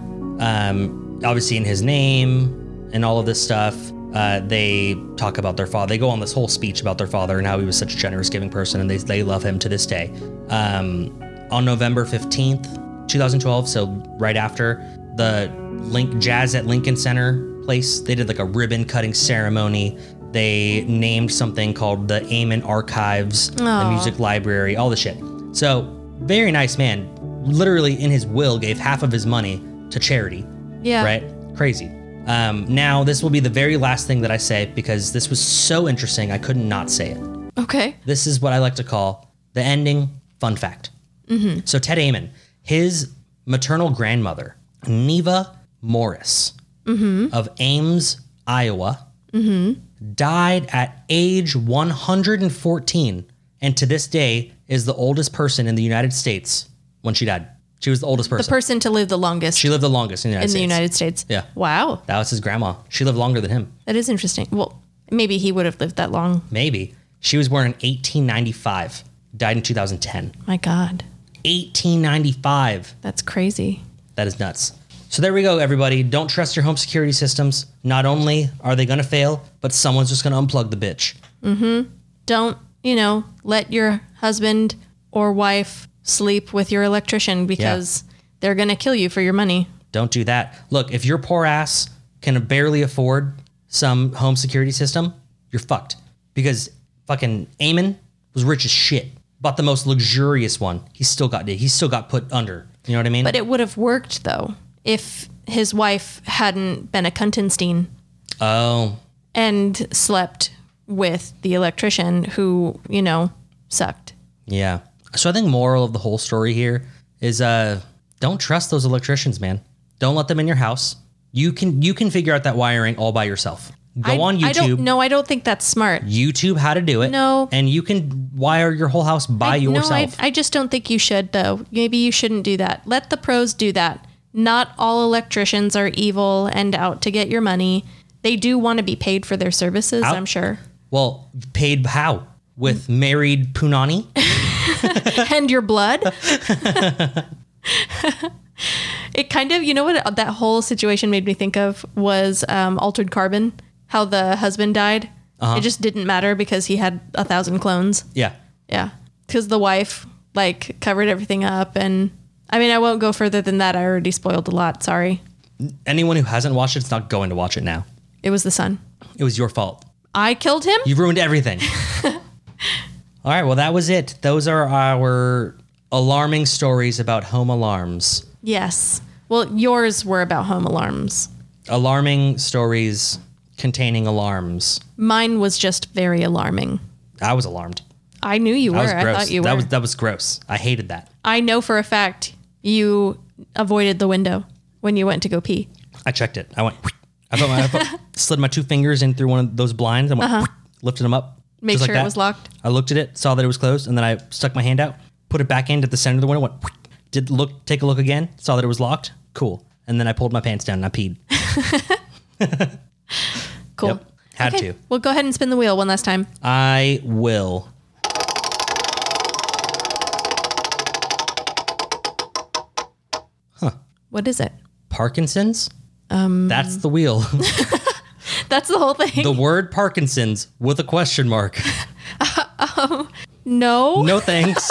[SPEAKER 2] Um, obviously in his name and all of this stuff. Uh, they talk about their father. They go on this whole speech about their father and how he was such a generous, giving person, and they they love him to this day. Um, on November fifteenth, two thousand twelve, so right after the Link Jazz at Lincoln Center place, they did like a ribbon cutting ceremony. They named something called the Amon Archives, the music library, all the shit. So very nice man. Literally in his will gave half of his money to charity.
[SPEAKER 1] Yeah.
[SPEAKER 2] Right? Crazy. Um, now this will be the very last thing that I say because this was so interesting I couldn't not say it
[SPEAKER 1] Okay.
[SPEAKER 2] this is what I like to call the ending fun fact.
[SPEAKER 1] Mm-hmm.
[SPEAKER 2] So Ted Amon, his maternal grandmother, Neva Morris
[SPEAKER 1] Mm-hmm.
[SPEAKER 2] of Ames, Iowa, died at age 114, and to this day is the oldest person in the United States when she died. She was the oldest
[SPEAKER 1] The
[SPEAKER 2] person.
[SPEAKER 1] person to live the longest
[SPEAKER 2] she lived the longest in the United
[SPEAKER 1] in
[SPEAKER 2] States.
[SPEAKER 1] the United States.
[SPEAKER 2] Yeah.
[SPEAKER 1] Wow.
[SPEAKER 2] that was his grandma. She lived longer than him.
[SPEAKER 1] That is interesting. Well, maybe he would have lived that long.
[SPEAKER 2] Maybe. She was born in 1895, died in 2010.
[SPEAKER 1] My God.
[SPEAKER 2] 1895.
[SPEAKER 1] That's crazy.
[SPEAKER 2] That is nuts. So there we go, everybody. Don't trust your home security systems. Not only are they going to fail, but someone's just going to unplug the bitch.
[SPEAKER 1] Don't, you know, let your husband or wife sleep with your electrician because they're going to kill you for your money.
[SPEAKER 2] Don't do that. Look, if your poor ass can barely afford some home security system, you're fucked. Because fucking Eamon was rich as shit, bought the most luxurious one. He still got he still got put under. You know what I mean?
[SPEAKER 1] But it would have worked though if his wife hadn't been a Kuntenstein
[SPEAKER 2] oh,
[SPEAKER 1] and slept with the electrician who, you know, sucked.
[SPEAKER 2] yeah. So I think moral of the whole story here is uh don't trust those electricians, man. Don't let them in your house. You can you can figure out that wiring all by yourself. Go
[SPEAKER 1] I,
[SPEAKER 2] on YouTube.
[SPEAKER 1] I don't no, I don't think that's smart.
[SPEAKER 2] YouTube how to do it.
[SPEAKER 1] No.
[SPEAKER 2] And you can wire your whole house by yourself.
[SPEAKER 1] No, I, I just don't think you should, though. Maybe you shouldn't do that. Let the pros do that. Not all electricians are evil and out to get your money. They do want to be paid for their services, I'm sure.
[SPEAKER 2] well, paid how? With married Punani?
[SPEAKER 1] And your blood. it kind of, you know what that whole situation made me think of was um, Altered Carbon, how the husband died.
[SPEAKER 2] Uh-huh.
[SPEAKER 1] It just didn't matter because he had a thousand clones.
[SPEAKER 2] yeah.
[SPEAKER 1] Yeah. Because the wife like covered everything up and I mean I won't go further than that. I already spoiled a lot, sorry.
[SPEAKER 2] Anyone who hasn't watched it is not going to watch it now.
[SPEAKER 1] It was the son.
[SPEAKER 2] It was your fault.
[SPEAKER 1] I killed him?
[SPEAKER 2] You ruined everything. All right, well, that was it. Those are our alarming stories about home alarms.
[SPEAKER 1] yes. Well, yours were about home alarms.
[SPEAKER 2] Alarming stories containing alarms.
[SPEAKER 1] Mine was just very alarming.
[SPEAKER 2] I was alarmed.
[SPEAKER 1] I knew you
[SPEAKER 2] That
[SPEAKER 1] were.
[SPEAKER 2] was
[SPEAKER 1] I
[SPEAKER 2] gross.
[SPEAKER 1] thought you
[SPEAKER 2] that
[SPEAKER 1] were.
[SPEAKER 2] was that was gross. I hated that.
[SPEAKER 1] I know for a fact you avoided the window when you went to go pee.
[SPEAKER 2] I checked it. I went. I, put my, I put, slid my two fingers in through one of those blinds. I went. Lifted them up.
[SPEAKER 1] Make
[SPEAKER 2] just like
[SPEAKER 1] Uh-huh. sure
[SPEAKER 2] that.
[SPEAKER 1] it was locked.
[SPEAKER 2] I looked at it, saw that it was closed, and then I stuck my hand out, put it back into the center of the window, went did look, take a look again, saw that it was locked. Cool. And then I pulled my pants down and I peed.
[SPEAKER 1] Cool.
[SPEAKER 2] Yep. Had
[SPEAKER 1] Oh, okay.
[SPEAKER 2] to.
[SPEAKER 1] Well, go ahead and spin the wheel one last time.
[SPEAKER 2] I will.
[SPEAKER 1] What is it?
[SPEAKER 2] Parkinson's. Um. That's the wheel.
[SPEAKER 1] That's the whole thing.
[SPEAKER 2] the word Parkinson's with a question mark.
[SPEAKER 1] no.
[SPEAKER 2] No thanks.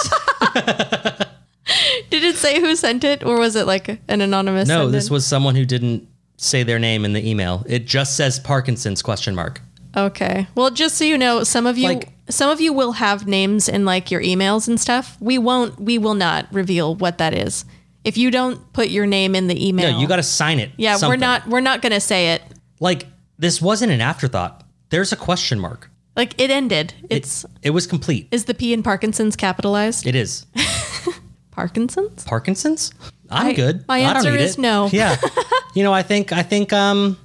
[SPEAKER 1] Did it say who sent it, or was it like an anonymous?
[SPEAKER 2] No,
[SPEAKER 1] send
[SPEAKER 2] this
[SPEAKER 1] in?
[SPEAKER 2] was someone who didn't say their name in the email. It just says Parkinson's question mark.
[SPEAKER 1] Okay. Well, just so you know, some of you
[SPEAKER 2] Like-
[SPEAKER 1] some of you will have names in like your emails and stuff. We won't we will not reveal what that is. If you don't put your name in the email.
[SPEAKER 2] No, you got to sign it.
[SPEAKER 1] Yeah,
[SPEAKER 2] something.
[SPEAKER 1] we're not we're not going to say it.
[SPEAKER 2] Like this wasn't an afterthought. There's a question mark.
[SPEAKER 1] Like it ended. It's
[SPEAKER 2] It was complete.
[SPEAKER 1] is the P in Parkinson's capitalized?
[SPEAKER 2] It is
[SPEAKER 1] Parkinson's?
[SPEAKER 2] Parkinson's. I'm
[SPEAKER 1] I-
[SPEAKER 2] good.
[SPEAKER 1] my
[SPEAKER 2] I
[SPEAKER 1] answer
[SPEAKER 2] don't need
[SPEAKER 1] is
[SPEAKER 2] it.
[SPEAKER 1] no.
[SPEAKER 2] Yeah. you know, I think I think um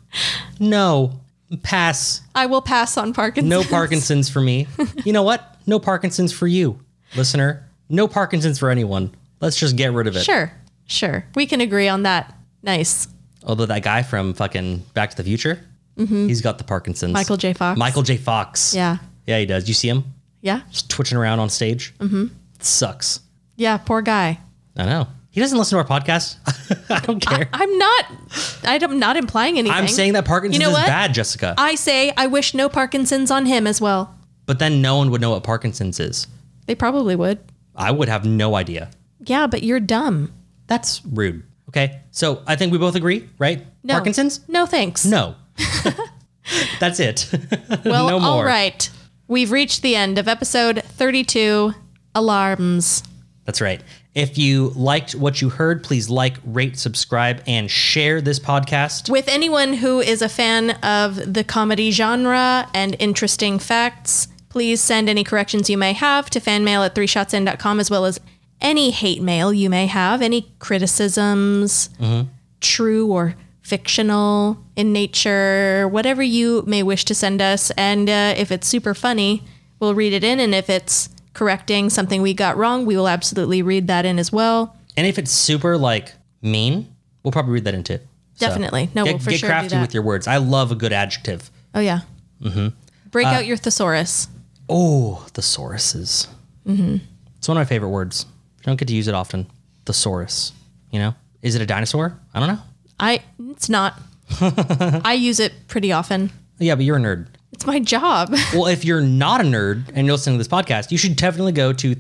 [SPEAKER 2] no pass.
[SPEAKER 1] I will pass on Parkinson's.
[SPEAKER 2] No Parkinson's for me. You know what? No Parkinson's for you, listener. No Parkinson's for anyone. Let's just get rid of it.
[SPEAKER 1] Sure. Sure. We can agree on that. Nice.
[SPEAKER 2] Although that guy from fucking Back to the Future, he's got the Parkinson's.
[SPEAKER 1] Mm-hmm. Michael J. Fox.
[SPEAKER 2] Michael J. Fox.
[SPEAKER 1] Yeah.
[SPEAKER 2] Yeah, he does. You see him
[SPEAKER 1] Yeah.
[SPEAKER 2] just twitching around on stage? Mm-hmm. sucks.
[SPEAKER 1] Yeah, poor guy.
[SPEAKER 2] I know. He doesn't listen to our podcast. I don't care. I,
[SPEAKER 1] I'm not I'm not implying anything.
[SPEAKER 2] am saying that Parkinson's
[SPEAKER 1] You know
[SPEAKER 2] is
[SPEAKER 1] what?
[SPEAKER 2] bad, Jessica.
[SPEAKER 1] I say I wish no Parkinson's on him as well.
[SPEAKER 2] but then no one would know what Parkinson's is.
[SPEAKER 1] They probably would.
[SPEAKER 2] I would have no idea.
[SPEAKER 1] Yeah, but you're dumb.
[SPEAKER 2] That's rude. Okay. So I think we both agree, right?
[SPEAKER 1] No.
[SPEAKER 2] Parkinson's?
[SPEAKER 1] No thanks.
[SPEAKER 2] No. That's it.
[SPEAKER 1] well,
[SPEAKER 2] no more.
[SPEAKER 1] all right. We've reached the end of episode 32 Alarms.
[SPEAKER 2] That's right. If you liked what you heard, please like, rate, subscribe, and share this podcast.
[SPEAKER 1] With anyone who is a fan of the comedy genre and interesting facts, please send any corrections you may have to fanmail at threeshotsin.com as well as any hate mail you may have, any criticisms, true or fictional in nature, whatever you may wish to send us. And uh, if it's super funny, we'll read it in. And if it's correcting something we got wrong, we will absolutely read that in as well.
[SPEAKER 2] And if it's super like mean, we'll probably read that into it. So,
[SPEAKER 1] Definitely. No,
[SPEAKER 2] get,
[SPEAKER 1] we'll for
[SPEAKER 2] get
[SPEAKER 1] sure do
[SPEAKER 2] crafty
[SPEAKER 1] that.
[SPEAKER 2] with your words. I love a good adjective.
[SPEAKER 1] Oh, yeah. Break out your thesaurus.
[SPEAKER 2] Oh, thesauruses. Mm-hmm. It's one of my favorite words. I don't get to use it often. Thesaurus. You know, is it a dinosaur? I don't know.
[SPEAKER 1] I it's not. I use it pretty often.
[SPEAKER 2] Yeah, but you're a nerd.
[SPEAKER 1] It's my job.
[SPEAKER 2] Well, if you're not a nerd and you're listening to this podcast, you should definitely go to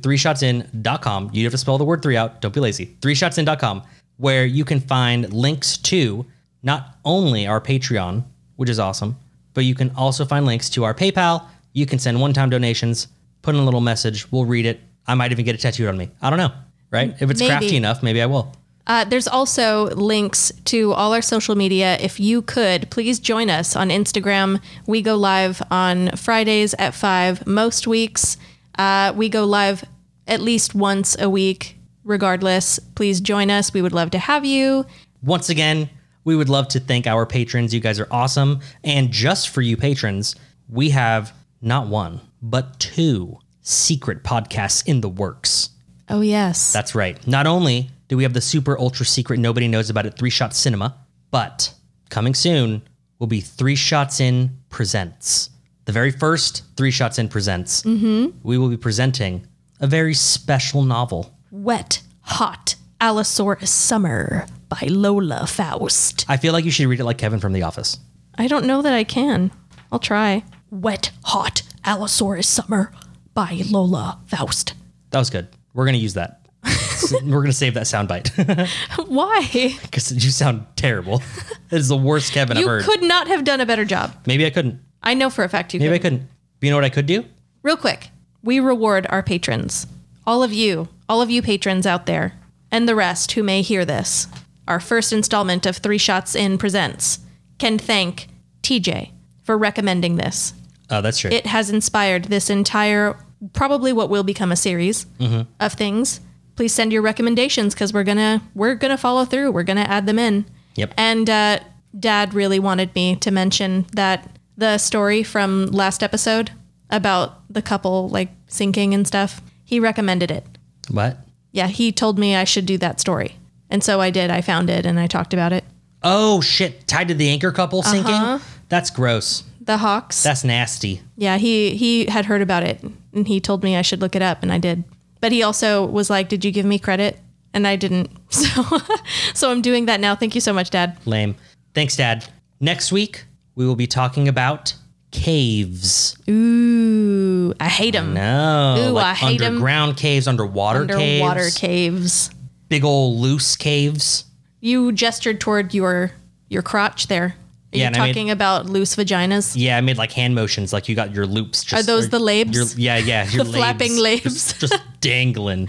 [SPEAKER 2] threeshotsin.com. You have to spell the word three out. Don't be lazy. Threeshotsin.com, where you can find links to not only our Patreon, which is awesome, but you can also find links to our PayPal. You can send one time donations, put in a little message. We'll read it. I might even get it tattooed on me. I don't know, right? If it's
[SPEAKER 1] Maybe.
[SPEAKER 2] crafty enough, maybe I will.
[SPEAKER 1] Uh, there's also links to all our social media. If you could, please join us on Instagram. We go live on Fridays at five most weeks. Uh, we go live at least once a week. Regardless, please join us. We would love to have you.
[SPEAKER 2] Once again, we would love to thank our patrons. You guys are awesome. And just for you patrons, we have not one, but two secret podcasts in the works.
[SPEAKER 1] Oh yes,
[SPEAKER 2] That's right. Not only do we have the super ultra secret, nobody knows about it, Three Shot Cinema, but coming soon will be Three Shots In Presents. The very first Three Shots In Presents, we will be presenting a very special novel.
[SPEAKER 1] wet, hot Allosaurus Summer by Lola Faust.
[SPEAKER 2] I feel like you should read it like Kevin from The Office.
[SPEAKER 1] I don't know that I can. I'll try. Wet, hot Allosaurus Summer by Lola Faust.
[SPEAKER 2] That was good. We're gonna use that. S- We're gonna save that soundbite
[SPEAKER 1] Why?
[SPEAKER 2] because you sound terrible. It is the worst Kevin I've
[SPEAKER 1] You
[SPEAKER 2] heard.
[SPEAKER 1] could not have done a better job.
[SPEAKER 2] Maybe I couldn't.
[SPEAKER 1] I know for a fact you
[SPEAKER 2] Maybe I
[SPEAKER 1] could.
[SPEAKER 2] couldn't. But you know what I could do?
[SPEAKER 1] Real quick, we reward our patrons. All of you, all of you patrons out there, and the rest who may hear this. Our first installment of Three Shots In Presents can thank TJ for recommending this.
[SPEAKER 2] Oh, that's true.
[SPEAKER 1] it has inspired this entire probably what will become a series of things please send your recommendations because we're gonna we're gonna follow through we're gonna add them in
[SPEAKER 2] Yep.
[SPEAKER 1] and uh, dad really wanted me to mention that the story from last episode about the couple like sinking and stuff. He recommended it.
[SPEAKER 2] What?
[SPEAKER 1] Yeah, he told me I should do that story. And so I did. I found it and I talked about it.
[SPEAKER 2] Oh shit! Tied to the anchor couple sinking.
[SPEAKER 1] Uh-huh.
[SPEAKER 2] That's gross.
[SPEAKER 1] The Hawks.
[SPEAKER 2] That's nasty.
[SPEAKER 1] Yeah, he he had heard about it and he told me I should look it up and I did. But he also was like, "Did you give me credit?" And I didn't. So so I'm doing that now. Thank you so much, dad.
[SPEAKER 2] Lame. Thanks, Dad. Next week we will be talking about caves.
[SPEAKER 1] Ooh, I hate him.
[SPEAKER 2] No,
[SPEAKER 1] Ooh,
[SPEAKER 2] like
[SPEAKER 1] I hate 'em.
[SPEAKER 2] underground caves, underwater,
[SPEAKER 1] Underwater
[SPEAKER 2] caves,
[SPEAKER 1] caves.
[SPEAKER 2] big old loose caves.
[SPEAKER 1] You gestured toward your your crotch there. Are
[SPEAKER 2] Yeah,
[SPEAKER 1] you
[SPEAKER 2] and I made-
[SPEAKER 1] talking about loose vaginas?
[SPEAKER 2] Yeah, I made like hand motions, like you got your loops. Just,
[SPEAKER 1] Are those the
[SPEAKER 2] or
[SPEAKER 1] labes?
[SPEAKER 2] your- yeah, yeah, your
[SPEAKER 1] The flapping
[SPEAKER 2] Just, just dangling.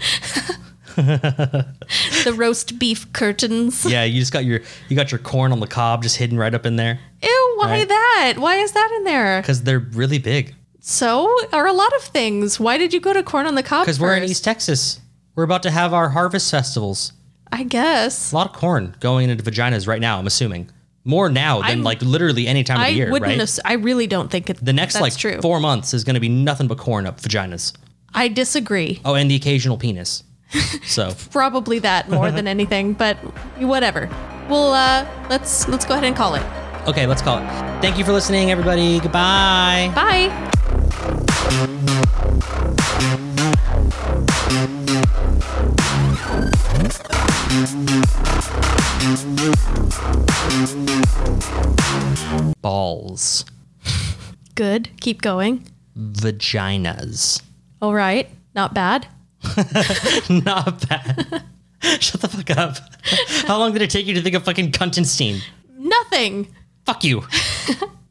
[SPEAKER 1] The roast beef curtains.
[SPEAKER 2] Yeah, you just got your you got your corn on the cob, just hidden right up in there
[SPEAKER 1] Ew, why
[SPEAKER 2] Right.
[SPEAKER 1] that? Why is that in there?
[SPEAKER 2] because they're really big.
[SPEAKER 1] So are a lot of things. Why did you go to corn on the cob?
[SPEAKER 2] Because we're in
[SPEAKER 1] first?
[SPEAKER 2] East Texas, we're about to have our harvest festivals.
[SPEAKER 1] I guess.
[SPEAKER 2] A lot of corn going into vaginas right now. I'm assuming more now than
[SPEAKER 1] I'm-
[SPEAKER 2] like literally any time of
[SPEAKER 1] I
[SPEAKER 2] the year,
[SPEAKER 1] wouldn't.
[SPEAKER 2] right?
[SPEAKER 1] ass- I really don't think it,
[SPEAKER 2] the next
[SPEAKER 1] that's
[SPEAKER 2] like
[SPEAKER 1] true.
[SPEAKER 2] four months is going to be nothing but corn up vaginas.
[SPEAKER 1] I disagree.
[SPEAKER 2] Oh, and the occasional penis. So
[SPEAKER 1] Probably that more than anything, but whatever. Well, uh, let's let's go ahead and call it.
[SPEAKER 2] okay, let's call it. Thank you for listening, everybody. Goodbye.
[SPEAKER 1] Bye.
[SPEAKER 2] Balls,
[SPEAKER 1] Good. Keep going.
[SPEAKER 2] vaginas.
[SPEAKER 1] All right. Not bad.
[SPEAKER 2] Not bad. Shut the fuck up. How long did it take you to think of fucking Cuntenstein?
[SPEAKER 1] Nothing.
[SPEAKER 2] Fuck you.